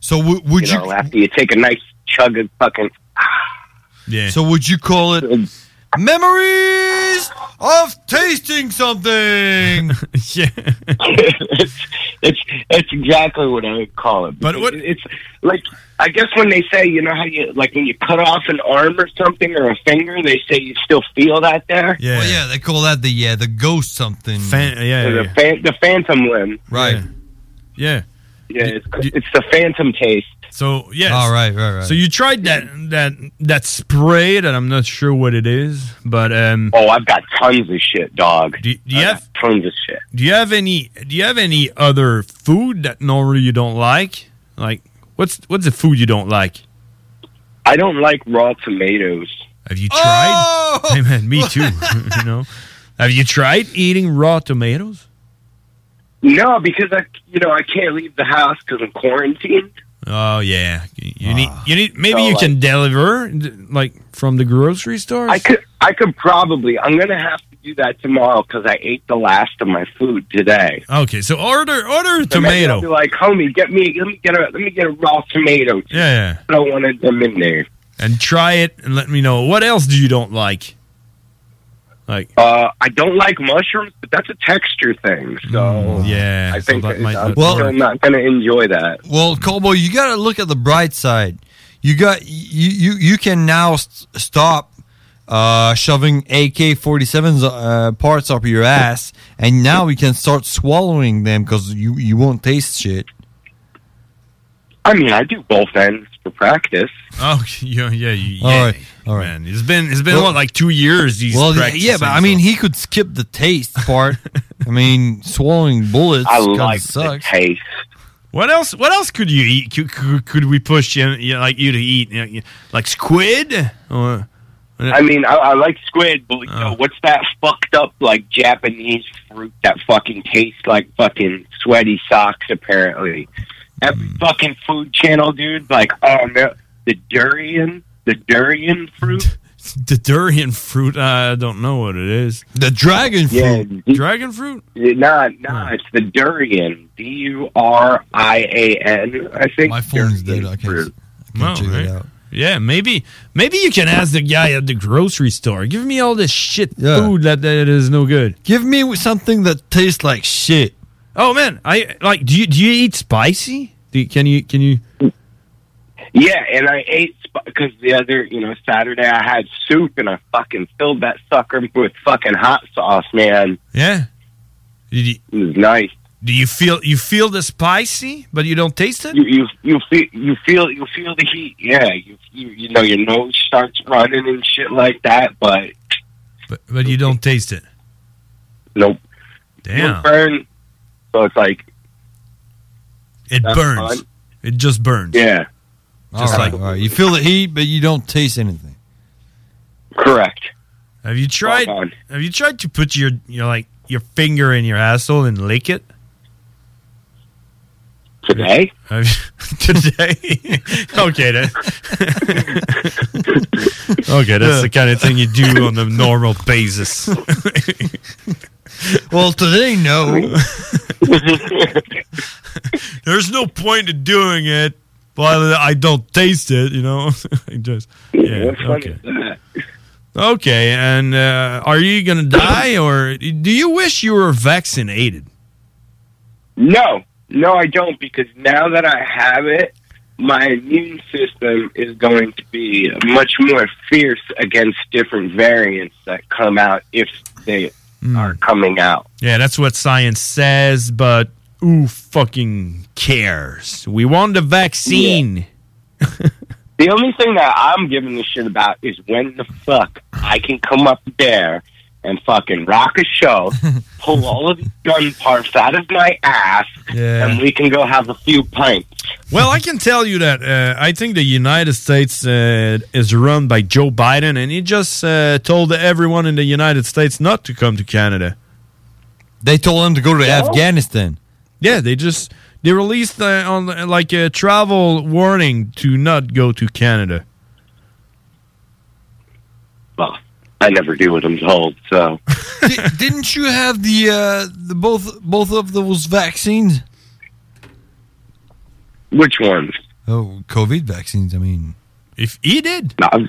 So w- would you, know, after you take a nice chug of fucking yeah. So would you call it memories of tasting something? <laughs> yeah. it's, it's it's exactly what I would call it. But what, it's like I guess when they say you know how you like when you cut off an arm or something or a finger, they say you still feel that there. Yeah. Well, yeah, they call that the yeah, the ghost something. yeah, the, Fan, the phantom limb. Right. Yeah. Yeah. It's, it's the phantom taste. So yes. All right, right, right. So you tried that that that spray that I'm not sure what it is, but um. Oh, I've got tons of shit, dog. Do, do you have tons of shit? Do you have any Do you have any other food that normally you don't like? Like what's what's the food you don't like? I don't like raw tomatoes. Have you tried? Hey man, me too. <laughs> you know, have you tried eating raw tomatoes? No, because I you know I can't leave the house because I'm quarantined. Oh yeah, you you need you need maybe So, you like- can deliver like from the grocery stores. I could, I could probably. I'm gonna have to do that tomorrow because I ate the last of my food today. Okay, so order order a So maybe I'll tomato. be like, homie, get me, let me get a, let me get a raw tomato. Yeah, I don't want them in there. and try it and let me know what else do you don't like. Like Uh, I don't like mushrooms, but that's a texture thing. So Mm, yeah, I think that might I'm not work. still not gonna enjoy that. Well, Cowboy, you got to look at the bright side. You got you you, you can now st- stop uh, shoving AK 47s uh, parts up your ass, and now you can start swallowing them because you you won't taste shit. I mean, I do both ends for practice. Oh <laughs> yeah, yeah, you, yeah. All right, all right. Man, it's been it's been what like two years. These well, yeah, yeah, but I mean, he could skip the <laughs> taste part. I mean, swallowing bullets I kinda like the sucks. taste. what else? What else could you eat? Could, could, could we push you, you know, like you to eat you know, you- like squid? Or I mean, I, I like squid, but you know, what's that fucked up like Japanese fruit that fucking tastes like fucking sweaty socks? Apparently, every fucking food channel, dude. Like, oh no, the durian, the durian <laughs> fruit. the durian fruit. I don't know what it is. The dragon Yeah, d- Dragon fruit? Nah, nah, it's the durian. D U R I A N. I think. My phone's dead. I can't. Well, right. Yeah, maybe maybe you can ask the guy at the grocery store. Give me all this shit food that, that is no good. Give me something that tastes like shit. Oh man, I like. Do you do you eat spicy? Do you, can you can you? Yeah, and I ate because the other, you know, Saturday I had soup and I fucking filled that sucker with fucking hot sauce, man. Yeah. It was nice. Do you feel you feel the spicy, but you don't taste it? You you you feel you feel you feel the heat. Yeah, you you, you know your nose starts running and shit like that, but But, but you don't taste it. nope. Damn. It burn. So it's like It That's burns. fine. It just burns. yeah, Just all like- right, all right. you feel the heat, but you don't <laughs> taste anything. correct. Have you tried? Spot on. Have you tried to put your your like your finger in your asshole and lick it Today, Have you- <laughs> today? okay, then. <laughs> okay, that's the kind of thing you do on a normal basis. <laughs> Well, <laughs> today no. There's no point to doing it Well, I don't taste it, you know. <laughs> I just yeah. Okay. Okay, and uh, are you gonna die, or do you wish you were vaccinated? No, no, I don't, because now that I have it, my immune system is going to be much more fierce against different variants that come out if they are coming out. Yeah, that's what science says, but who fucking cares? We want the vaccine. The only thing that I'm giving a shit about is when the fuck I can come up there and fucking rock a show, pull all of the gun parts out of my ass, Yeah. and we can go have a few pints. Well, I can tell you that uh, I think the United States uh, is run by Joe Biden, and he just uh, told everyone in the United States not to come to Canada. They told him to go to Afghanistan. Yeah, they just they released uh, on uh, like a travel warning to not go to Canada. Well, I never do what I'm told, so. Di- didn't you have the, uh, the both both of those vaccines? Which ones? Oh, COVID vaccines. I mean, if he did, no, not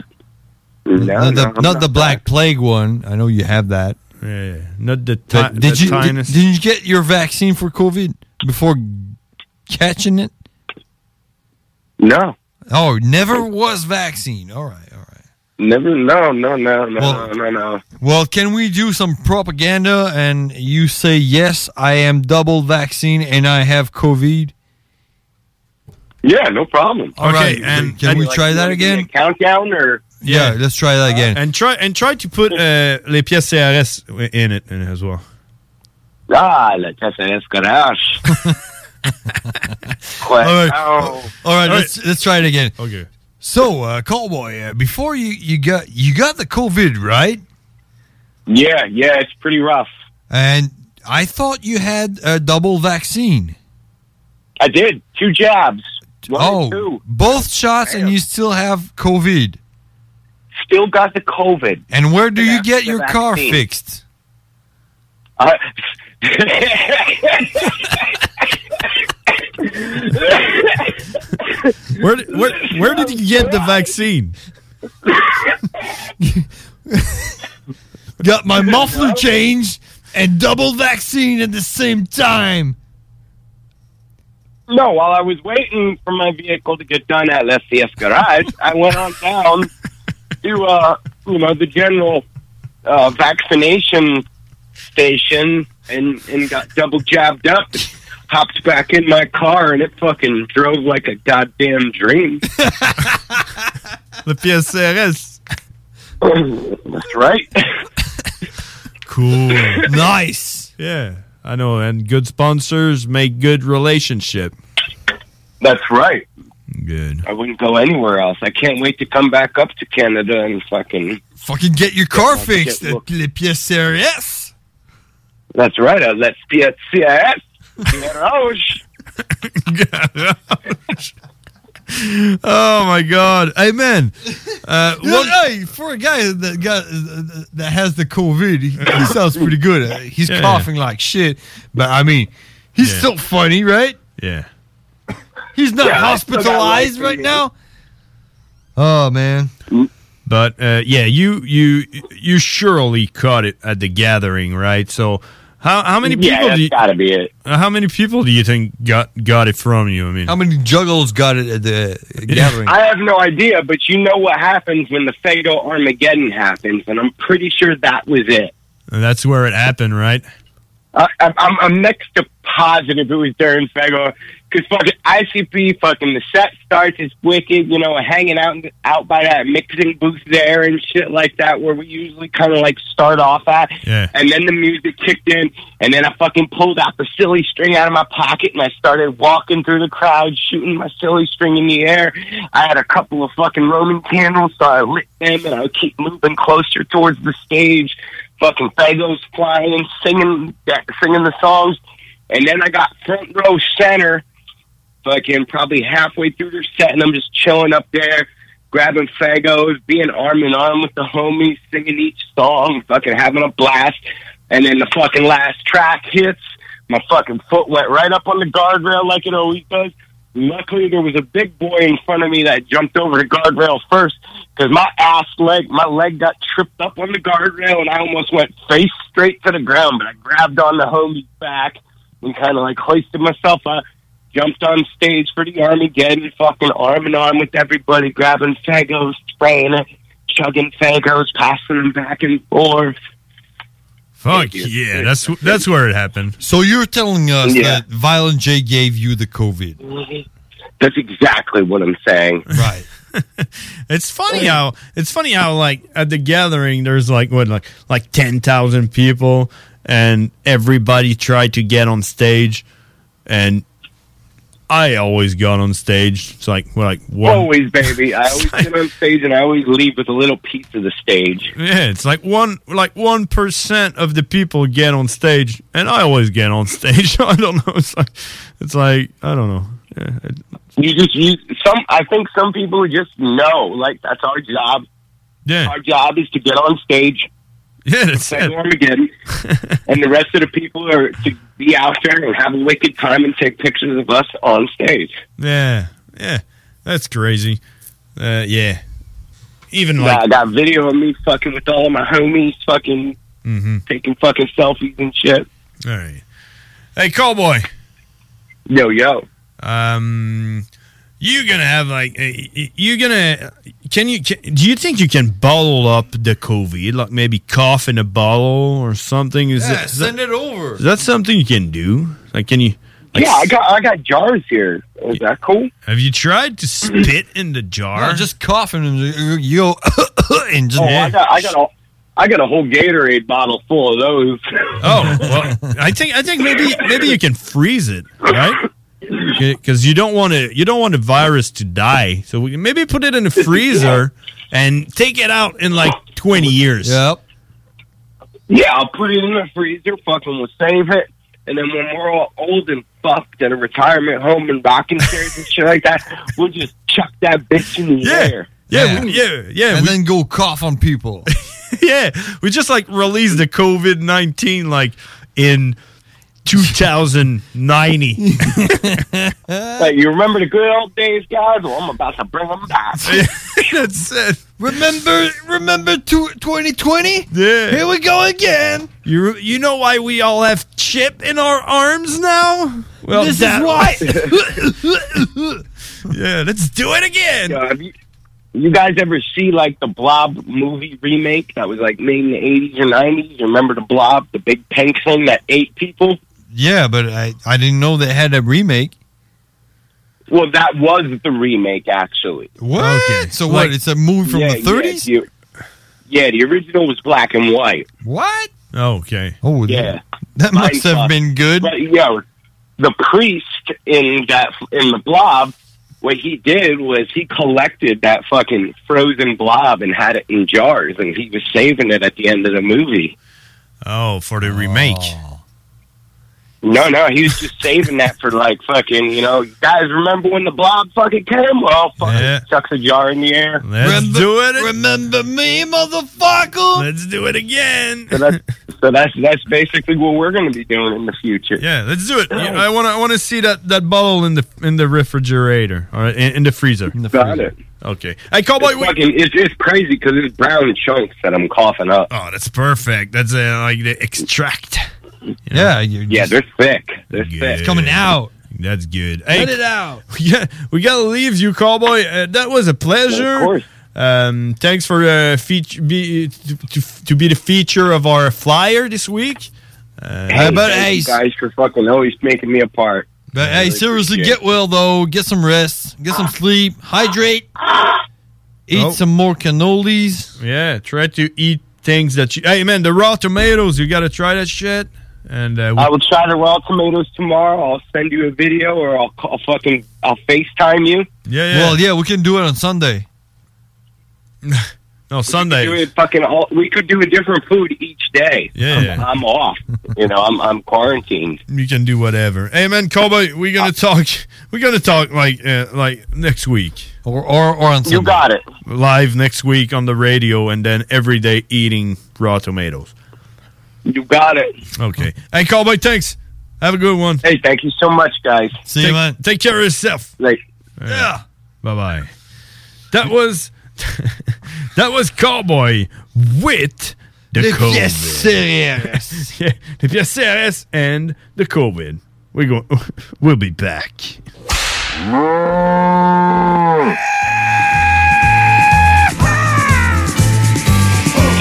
the, no, I'm not the not Black Plague one. I know you have that. Yeah, not the. But ti- did the you did, tinus. did you get your vaccine for COVID before catching it? No. Oh, never <laughs> was vaccine. All right. Never, no, no, no, no, Well- no, no. Well, can we do some propaganda and you say yes, I am double vaccine and I have COVID? Yeah, no problem. All right, and- can we try that again? Countdown or Yeah, let's try that again. and try and try to put uh, les pièces CRS in it in it as well. ah, la casa es <laughs> garage. Quest. All right. Oh. All right, let's let's try it again. Okay. So, uh, Cowboy, uh, before you, you got you got the COVID, right? Yeah, yeah, it's pretty rough. And I thought you had a double vaccine. I did two jabs. oh, both shots, and you still have COVID. Still got the COVID. And where do you after get the your car vaccine. fixed? Uh, Where di- where where did you get the vaccine? Got <laughs> my muffler changed and double vaccine at the same time. no, while I was waiting for my vehicle to get done at Les Fies Garage, I went on down to uh, you know the general uh, vaccination station and and got double jabbed up. Hopped back in my car and it fucking drove like a goddamn dream. The pièces CRS. That's right. <laughs> Cool. nice. Yeah, I know. And good sponsors make good relationship. That's right. Good. I wouldn't go anywhere else. I can't wait to come back up to Canada and fucking. Fucking get your car Yeah, fixed get- at Les Pièces CRS. That's right. Uh, let's be at CIS. Garage. <laughs> Oh my God! Hey man, <laughs> uh, You what- know, hey, for a guy that got uh, that has the COVID, he, he sounds pretty good. Uh, He's Yeah. coughing like shit, but I mean, he's Yeah. still funny, right? Yeah. He's not Yeah, I still got hospitalized life right in me. now. Oh man. But uh, yeah, you you you surely caught it at the gathering, right? So how how many Yeah, people? that's do you, uh, gotta be it. How many people do you think got got it from you? I mean, how many juggles got it at <laughs> the gathering? I have no idea, but you know what happens when the fatal Armageddon happens, and I'm pretty sure that was it. That's where it happened, right? I, I'm, I'm- I'm next to positive it was during Fego because fucking ICP, fucking the set starts, it's wicked, you know, hanging out out by that mixing booth there and shit like that where we usually kind of like start off at. Yeah. And then the music kicked in, and then I fucking pulled out the silly string out of my pocket, and I started walking through the crowd, shooting my silly string in the air. I had a couple of fucking Roman candles, so I lit them, and I would keep moving closer towards the stage. Fucking fagos flying, singing, that, singing the songs, and then I got front row center fucking probably halfway through their set, and I'm just chilling up there, grabbing fagos, being arm in arm with the homies, singing each song, fucking having a blast. And then the fucking last track hits. My fucking foot went right up on the guardrail like it always does. Luckily, there was a big boy in front of me that jumped over the guardrail first because my ass leg, my leg got tripped up on the guardrail and I almost went face straight to the ground. But I grabbed on the homie's back and kind of like hoisted myself up, jumped on stage for the Armageddon, fucking arm in arm with everybody, grabbing fagos, spraying it, chugging fagos, passing them back and forth. Fuck yeah, that's that's where it happened. So you're telling us Yeah. that Violent J gave you the COVID. Mm-hmm. That's exactly what I'm saying. Right. It's funny how it's funny how like at the gathering there's like what like like ten thousand people and everybody tried to get on stage and I always got on stage. It's like we're like one, Always, baby. I <laughs> always get on stage and I always leave with a little piece of the stage. Yeah, it's like one like one percent of the people get on stage, and I always get on stage. <laughs> I don't know. It's like it's like I don't know. Yeah, it- You just you some. I think some people just know. Like that's our job. Yeah. Our job is to get on stage. Yeah, that's it. <laughs> Armageddon, and the rest of the people are to be out there and have a wicked time and take pictures of us on stage. yeah, yeah. That's crazy. Uh, yeah. Even Yeah, like- I got video of me fucking with all of my homies, fucking Mm-hmm. taking fucking selfies and shit. All right. Hey, cowboy. Yo, yo. Um, you gonna have like eh, you gonna can you can, do you think you can bottle up the COVID like maybe cough in a bottle or something? Is that- is that, it over. is that something you can do? Like, can you? like, yeah, I got I got jars here. Is that cool? Have you tried to spit in the jar? No, just coughing and you- you go <coughs> and just Oh, I got I got a I got a whole Gatorade bottle full of those. Oh well, I think I think maybe maybe you can freeze it, right? Because you don't want to you don't want the virus to die. So we, maybe put it in the freezer and take it out in like twenty years. Yep. <laughs> Yeah, I'll put it in the freezer. Fucking will save it. And then when we're all old and fucked at a retirement home and rocking chairs and shit like that, <laughs> we'll just chuck that bitch in the air. Yeah, yeah, yeah. and then go cough on people. <laughs> yeah, we just like released the COVID nineteen like in two thousand ninety. Like, you remember the good old days, guys? Well, I'm about to bring them back. <laughs> That's it. Remember, <laughs> remember two- 2020? Yeah. Here we go again. You you know why we all have chip in our arms now? This is why. yeah, let's do it again. Uh, you, you guys ever see like the Blob movie remake that was like made in the eighties or nineties? Remember the Blob, the big tank thing that ate people? Yeah, but I, I didn't know they had a remake. Well, that was the remake actually. What? So what? it's a movie from Yeah, the 30s? Yeah, the- yeah, the original was black and white. What? Okay. Oh, Yeah. uh, That must have been good. But, yeah, the priest in that in the blob, what he did was he collected that fucking frozen blob and had it in jars, and he was saving it at the end of the movie. Oh, for the remake. No, no, he was <laughs> just saving that for like fucking, you know, you guys remember when the blob fucking came? Well, fucking chucks a jar in the air. Let's do it. Remember me, motherfucker? Let's do it again. So that's, so that's that's basically what we're going to be doing in the future. Yeah, <clears throat> let's do it. Yeah, I want to I want to see that that bottle in the in the refrigerator. All right, in, in the freezer. In the Got it. Okay. Hey, Cowboy, it's, fucking, it's, it's crazy because it's brown chunks that I'm coughing up. Oh, that's perfect. That's uh, like the extract. Yeah, yeah, they're thick. They're thick. It's coming out. That's good. Let it out. Yeah, <laughs> we gotta leave you, Cowboy. Uh, that was a pleasure. Of course. Um, thanks for uh, feat- be, to, to, to be the feature of our flyer this week. Uh, Hey, thank you guys for fucking always making me a part. But hey, seriously, appreciate get well though. Get some rest. Get some sleep. Hydrate. Eat Oh. some more cannolis. Yeah, try to eat things that you. Hey, man, the raw tomatoes. You gotta try that shit. And uh, I will try the raw tomatoes tomorrow. I'll send you a video or I'll call fucking I'll FaceTime you. Yeah, yeah. Well, yeah, we can do it on Sunday. no, Oh, Sunday. Do it fucking all, we could do a different food each day. Yeah, I'm, yeah. I'm off. you know, I'm I'm quarantined. You can do whatever. Hey, man, Cowboy, we're Uh, gonna talk. We're gonna talk like uh, like next week or or, or on Sunday. You got it. Live next week on the radio, and then every day eating raw tomatoes. You got it. Okay. Hey, Cowboy, thanks. Have a good one. Hey, thank you so much, guys. See you, man. Take care of yourself. Yeah. Bye bye. That was <laughs> that was Cowboy with the The COVID. pièces CRS. <laughs> yeah, the pièces CRS and the COVID. We go. <laughs> We'll be back.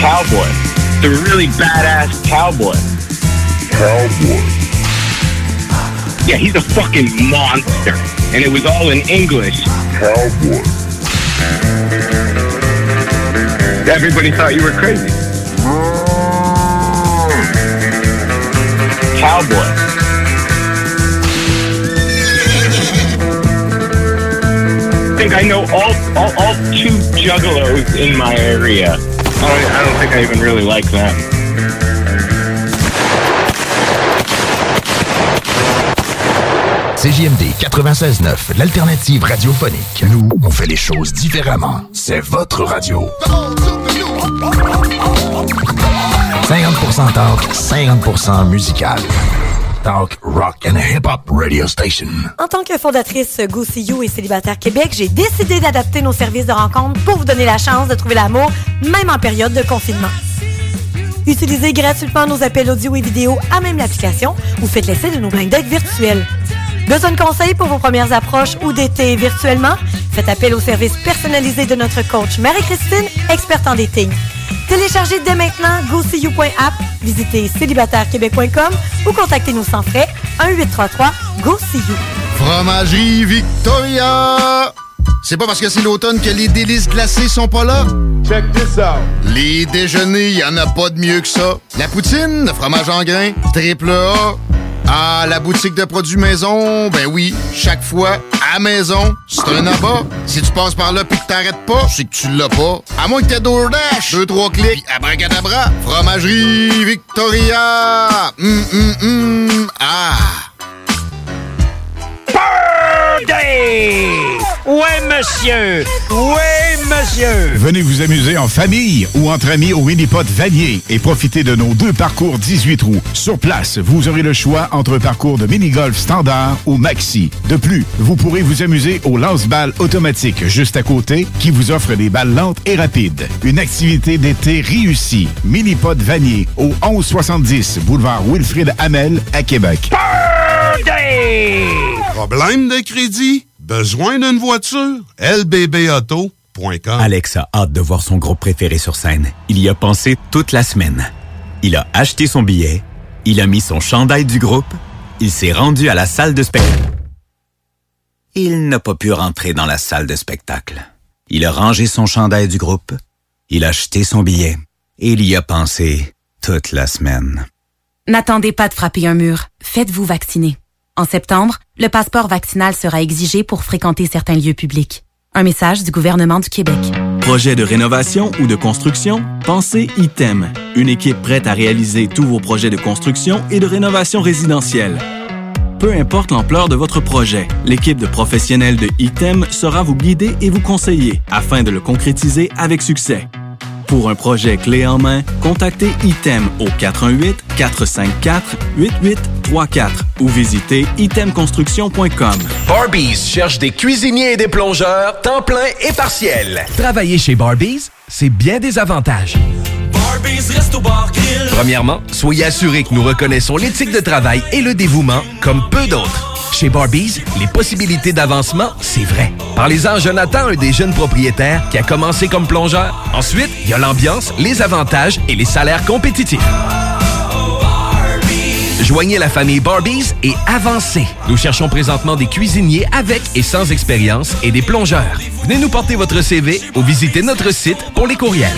Cowboy. The really badass cowboy. Cowboy. Yeah, he's a fucking monster. And it was all in English. Cowboy. Everybody thought you were crazy. Cowboy. I think I know all, all, all two juggalos in my area. I don't, I don't think I even really like them. CJMD 96.9, l'alternative radiophonique. Nous, on fait les choses différemment. C'est votre radio. 50% talk, 50% musical. Talk, rock and hip-hop radio station. En tant que fondatrice Go See You et Célibataire Québec, j'ai décidé d'adapter nos services de rencontre pour vous donner la chance de trouver l'amour, même en période de confinement. Utilisez gratuitement nos appels audio et vidéo à même l'application ou faites l'essai de nos blind dates virtuels. Besoin de conseils pour vos premières approches ou d'été virtuellement? Faites appel au service personnalisé de notre coach Marie-Christine, experte en dating. Téléchargez dès maintenant GoSeeYou.app, visitez célibatairequebec.com ou contactez-nous sans frais 1-833-GO-SEE-YOU. Fromagerie Victoria! C'est pas parce que c'est l'automne que les délices glacées sont pas là. Check this out. Les déjeuners, y en a pas de mieux que ça. La poutine, le fromage en grains, triple A. Ah, la boutique de produits maison, ben oui, chaque fois, à maison, c'est un abat. Si tu passes par là pis que t'arrêtes pas, c'est que tu l'as pas. À moins que t'aies DoorDash, deux, trois clics, pis abracadabra. Fromagerie Victoria! Hum, hum, hum, ah! Birthday! Ouais, monsieur! Ouais, monsieur! Venez vous amuser en famille ou entre amis au Minipod Vanier et profitez de nos deux parcours 18 trous. Sur place, vous aurez le choix entre un parcours de mini-golf standard ou maxi. De plus, vous pourrez vous amuser au lance-balles automatique juste à côté qui vous offre des balles lentes et rapides. Une activité d'été réussie. Minipod Vanier au 1170 boulevard Wilfrid Hamel à Québec. Problème de crédit? Besoin d'une voiture? LBBauto.com Alex a hâte de voir son groupe préféré sur scène. Il y a pensé toute la semaine. Il a acheté son billet, il a mis son chandail du groupe, il s'est rendu à la salle de spectacle. Il n'a pas pu rentrer dans la salle de spectacle. Il a rangé son chandail du groupe, il a acheté son billet et il y a pensé toute la semaine. N'attendez pas de frapper un mur. Faites-vous vacciner. En septembre, le passeport vaccinal sera exigé pour fréquenter certains lieux publics. Un message du gouvernement du Québec. Projet de rénovation ou de construction? Pensez ITEM, une équipe prête à réaliser tous vos projets de construction et de rénovation résidentielle. Peu importe l'ampleur de votre projet, l'équipe de professionnels de ITEM sera vous guider et vous conseiller afin de le concrétiser avec succès. Pour un projet clé en main, contactez ITEM au 418-454-8834 ou visitez itemconstruction.com. Barbies cherche des cuisiniers et des plongeurs, temps plein et partiel. Travailler chez Barbies, c'est bien des avantages. Premièrement, soyez assurés que nous reconnaissons l'éthique de travail et le dévouement comme peu d'autres. Chez Barbies, les possibilités d'avancement, c'est vrai. Parlez-en à Jonathan, un des jeunes propriétaires qui a commencé comme plongeur. Ensuite, il y a l'ambiance, les avantages et les salaires compétitifs. Joignez la famille Barbies et avancez. Nous cherchons présentement des cuisiniers avec et sans expérience et des plongeurs. Venez nous porter votre CV ou visitez notre site pour les courriels.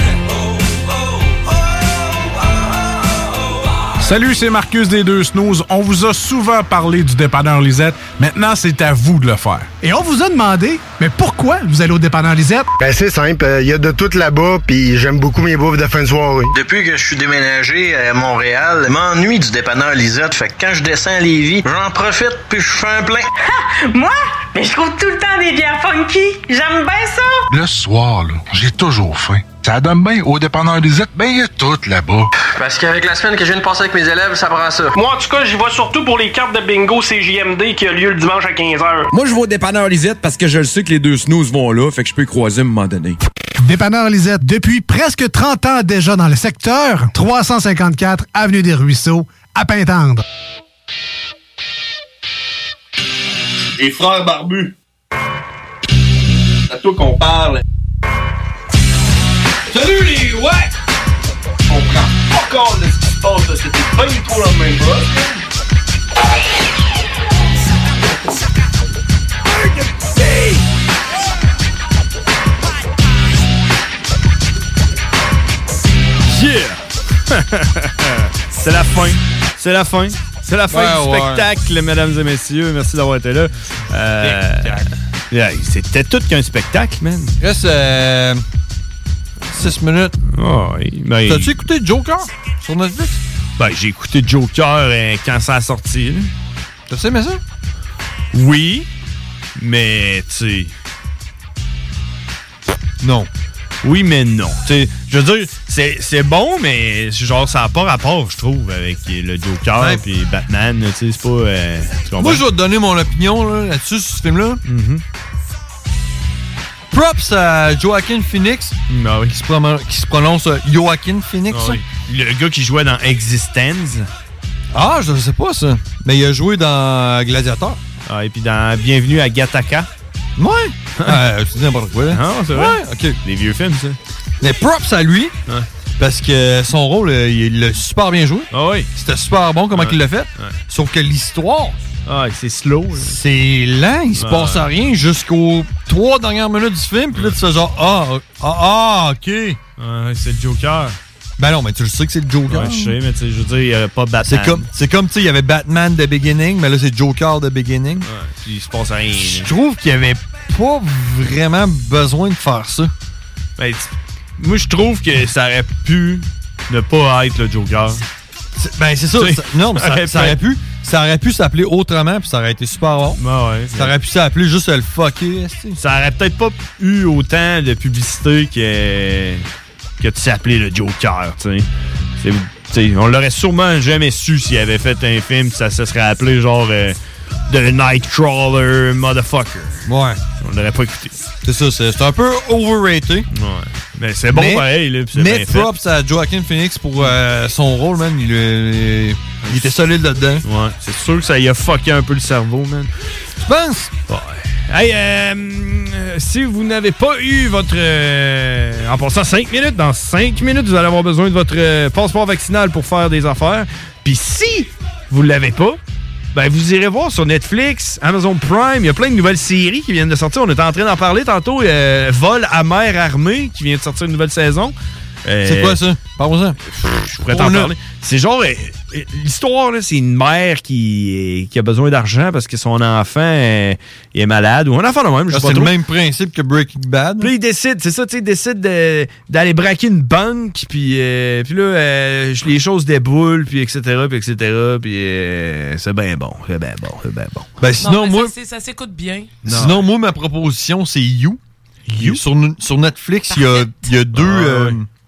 Salut, c'est Marcus des Deux Snooze. On vous a souvent parlé du dépanneur Lisette. Maintenant, c'est à vous de le faire. Et on vous a demandé, mais pourquoi vous allez au dépanneur Lisette? Ben c'est simple, il y a de tout là-bas, puis j'aime beaucoup mes bouffes de fin de soirée. Depuis que je suis déménagé à Montréal, je m'ennuie du dépanneur Lisette. Fait que quand je descends à Lévis, j'en profite puis je fais un plein. Moi, mais je trouve tout le temps des bières funky. J'aime bien ça. Le soir, là, j'ai toujours faim. Ça donne bien au dépanneur Lisette, ben il y a tout là-bas. Parce qu'avec la semaine que je viens de passer avec mes élèves, ça prend ça. Moi, en tout cas, j'y vais surtout pour les cartes de bingo CJMD qui a lieu le dimanche à 15h. Moi, je vais au dépanneur Lisette parce que je le sais que les deux snooze vont là, fait que je peux y croiser à un moment donné. Dépanneur Lisette, depuis presque 30 ans déjà dans le secteur, 354 Avenue des Ruisseaux, à Pintendre. Les frères barbus. C'est à toi qu'on parle. Salut les ouais! On prend pas compte de ce qui se passe, là. c'était pas du tout la même Yeah! <laughs> C'est la fin. C'est la fin. C'est la fin Ouais, du ouais. spectacle, mesdames et messieurs. Merci d'avoir été là. Euh, yeah, C'était tout qu'un spectacle, man. Reste 6 minutes. mais- T'as-tu écouté Joker sur Netflix? Ben, j'ai écouté Joker euh, quand ça a sorti. là. T'as aimé ça? Oui, mais tu sais. Non. Oui, mais non. Tu sais, je veux dire, c'est, c'est bon, mais genre, ça n'a pas rapport, je trouve, avec le Joker Ouais. et Batman. là, Tu sais, c'est pas. euh, tu comprends? Mm-hmm. Moi, je vais te donner mon opinion là, là-dessus, sur ce film-là. Props à Joaquin Phoenix, Ben qui, se pronon- qui se prononce euh, Joaquin Phoenix. Ah oui. Le gars qui jouait dans Existence. Ah, je sais pas ça. Mais il a joué dans euh, Gladiator. Ah, et puis dans Bienvenue à Gataka. <laughs> Ouais. Euh, tu dis n'importe quoi, là. Non, c'est vrai. Ouais, OK. Les vieux films, ça. Mais props à lui, parce que son rôle, euh, il l'a super bien joué. Ah oui. C'était super bon comment Ouais. il l'a fait. Ouais. Sauf que l'histoire... Ah, c'est slow. C'est lent, il se Ouais. passe à rien jusqu'aux trois dernières minutes du film. Puis là, tu fais genre, ah, ah, ah, OK. c'est le Joker. Ben non, mais tu le sais que c'est le Joker. Ouais, je sais, mais tu sais, je veux dire, il n'y avait pas Batman. C'est comme, c'est comme, tu sais, il y avait Batman The Beginning, mais là, c'est Joker The Beginning. Puis il se passe rien. Je trouve qu'il y avait pas vraiment besoin de faire ça. Ben, tu- moi, je trouve que ça aurait pu ne pas être le Joker. Ben, c'est ça. Tu sais, ça- non, mais ça, ça aurait pu. Ça aurait pu s'appeler autrement, puis ça aurait été super bon. Ben ça aurait pu s'appeler juste le fucker. Ça aurait peut-être pas eu autant de publicité que, que de s'appeler le Joker, tu sais. C'est- tu sais, On l'aurait sûrement jamais su s'il avait fait un film, ça se serait appelé genre euh, The Nightcrawler Motherfucker. Ouais. On l'aurait pas écouté. C'est ça, c'est un peu overrated. Ouais. Mais c'est bon pareil, là, puis c'est mais bien fait. props à Joaquin Phoenix pour euh, son rôle, man. Il, euh, il était solide là-dedans. Ouais, c'est sûr que ça y a fucké un peu le cerveau, man. Tu penses? Ouais. Hey, euh, mm, euh, si vous n'avez pas eu votre... euh, en passant 5 minutes, dans 5 minutes, vous allez avoir besoin de votre euh, passeport vaccinal pour faire des affaires. Puis si vous ne l'avez pas, ben vous irez voir sur Netflix, Amazon Prime, il y a plein de nouvelles séries qui viennent de sortir. On était en train d'en parler tantôt. euh, Vol à mer armée qui vient de sortir une nouvelle saison. C'est quoi ça? Parle-moi ça. Je pourrais t'en On a- parler. C'est genre. euh, euh, L'histoire, là, c'est une mère qui, qui a besoin d'argent parce que son enfant euh, il est malade ou un enfant de même. je Ah, sais pas c'est le trop. même principe que Breaking Bad. Puis là, il décide, c'est ça, tu sais, il décide de- d'aller braquer une banque, puis, euh, puis là, euh, les choses déboulent, puis etc., puis etc., puis euh, c'est bien bon, c'est bien bon, c'est bien bon. Ben, sinon, mais moi, ça s'é- Ça s'écoute bien. sinon, moi, ma proposition, c'est You. Sur, sur Netflix, il y a, il y a deux, euh,